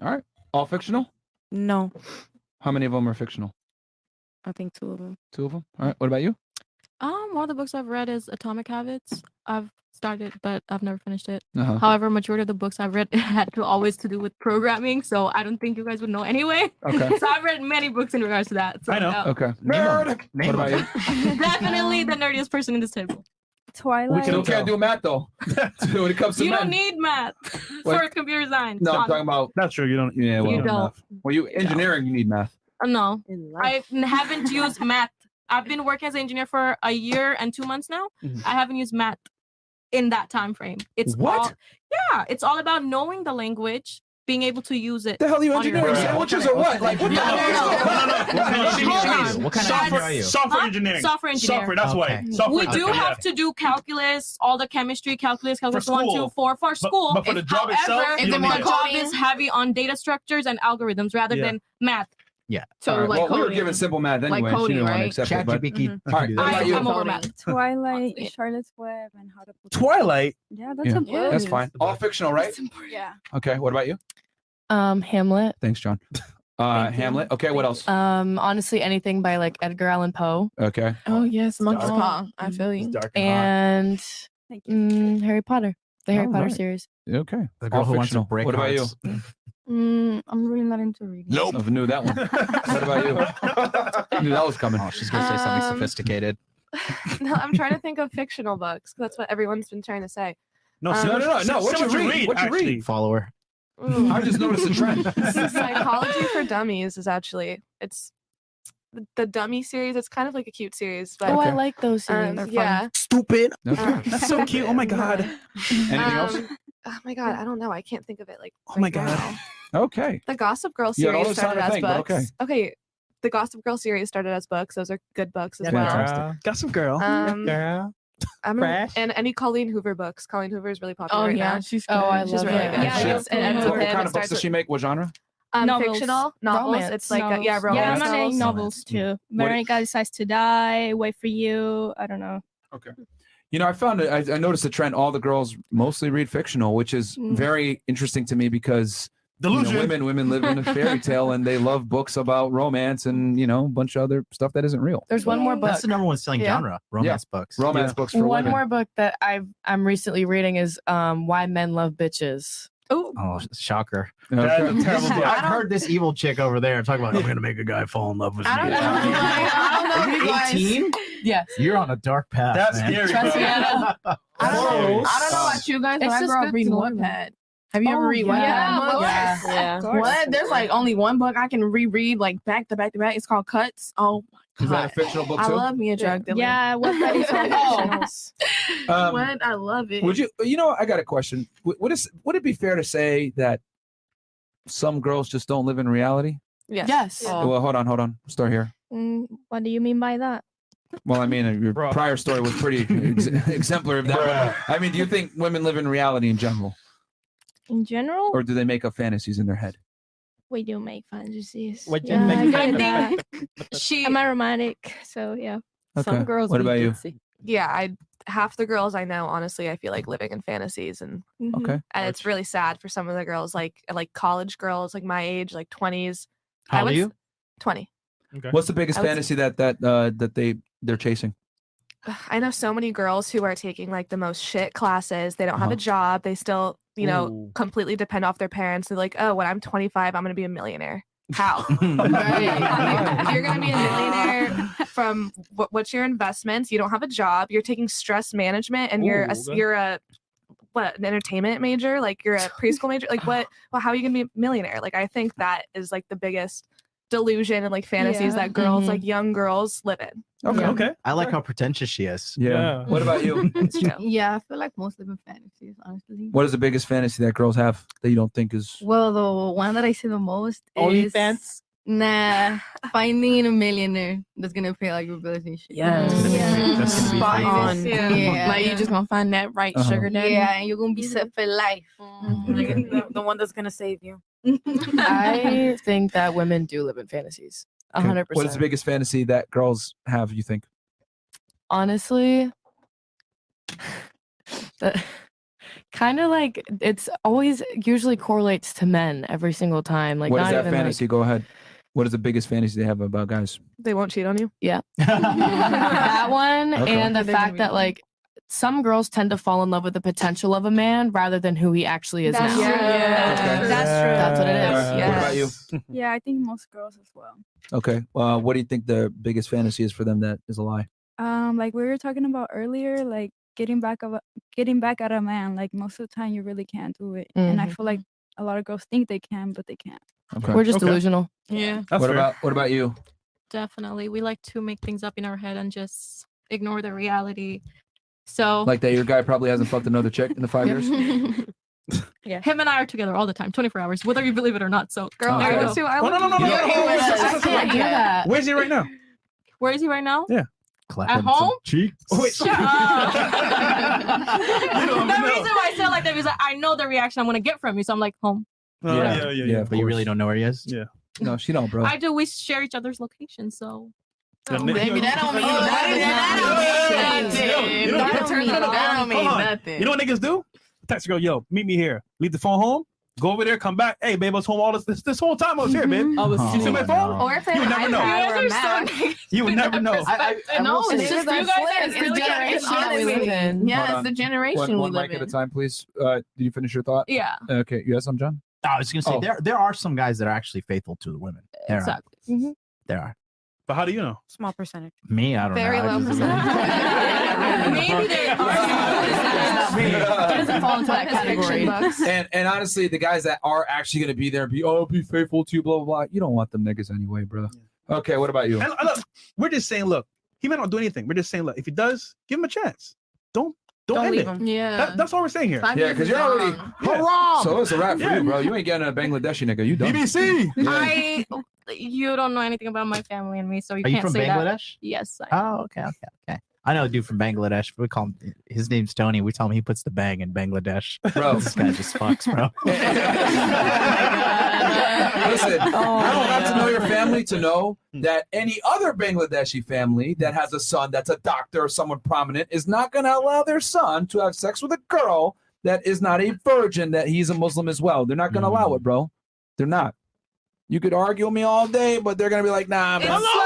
All right. All fictional?
No,
How many of them are fictional?
I think two of them.
Two of them. All right. What about you?
Um, one of the books I've read is Atomic Habits. I've started, but I've never finished it.
Uh-huh.
However, majority of the books I've read (laughs) had to always to do with programming, so I don't think you guys would know anyway.
Okay.
(laughs) so I've read many books in regards to that. So,
I know.
yeah.
Okay.
Nerd.
what about you?
(laughs) Definitely the nerdiest person in this table.
We
Twilight.
can, not do
(laughs)
math though. (laughs) when it comes to
you
math.
don't need math (laughs)
What?
for computer science.
no, I'm
John.
talking about.
That's true. You don't.
Yeah. Well,
You don't.
Well, you engineering, you need math.
Uh, No, I haven't used math. I've been working as an engineer for a year and two months now.
Mhm.
I haven't used math in that time frame. It's
What?
All, yeah, it's all about knowing the language, being able to use it.
The hell are you
on your
engineering
own.
sandwiches or what? Like what the
No,
hell?
no, no.
software, software
Huh?
engineering.
Software engineering.
Software. That's why. Software
we do
engineering,
have
yeah.
to do calculus, all the chemistry, calculus, calculus one,
school.
two, four for
But-
school.
but for the job
however,
itself, you
the
don't need it.
job is heavy on data structures and algorithms rather
Yeah.
than math.
Yeah.
So,
All right,
like
well, we were
coding.
given simple math
Like
anyway. she
coding,
didn't want to
right?
accept it, but
Mm-hmm.
ChatGPT
All right,
can do
what
that.
about you?
I'm over math.
Twilight, Charlotte's Web, and How to.
Twilight.
Yeah, that's a book.
That's fine. All fictional, right?
Yeah.
Okay. What about you?
Um, Hamlet.
Thanks, John. (laughs) Uh, Hamlet. Okay. What else?
Um, honestly, anything by like Edgar Allan Poe
Okay.
Oh yes, Monkey's
dark.
Paw. I feel you.
and mm, Harry Potter, the Harry Potter
Alright.
series.
Okay.
The girl
All
who wants to
fictional.
break
What about you?
hearts.
Mm, I'm really not into reading.
Nope. I knew (laughs) that one. what about you? (laughs) I knew that was coming. Oh, she's
gonna say something Um,
sophisticated.
(laughs) no, I'm trying to think of fictional books. 'cause That's what everyone's been trying to say.
No,
Um,
no, no, no, no. What you read? What you read?
Follower.
Ooh.
I just noticed a trend.
(laughs) Psychology for Dummies is actually it's the- the Dummy series. It's kind of like a cute series, but
Oh, I like those series.
Um,
They're fun.
yeah.
Stupid.
Um,
(laughs) That's so cute. Oh my god.
Anything
Uh,
else?
Um, Oh my god, I don't know. I can't think of it. Like
Oh my
(laughs)
god.
Okay.
the Gossip Girl
You had all
series
this time
started
to
as
think, but
books. okay. the Gossip Girl series started as books. Those are good books as well.
Fantastic. Got some girl.
Um,
girl.
I'm gonna,
Fresh.
and any Colleen Hoover books. Colleen Hoover is really popular
Oh,
right
yeah,
now.
she's Oh, good. I
she's
love
really
her.
good.
Yeah,
She
I
ends,
love
it ends
her.
What
with him.
kind of
It
books
starts
does
with
she make? What genre?
um,
Novels.
fictional novels.
Romance
It's like uh, yeah,
novels.
romance.
Yeah, I'm not
novels.
saying novels too. Veronica decides to die. Wait for you. I don't know.
Okay. You know, I found it. I, I noticed a trend. All the girls mostly read fictional, which is
Mm.
very interesting to me because you know,
Delusion.
women women live in a
(laughs)
fairy tale and they love books about romance and you know a bunch of other stuff that isn't real.
There's one more book.
That's the number one selling
Yeah.
genre. Romance books.
Romance books for
One
women.
more book that I've I'm recently reading is um Why Men Love Bitches.
Oh, sh- shocker.
That's
(laughs)
a
terrible book.
I've heard this evil chick over there talk about, I'm going to make a guy fall in love with me.
I
Are you 18?
Yes.
(laughs) You're on a dark path.
That's
man.
scary.
Trust
(laughs)
bro.
me, I know.
I don't know. I don't know about you guys, but
It's
I
just
grew
good
up reading
to learn.
Wattpad. Have you ever
Oh,
read
yeah. Yeah,
Wattpad?
of
Yeah.
course. Yeah. Of course.
What? There's like only one book I can reread like back to back to back. It's called Cuts. Oh
(laughs)
Is that a fictional book
I
too?
love me a drug dealer.
Yeah, Wattpad is
(laughs)
all
Um,
What? I love it.
Would you? You know, I got a question. Would, would it would it be fair to say that some girls just don't live in reality?
Yes.
Well, hold on, hold on. Start here.
Mm, what do you mean by that?
Well, I mean, uh, your prior story was pretty
(laughs)
ex- exemplary of that. I mean, do you think women live in reality in general,
In general,
or do they make up fantasies in their head?
we do make fantasies.
What do you
yeah,
make
I get
fantasies?
that. she. Am I romantic? So yeah.
Okay. What about you?
Yeah, I half the girls I know, honestly, I feel like living in fantasies and
Mm-hmm.
Mhm. Okay.
and it's really sad for some of the girls, like like college girls, like my age, like twenties.
How old are you?
Twenty. (sighs)
What's the biggest
I would-
fantasy that that uh, that they they're chasing?
Ugh, I know so many girls who are taking like the most shit classes. They don't have a job. They still, you know,
Uh-huh. Ooh.
completely depend off their parents. They're like, oh, when I'm 25, I'm gonna be a millionaire.
(laughs)
How? Like, you're gonna be
(laughs)
a millionaire (laughs) from what, what's your investments? You don't have a job. You're taking stress management, and you're a, s-
Ooh, okay.
you're a what an entertainment major?
(laughs)
Like you're a preschool major? Like
(sighs)
what? Well, how are you gonna be a millionaire? Like I think that is like the biggest delusion and like fantasies
Yeah.
that girls,
Mhm.
like young girls, live in.
Okay.
Okay. I like how pretentious she is.
Yeah. What
(laughs)
about
(laughs)
you?
yeah, I feel like most live in fantasies, honestly.
What is the biggest fantasy that girls have that you don't think is?
Well, the one that I see the most is
OnlyFans?
Nah, finding a millionaire that's gonna pay like your bills and shit.
Yes. That's gonna be- that's gonna be
Spot
fine.
on.
Yeah. Like, you just
gonna find that right
Uh-huh. sugar daddy?
Yeah, and you're gonna be set for life.
the, the one that's gonna save you.
(laughs) I think that women do live in fantasies. A
Okay.
hundred
What is the
percent.
biggest fantasy that girls have? You think?
Honestly, (laughs) kind of like it's always usually correlates to men every single time. Like
what
not
is that
even like-
fantasy? Go ahead. What is the biggest fantasy they have about guys?
They won't cheat on you.
(laughs)
Yeah. that one
Okay.
and the
They're
fact that like some girls tend to fall in love with the potential of a man rather than who he actually is
That's
now.
true. Yeah. Okay. That's true.
That's what it
All
is.
right, Uh, What about you?
(laughs) Yeah, I think most girls as well.
Okay. Uh, what do you think the biggest fantasy is for them that is a lie?
Um, like we were talking about earlier, like getting back of a, getting back at a man. Like most of the time, you really can't do it, and I
Mhm.
feel like a lot of girls think they can, but they can't.
Okay.
We're just delusional.
Yeah.
what about what about you?
Definitely. We like to make things up in our head and just ignore the reality. So (laughs)
Like that your guy probably hasn't fucked another chick in
(laughs)
the five years?
yeah. Him and I are together all the time, 24 hours, whether you believe it or not. So
Girl,
there
I
you
would
go.
too. I Oh, would- no, no, no, no, no, no, no, no, no, no, no, no. Where's he right now?
Where is he right now?
Yeah.
At home?
Cheek.
Shut
(laughs)
(laughs) up. the reason why I said like that is that I know the reaction I'm gonna get from you, so I'm like home.
yeah, yeah, yeah, But you really don't know where he is.
Yeah.
No, she don't, bro.
I do. We share each other's location, so.
Then Oh, maybe-
baby, that don't mean nothing. You know,
That
you know-
don't mean
Hold on,
nothing.
hold on. You know what niggas do? Text girl, yo, meet me here. Leave the phone home. Go over there, come back. Hey, babe, I was home all this this, this whole time. I was here, babe.
Oh,
I was
you see my phone?
Or if
you would never know.
You guys are so
You would never know.
No,
will
it's
say
just
that
you guys.
that's
It's really
the generation that we live in.
Yeah,
Hold
it's the
on.
generation
One, one
we live
mic at a
in.
time, please. Uh, did you finish your thought?
Yeah.
Okay. You had some, John?
I was gonna say
Oh.
there there are some guys that are actually faithful to the women. There
Exactly.
Mm-hmm.
are. There are.
But how do you know?
Small percentage.
Me, I don't
Very
know. I
low
just-
Maybe they
(laughs)
doesn't fall into that category.
and and honestly, the guys that are actually gonna be there and be oh be faithful to you, blah blah blah. You don't want them niggas anyway, bro. Okay, what about you?
And, and look, we're just saying, look, he may not do anything. We're just saying, look, if he does, give him a chance. Don't don't,
Don't
end
leave
it.
him. Yeah.
That- that's all we're saying here.
Five Yeah, years 'cause is you're already- long. So it's a wrap for
Yeah.
you, bro. You ain't getting a Bangladeshi nigga. You done. BBC. (laughs)
I. You don't know anything about my family and me, so you
Are you
can't
from
say
Bangladesh?
that. Yes. I
Oh, okay, okay, okay. I know a dude from Bangladesh. We call him. His name's Tony. We tell him he puts the bang in Bangladesh.
Bro,
(laughs) this guy just fucks, bro.
(laughs)
(laughs)
Listen, I don't have to know your family to know that any other Bangladeshi family that has a son that's a doctor or someone prominent is not going to allow their son to have sex with a girl that is not a virgin, that he's a Muslim as well. They're not going to allow it,
Mm.
bro. They're not. You could argue with me all day, but they're going to be like, nah, bro.
It's like-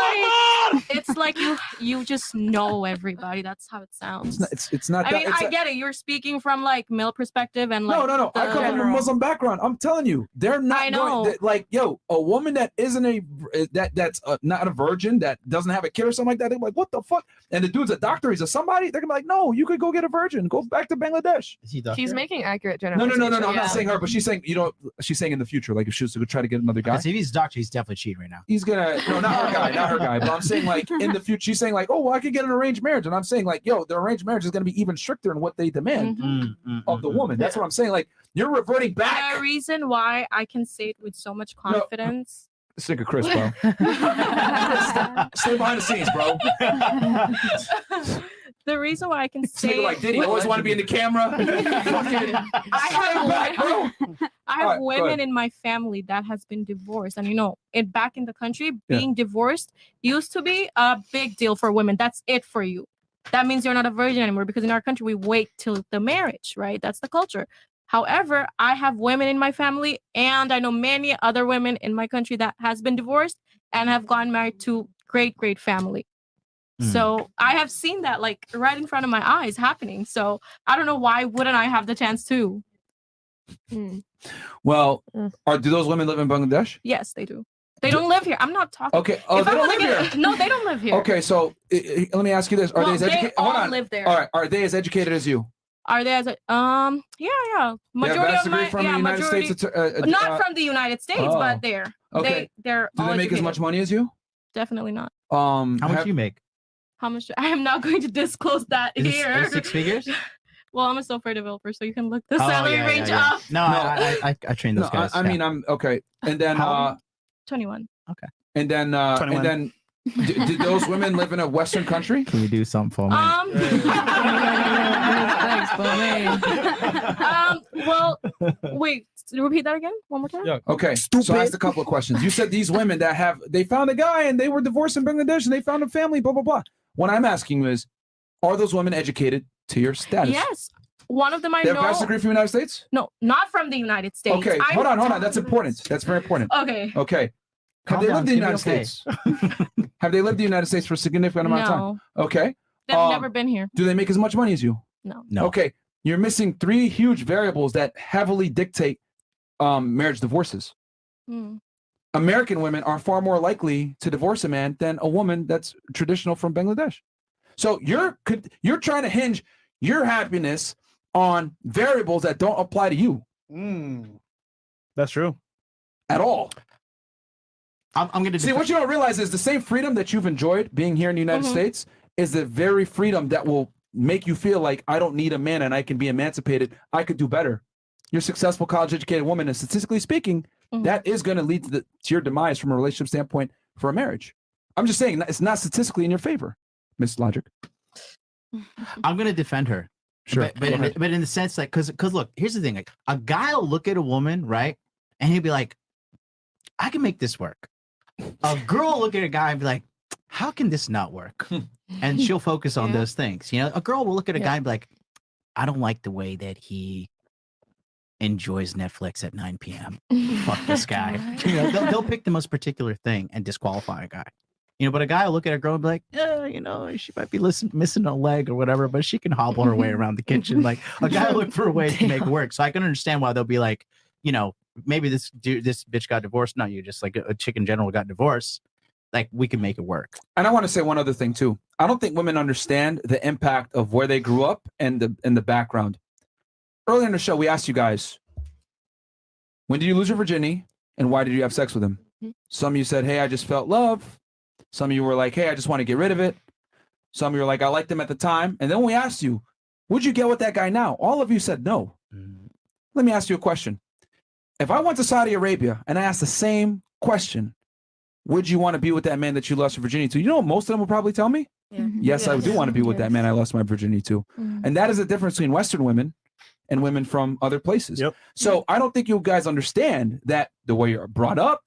it's like you you just know everybody. That's how it sounds.
It's not. It's, it's not
I
that.
mean,
it's
I
a-
get it. You're speaking from like male perspective and like
no, no, no. I
the
come from a
general-
Muslim background. I'm telling you, they're not
I
going-
know.
that- like, yo, a woman that isn't a that that's uh not a virgin that doesn't have a kid or something like that. They're like, what the fuck? And the dude's a doctor. He's a somebody. They're gonna be like, no, you could go get a virgin. Go back to Bangladesh. Is he
She's making accurate
No, no, no,
generalizations.
no, no. I'm not
Yeah.
saying her, but she's saying you know she's saying in the future, like if she was to go (laughs) try to get another guy. If
he's a doctor, he's definitely cheating right now.
He's gonna no, not her guy, not her guy. But I'm saying like in
(laughs)
the future, she's saying like, oh, well, I could get an arranged marriage, and I'm saying like, yo, the arranged marriage is gonna be even stricter in what they demand
Mm-hmm.
of the woman. That's what I'm saying. Like you're reverting back.
The reason why I can say it with so much confidence.
(laughs) Sick of Chris, (laughs) bro. Stay behind the scenes,
(laughs)
bro.
the reason why I can
This nigga
say
like
it
Diddy
with-
always want to be in the camera.
(laughs)
Fucking-
I have,
(laughs)
I have
Alright, go ahead.
women in my family that has been divorced, and you know, it back in the country,
Yeah.
being divorced used to be a big deal for women. That's it for you. That means you're not a virgin anymore because in our country we wait till the marriage, right? That's the culture. However, I have women in my family, and I know many other women in my country that has been divorced and have gone married to great, great family. So I have seen that like right in front of my eyes happening. So I don't know why wouldn't I have the chance to? Mm.
well, are, do those women live in Bangladesh?
Yes, they do. They don't live here. I'm not talking.
Okay. Oh,
If
they
I
don't
wanna
live
get-
here.
No, they don't live here.
Okay, so i- i- let me ask you this: Are
Well,
they as
they
educated?
all
Hold on.
live there.
All right. Are they as educated as you?
Are they as a um? Yeah, yeah.
They have
Majority
bachelor's
of
degree
my
from the
yeah,
United
majority.
States. att- uh, uh,
not
uh,
from the United States,
Oh.
but there.
Okay.
They they're
Do
all
they make as
educated.
much money as you?
Definitely not.
Um, how much do
you make?
How much? (laughs) I am not going to disclose that
Is it- is it
here.
six figures?
(laughs) well, I'm a software developer, so you can look the
Oh,
salary
yeah, yeah,
range
yeah.
up.
No, I, I, I, I train those
No,
guys.
I, I mean, I'm okay. And then, uh,
Twenty-one.
and then, uh,
21.
and then, d-
(laughs)
did those women live in a Western country?
Can you do something for me?
Um, um,
(laughs)
well, wait, repeat that again one more time.
Okay. So I asked a couple of questions. You said these women that have they found a guy and they were divorced in Bangladesh and they found a family, blah blah blah. What I'm asking is, are those women educated to your status?
Yes, one of them I
They have a
know.
bachelor's degree from the United States?
No, not from the United States.
Okay,
I'm
hold on, hold on.
telling
That's
you
important. That's very important.
Okay.
Okay. Have
Calm
they
down,
lived in the United
it's gonna be
States? have they lived in the United States for a significant amount
No.
of time? Okay.
They've
Um,
never been here.
Do they make as much money as you?
No.
No. Okay. You're missing three huge variables that heavily dictate um, marriage divorces.
Mm.
American women are far more likely to divorce a man than a woman that's traditional from Bangladesh. So you're could- you're trying to hinge your happiness on variables that don't apply to you
Mm. That's true.
at all.
I'm, I'm gonna
see what you don't realize is the same freedom that you've enjoyed being here in the United
Mhm.
States is the very freedom that will make you feel like I don't need a man and I can be emancipated. I could do better. You're a successful college educated woman, and statistically speaking, that is going to lead to, the, to your demise from a relationship standpoint for a marriage. I'm just saying it's not statistically in your favor, Miss Logic.
I'm gonna defend her.
Sure,
But but,
go ahead.
but in the sense that because because look, here's the thing: like a guy will look at a woman, right, and he'll be like, "I can make this work." A girl will look at a guy and be like, "How can this
(laughs)
not work?" And she'll focus on those things. You know, a girl will look at a guy and be like, "I don't like the way that he." Enjoys Netflix at 9 p.m.
(laughs)
(laughs) Fuck this guy. You know, they'll, they'll pick the most particular thing and disqualify a guy. You know, but a guy will look at a girl and be like, yeah, you know, she might be listen, missing a leg or whatever, but she can hobble her way around the kitchen. Like a guy look for a way to make work. So I can understand why they'll be like, you know, maybe this dude, this bitch got divorced. Not you, just like a, a chick in general got divorced. Like we can make it work.
And I want to say one other thing too. I don't think women understand the impact of where they grew up and the and the background. Earlier in the show, we asked you guys, when did you lose your virginity and why did you have sex with him? Some of you said, Hey, I just felt love. Some of you were like, Hey, I just want to get rid of it. Some of you were like, I liked him at the time. And then we asked you, Would you get with that guy now? All of you said no. Let me ask you a question. If I went to Saudi Arabia and I asked the same question, would you want to be with that man that you lost your virginity to? You know, what most of them will probably tell me, yes, I do want to be with that man I lost my virginity to.
Mhm.
And that is the difference between Western women and women from other places. So I don't think you guys understand that the way you're brought up,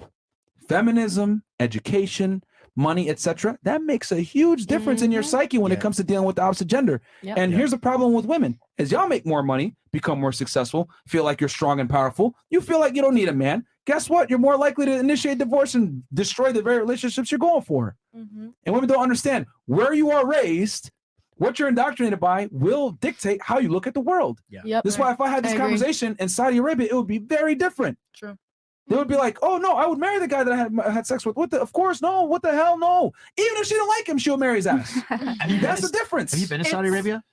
feminism, education, money, etc., that makes a huge difference in
Mm-hmm.
your psyche when it comes to dealing with the opposite gender.
Yep.
And
Yeah.
here's the problem with women: is y'all make more money, become more successful, feel like you're strong and powerful. You feel like you don't need a man. Guess what? You're more likely to initiate divorce and destroy the very relationships you're going for. And women don't understand where you are raised, what you're indoctrinated by will dictate how you look at the world. Yeah.
Yep.
That's why if I had this
I agree.
conversation in Saudi Arabia, it would be very different.
True.
They would be like, "Oh no, I would marry the guy that I had, I had sex with." What the? Of course, no. What the hell, no. Even if she didn't like him, she'll marry his
(laughs)
ass. That's the difference. Have you been
to Saudi It's- Arabia?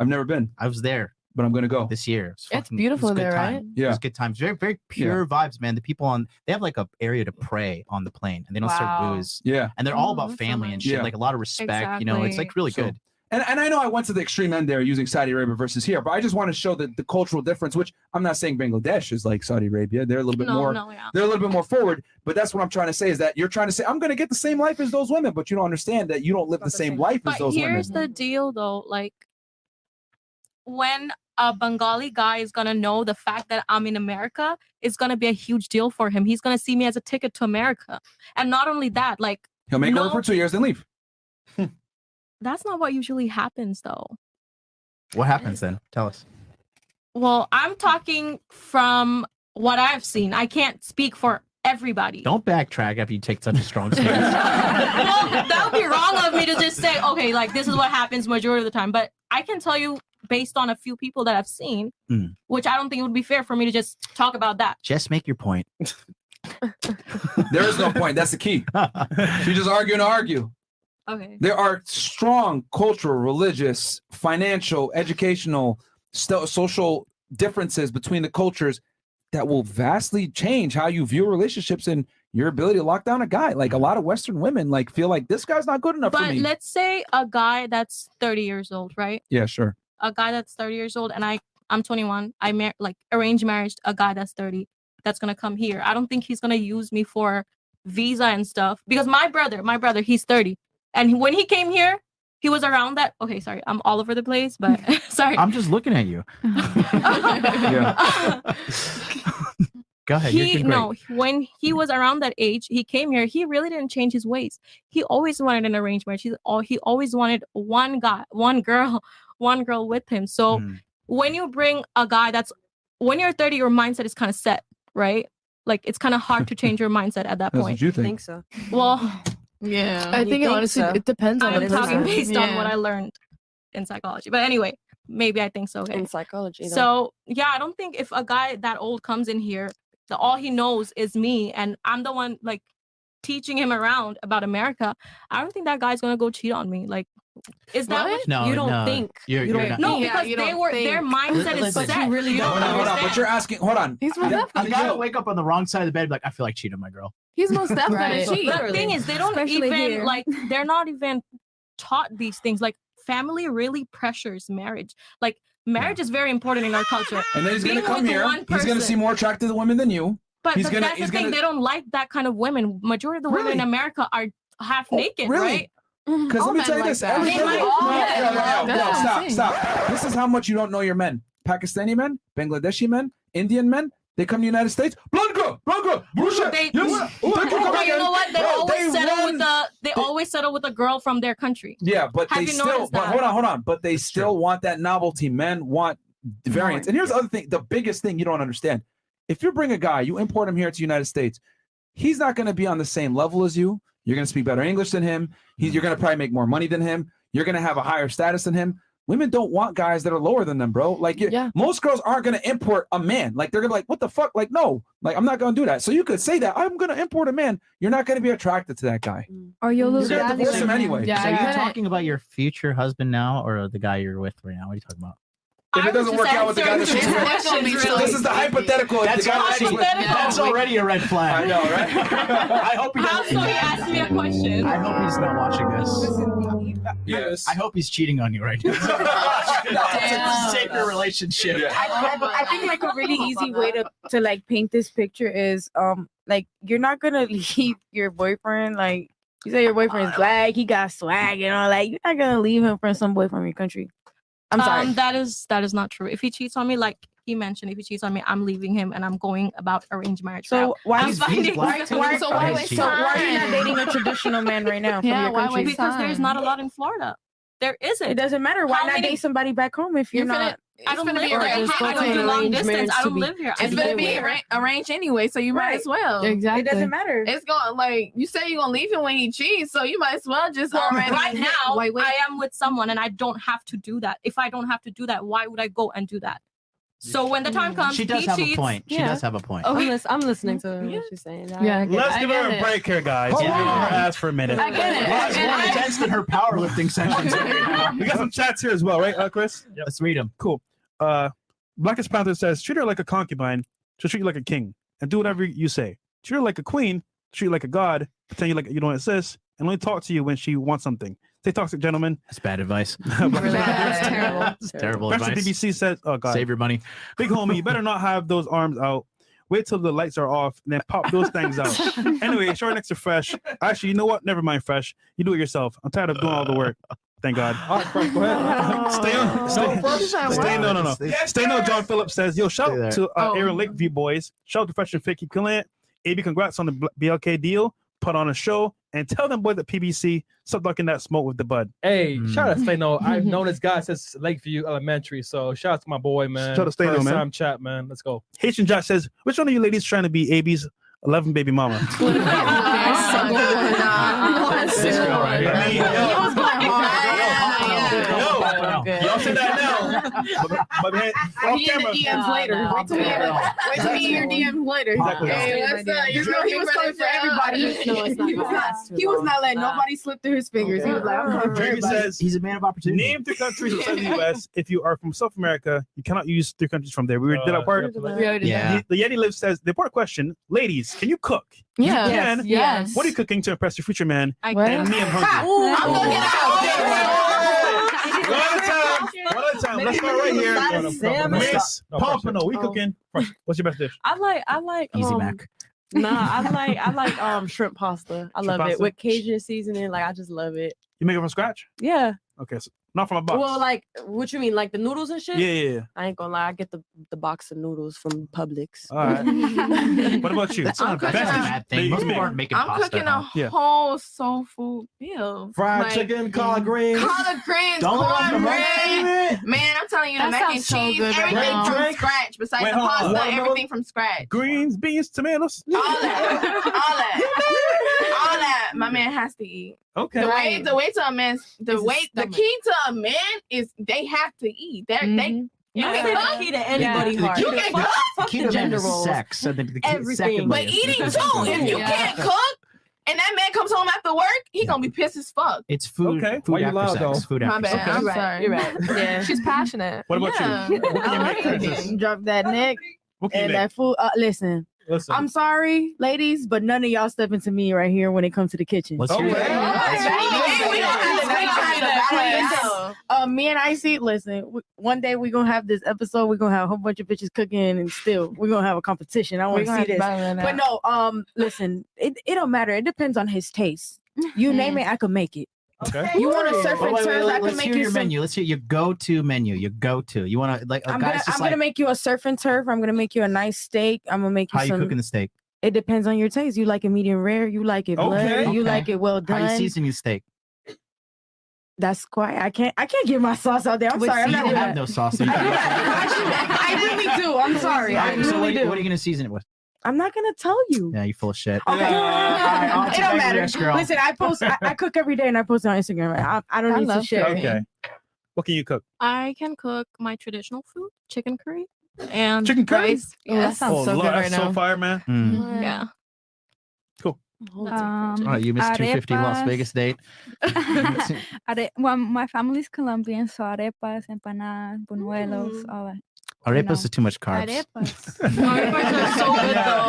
I've never been.
I was there,
but I'm gonna go
this year. It's, fucking-
beautiful
it was a good
there,
time.
right?
Yeah,
it was good times. Very, very pure vibes, man. The people on they have like a area to pray on the plane, and they don't
Wow.
serve booze.
Yeah,
and they're all
Oh,
about
that's
family and shit.
Yeah.
Like a lot of respect. You know, it's like really
So-
good.
And, and I know I went to the extreme end there using Saudi Arabia versus here, but I just want to show the, the cultural difference, which I'm not saying Bangladesh is like Saudi Arabia. They're a little bit
No,
more
no, yeah.
they're a little bit more forward, but that's what I'm trying to say is that you're trying to say I'm gonna get the same life as those women, but you don't understand that you don't live the same life as
But
those
here's
women.
the deal, though. Like, when a Bengali guy is gonna know the fact that I'm in America, it's gonna be a huge deal for him. He's gonna see me as a ticket to America. And not only that, like,
He'll make
no,
her work for two years then leave.
That's not what usually happens, though.
What happens then? Tell
(laughs)
us.
Well, I'm talking from what I've seen. I can't speak for everybody.
Don't backtrack after you take such a strong
(laughs)
stance.
well, that would be wrong of me to just say, okay, like this is what happens majority of the time. But I can tell you based on a few people that I've seen,
Mm.
which I don't think it would be fair for me to just talk about that.
Just make your
(laughs)
point.
there is no point. That's the key. you just argue and argue.
Okay.
There are strong cultural, religious, financial, educational, sto- social differences between the cultures that will vastly change how you view relationships and your ability to lock down a guy. Like a lot of Western women, like feel like this guy's not good enough for
But
me.
let's say a guy that's 30 years old, right?
yeah, sure.
A guy that's 30 years old and I I'm 21. I mar- like arranged marriage to a guy that's 30 that's going to come here. I don't think he's going to use me for visa and stuff because my brother, my brother, he's 30. And when he came here, he was around that. Okay, sorry. I'm all over the place, but (laughs) sorry.
I'm just looking at you. (laughs) Go ahead.
he
you're doing great.
no when he was around that age he came here he really didn't change his ways he always wanted an arranged marriage he, al- he always wanted one guy one girl (laughs) one girl with him so
Hmm.
when you bring a guy that's when you're 30 your mindset is kind of set right like it's kind of hard to change your mindset at that
That's what
point
you I think. think
so well yeah
I think it honestly- it depends on the
i'm talking
person.
based on what
Yeah.
i learned in psychology but anyway maybe i think so okay?
in psychology. though.
So yeah, I don't think if a guy that old comes in here, the, all he knows is me, and I'm the one like teaching him around about America. I don't think that guy's gonna go cheat on me. Like, is that what
No,
you don't
no.
think?
You're-
you don't
you're not-
No,
Yeah,
because
you
they
don't
were their
think.
mindset is
Listen,
set.
you really
You
don't
don't
Hold on, hold on.
understand.
But you're asking, hold on.
He's
I got- I
definitely
gotta
dope.
wake up on the wrong side of the bed, and be like I feel like cheating on my girl.
He's most definitely
Right.
cheating.
The thing is, they don't
Especially
even
here.
like they're not even taught these things. Like family really pressures marriage. Like marriage is very important in our culture.
And then he's gonna
Being
come
with
here.
one
He's gonna
person.
seem more attracted to women than you.
But,
he's
but
gonna
that's the
he's
thing,
gonna
they don't like that kind of women. Majority of the women in America are half
Oh,
naked,
really?
right? (laughs)
Because
Mm-hmm. All
let me
men
tell you
like
this.
that.
every
They
girl-
might-
no,
all
no,
men
no, no,
like
no,
that.
stop, stop. This is how much you don't know your men. Pakistani men, Bangladeshi men, Indian men. They come to the United States. Blanca, Blanca, Rusha.
They,
you know what? Oh, they come
but you
again.
know what? They
Bro,
always
they
settle
run-
with the they always settle with a girl from their country.
Yeah, but
Have
they
you
still.
noticed
But
that?
hold on, hold on. But they still want that novelty. Men want variants. And here's the other thing: the biggest thing you don't understand. If you bring a guy, you import him here to the United States. He's not going to be on the same level as you. You're going to speak better English than him. He's, you're going to probably make more money than him. You're going to have a higher status than him. Women don't want guys that are lower than them, bro. Like, you- most girls aren't going to import a man. Like, they're going to be like, what the fuck? Like, no, like, I'm not going to do that. So you could say that I'm going to import a man. You're not going to be attracted to that guy.
Mm.
Or you'll
You're
lose
gonna
value
divorce
to
him
him.
anyway.
Yeah,
so
I
you're
couldn't-
talking about your future husband now, or the guy you're with right now? What are you talking about?
If it doesn't work out with the guy that she's with, this is the hypothetical. If
That's
the guy that she's
already-
with-
that's already a red flag.
I know, right?
(laughs) I hope he
How
doesn't.
so he asked me a question.
I hope he's not watching this.
Yes.
I hope he's cheating on you right
(laughs)
now. (laughs)
Damn.
It's a safer relationship.
I, I- I think like a (laughs) really easy way to to like paint this picture is um like you're not gonna (laughs) leave your boyfriend like you say your boyfriend is black he got swag and all like you're not gonna leave him for some boy from your country. I'm sorry.
Um, that is that is not true. If he cheats on me, like he mentioned, if he cheats on me, I'm leaving him and I'm going about arranged marriage.
So
route.
why-
I'm
He's- he's (laughs)
finding-
black too? Why- So (laughs) why Oh, waste he's cheating. time? So why are you not dating a traditional man right now from
yeah,
your
why
country?
waste Because there's
time?
not a lot in Florida. There isn't.
It doesn't matter. Why
How
not
many-
date somebody back home if you're,
You're gonna-
not?
I don't live here. I don't do long distance. I don't live here. I
It's gonna
live
be
here.
arra- arranged anyway, so you might
Right.
as well.
Exactly.
It doesn't matter. It's going like you say you're gonna leave him when he cheats, so you might as well just
Well,
already
right now
Wait, wait.
I am with someone and I don't have to do that. If I don't have to do that, why would I go and do that? So when the time comes,
She does
he
have a
cheats.
point. She does have a point.
Oh, I'm, lis- I'm listening to what she's saying. I-
Yeah, I get
Let's
it.
give
I
her
get
a
it. (laughs)
break here, guys.
Hold
Leave her
on.
ass for a minute.
I get it. I get it. Intense in her powerlifting sessions. (laughs)
we got some chats here as well, right, uh, Chris?
Let's read them.
Cool. Uh, Blackest Panther says, treat her like a concubine. She'll treat you like a king and do whatever you say. Treat her like a queen. Treat you like a god. Pretend you like you don't exist, and only talk to you when she wants something. Stay toxic, gentlemen.
That's bad
(laughs)
advice.
That's
(laughs)
terrible. It's terrible
Back to
advice.
BBC says, "Oh God,
Save your money,
big homie. You better not have those arms out. Wait till the lights are off, and then pop those things out."
(laughs)
anyway, short next to Fresh. Actually, you know what? Never mind, Fresh. You do it yourself. I'm tired of doing all the work.
(laughs)
Thank God. All right, Fresh, go ahead. stay on. Stay,
Fresh.
stay- no, no, no. Stay no. John Phillips says, "Yo, shout
there.
to uh,
Oh.
Aaron Lakeview boys. Shout out to Fresh and Fit. Keep killing it. AB, congrats on the bl- BLK deal. Put on a show and tell them boy that PBC stop ducking that smoke with the bud.
Hey, shout out to Stano. I've known this guy since Lakeview Elementary, so shout out to my boy, man.
Shout out to Stano,
First
man.
time chat, man. Let's go.
Haitian Jack says, which one of you ladies trying to be AB's 11 baby mama? Y'all say that now. But- but man, off
Be in the
camera.
DMs later. Wait till we wait till we in your DMs later.
Exactly.
Hey,
Yeah.
what's up? You
Yeah.
know he was
Yeah.
coming for everybody.
No, it's not.
He was not.
He was not letting nobody slip through his fingers. He was like, I'm coming for
Jamie
everybody.
says he's a man of opportunity. Name three countries outside the U.S. If you are from South America, you cannot use three countries from there. We already did
Uh,
our part.
we already did
The,
that.
the Yeti Live says the important question: Ladies, can you cook? You
Yes.
can.
Yes.
What are you cooking to impress your future man?
I
and
can.
me, I'm hungry.
I'm gonna get out
One at a time. One at a time. Let's start right here. Miss Pompano, we cooking. Fresh. What's your best dish?
I like I like
Easy
um,
Mac.
Nah, I like I like um shrimp pasta. I
Shrimp
love it
pasta?
with Cajun seasoning. Like I just love it.
You make it from scratch?
Yeah.
Okay, so not from a box.
Well, like what you mean, like the noodles and shit?
Yeah, yeah, yeah.
I ain't gonna lie, I get the the box of noodles from Publix. (laughs)
All right. what about you?
That's not a bad- that's a
Best dish
bad
that
thing.
you
Most
make.
people aren't making I'm pasta cooking at a home.
Yeah.
Whole soul food meal.
Fried chicken, collard greens.
Collard greens,
Don't let them
cornbread. Man, I'm telling you, the
That
mac and
sounds so
cheese,
good right
everything
now.
from
Drink.
scratch. Besides
Wait,
the
hold on.
pasta,
Watermelon?
everything from scratch.
Greens, beans, tomatoes.
All that, all that, my man has to eat.
Okay.
The way the way to a man's the
It's his
way the key to a man is they have to eat. They're, They you
I
can
say the
cook.
key to anybody's
You
heart.
can
Fuck-
cook.
fuck the
Keto man
gender
is
roles.
sex, and then the key-
Everything.
secondly
But
is-
eating too. If you
Yeah.
can't cook and that man comes home after work, he gonna be pissed as fuck.
It's food.
Okay.
Food
Why you
after
loud,
sex.
though?
Food
My
after
bad.
sex.
I'm sorry. (laughs)
You're right.
Yeah.
She's passionate.
What about you? What can you make, Princess?
Drop that neck
What can you
and
make?
that food. Uh, listen,
Listen.
I'm sorry, ladies, but none of y'all step into me right here when it comes to the kitchen.
Let's hear it. Okay.
Uh, me and Icy, listen. w- One day we're gonna have this episode. We're gonna have a whole bunch of bitches cooking, and still we're gonna have a competition. I
We
want to
gonna
see
have to
this.
battle it
But no,
out.
um, listen, it, it don't matter. It depends on his taste. You
Mm-hmm.
name it, I could make it.
Okay.
You want to surf
Wait,
and
wait, wait,
turf? I can
let's
make
hear
you
your
some
menu. Let's hear your go-to menu. Your go-to. You want to like a
I'm
guy's
gonna, I'm
just
gonna
like
make you a surf and turf. I'm gonna make you a nice steak. I'm gonna make you
how you
some.
cooking the steak.
It depends on your taste. You like it medium rare. You like it blurry. You like it well done.
How you season your steak?
That's quiet. I can't. I can't get my sauce out there. I'm sorry. I'm
you
not
don't
good.
have no sauce. so you can't-
I really do. I'm sorry. I
Alright, so
really
what,
do.
what are you gonna season it with?
I'm not gonna tell you.
Yeah, you full of shit.
Okay.
on to
it don't
the
matter.
next girl.
Listen, I post. I, I cook every day, and I post it on Instagram. I, I don't
I
need to
love
share.
cooking.
Okay. What can you cook?
I can cook my traditional food, chicken curry, and
Chicken curry?
rice.
Oh,
Yeah.
that sounds Oh, so Lord, good that's right so now. fire, man. Mm.
Yeah.
Um,
Oh, you missed 250 Las
arepas.
Vegas date. (laughs)
(laughs) Are- well, my family's Colombian, so arepas, empanadas, buñuelos, all that.
Arepas is too much carbs. (laughs)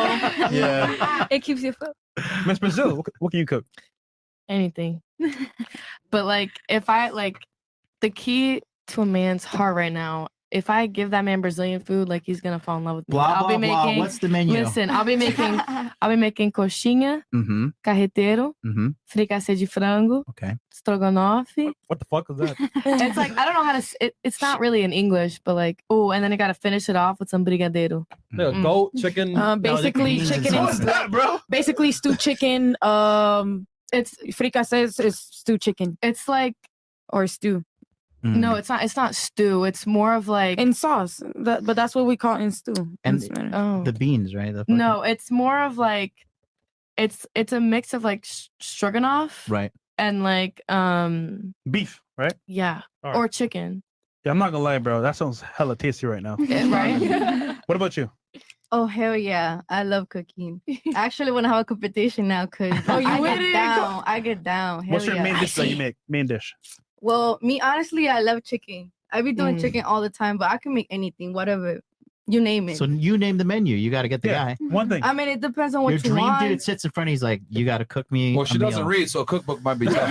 Yeah.
It keeps you full.
Miss Brazil, what, what can you cook?
anything. but like if I like the key to a man's heart right now, if I give that man Brazilian food, like he's gonna fall in love with me.
Blah,
I'll be
blah, blah.
making
What's the menu?
Listen, I'll be making I'll be making coxinha,
Mm-hmm.
carreteiro,
Mm-hmm.
fricassé de frango,
okay.
stroganoff.
What the fuck is that?
it's like I don't know how to. s- It, it's not really in English, but like oh, and then I gotta finish it off with some brigadeiro.
Like a goat, chicken.
Mm.
Uh,
Um, basically, chicken and stew,
bro.
Basically,
uh,
stewed chicken. Um, it's fricassé is- is stewed chicken.
It's like
or stew.
Mm.
No, it's not. It's not stew. It's more of like
in sauce. That, but that's what we call in stew.
and the,
Oh.
the beans, right? The fucking-
Oh. No, it's more of like it's it's a mix of like s- stroganoff
right.
and like um
Beef, right?
yeah
All right.
or chicken.
Yeah, I'm not gonna lie, bro. That sounds hella tasty
(laughs)
right now.
right?
what about you?
Oh hell yeah! I love cooking. I actually want to have a competition now because oh,
you
I
with
get
it?
down. I get down. Hell
What's your
yeah.
main dish that you make? Main dish.
Well, me honestly, I love chicken. I be doing
Mm.
chicken all the time, but I can make anything, whatever you name it.
So you name the menu. You got to get the guy.
One
I mean, it depends on what
Your
you
dream
want.
dude sits in front. of you, He's like, you got to cook me.
Well, she
a
doesn't
meal."
read, so a cookbook might
(laughs)
be tough.
Ah,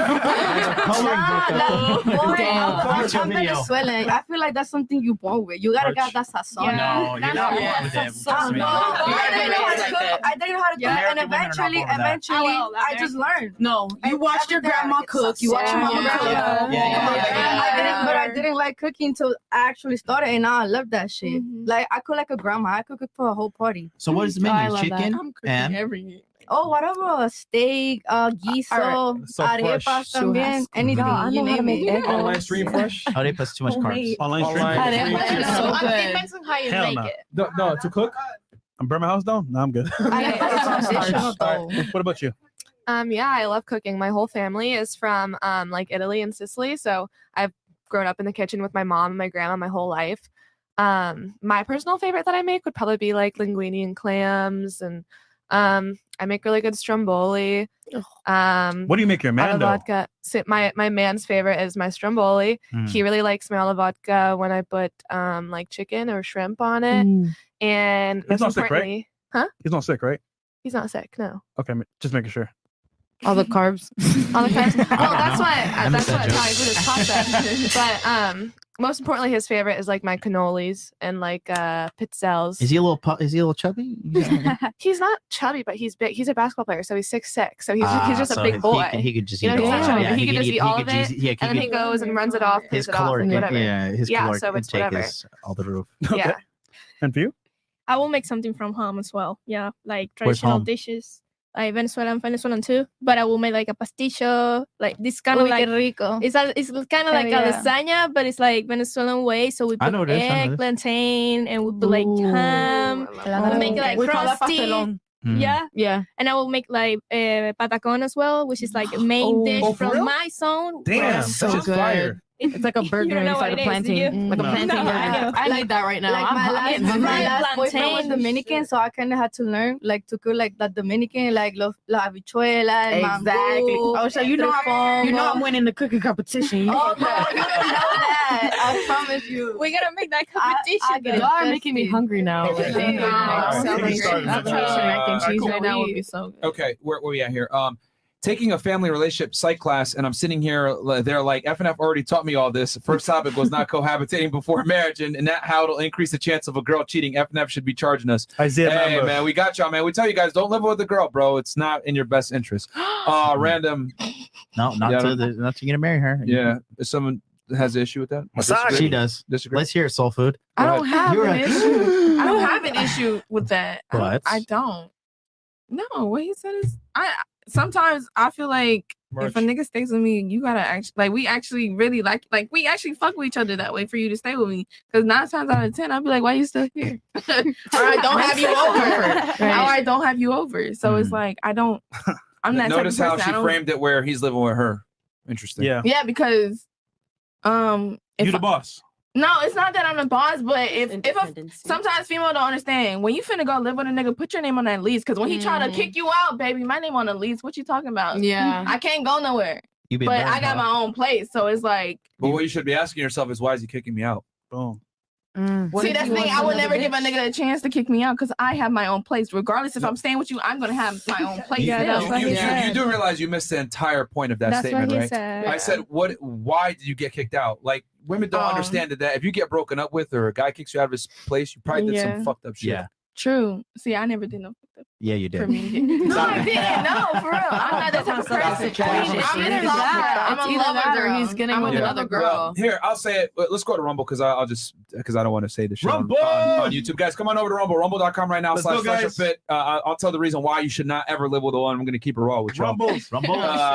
no, boy,
Damn,
I'm- I'm,
watch your
I'm
video.
Venezuelan. eh, I feel like that's something you born with. You gotta get that sazon.
No, you're not born with that. Trust me.
No, I didn't know how to cook. I didn't know how to cook,
Yeah. Oh,
and
American women are not
eventually,
born with that.
eventually, I just learned.
No,
you watched your grandma cook. You watched your mama cook.
Yeah, yeah, yeah,
I didn't, but I didn't like cooking until I actually started, and now I love that shit. Like I cook like a grandma. I cook it for a whole party.
So what is the menu? Chicken and
Oh, whatever, steak, uh, guiso,
So
arepas
fresh. So
también,
fresh.
anything,
God, I
you
know how to
name
make
it.
egg Online rolls.
stream
(laughs)
fresh.
oh, they put too much carbs.
Online stream.
how you
Hell
make
no.
it.
No, no, to cook.
I'm burn my house down. No,
(laughs)
I'm good. (laughs) All right, What about you?
Um, yeah, I love cooking. My whole family is from um, like Italy and Sicily, so I've grown up in the kitchen with my mom and my grandma my whole life. Um, my personal favorite that I make would probably be like linguine and clams, and um, I make really good stromboli. Um,
What do you make your man
Alla
though?
vodka. So my my man's favorite is my stromboli.
Mm.
He really likes my alla vodka when I put um like chicken or shrimp on
Uh,
it,
Mm.
and
He's
most
not sick, right?
importantly, huh?
He's not sick, right?
He's not sick. No.
Okay, ma- just making sure.
All the carbs.
All the
(laughs)
times. Well, that's
know.
what
I
that's
missed
what
that
Italian
joke.
food is
(laughs)
pasta. but um, most importantly, his favorite is like my cannolis and like uh pizzelles.
Is he a little? Pu- is he a little chubby?
(laughs) he's not chubby, but he's big. He's a basketball player, so he's six six. So he's just,
Ah,
he's just
so
a big
he-
boy.
he could just
you know,
eat it
he's
all.
not chubby.
Yeah,
he,
he
could
could
just
eat-
eat
he
all
could
of it,
just- yeah, he
and then
could-
he goes and runs it off,
His
pays it off,
caloric,
and whatever.
yeah, his
yeah,
caloric
so it's
intake
whatever.
is all the
(laughs)
roof.
Yeah.
And for you?
I will make something from home as well. Yeah, like
Where's
traditional
home?
dishes. Like Venezuelan, Venezuelan too. But I will make like a pastillo, like this kind
Uy,
of like
qué rico.
It's a, it's kind of
Hell
like a
yeah.
lasagna, but it's like Venezuelan way. So we
I
put
know this, I know
egg,
this.
plantain, and we put like ham. We make it like
We call that
crusty.
pastelón.
Mm.
Yeah,
yeah.
And I will make like uh, patacon as well, which is like a main
Oh.
dish
Oh, for
from
real?
my zone.
It's
(laughs)
like a burger
know
inside
what
a
it is, do
plantain.
you?
Like a
No.
plantain
No,
burger.
I know.
Like-
need that right now.
Like
I'm-
my
I'm
last,
getting
my
hungry.
last boyfriend was
Plantain.
Dominican, so I kind of had to learn like to cook like that Dominican, like los, la habichuela, el mango,
Exactly. Oh, so you know I'm, you know I'm
trifongo.
winning the cooking competition.
Oh, no, you don't know that. I promise you.
We're gonna make that competition.
get
Y'all are making me
thirsty.
hungry now.
Okay.
Like, oh,
Yeah.
I'm so
Alright,
hungry.
we started
I'm
with,
trying to
uh,
some mac and cheese
cool.
right now would be so good.
Okay, where where we at here? Um, taking a family relationship psych class, and I'm sitting here. li- They're like, FNF already taught me all this. First topic was not cohabitating before marriage, and, and that how it'll increase the chance of a girl cheating. FNF should be charging us.
Isaiah
hey
Bamba.
man, we got y'all, man. We tell you guys, don't live with a girl, bro. It's not in your best interest. Uh, random.
No, not
Yeah,
to
no.
the, not to gonna marry her.
Yeah, if someone has an issue with that,
Disagree. She does. Let's hear it, soul food.
I don't have
You're
an
right.
issue. I don't have an issue with that. I-
What?
I don't. No, what he said is I sometimes I feel like if a nigga stays with me, you gotta actually like we actually really like like we actually fuck with each other that way for you to stay with me. Cause nine times out of ten, I'll be like, why you still
(laughs)
here? (laughs) or I don't have you over.
Right.
Or I don't have you over. So it's like I don't. I'm that
Notice
type
how
of
she
person. I don't-
framed it where he's living with her. Interesting.
Yeah, because um
You the boss.
No, it's not that I'm the boss, but if if a, sometimes female don't understand when you finna go live with a nigga, put your name on that lease. Cause when he try to
Mm.
kick you out, baby, my name on the lease. What you talking about?
Yeah.
I can't go nowhere.
You
But
been
I got my own place, so it's like.
But what you should be asking yourself is why is he kicking me out? Boom.
Mm.
See, that's the thing. I would never give a nigga a chance to kick me out because I have my own place. Regardless if I'm staying with you, I'm gonna have my own place.
You-
still.
you, you- you- you do realize you missed the entire point of that
That's what
statement,
he
right?
said.
I said, "What? Why did you get kicked out? Like women
Um,
don't understand that, that if you get broken up with or a guy kicks you out of his place, you probably did
Yeah.
some fucked up shit. Yeah,
True. See, I never did no
yeah, you did.
for
(laughs)
me. (laughs) No, (laughs) I didn't. No, for real. I'm not that type of person. I'm in love. I'm in love with her. He's gonna I'm with another girl.
here, I'll say it. Let- Let's go to Rumble because I'll just because I don't want to say this shit on- On, on YouTube. Guys, come on over to Rumble. Rumble.com right now.
Let's
slash
go,
Fresher
guys.
Fit. Uh, I- I'll tell the reason why you should not ever live with a woman. I'm going to keep it raw with y'all.
Rumbles. Rumbles.
Uh,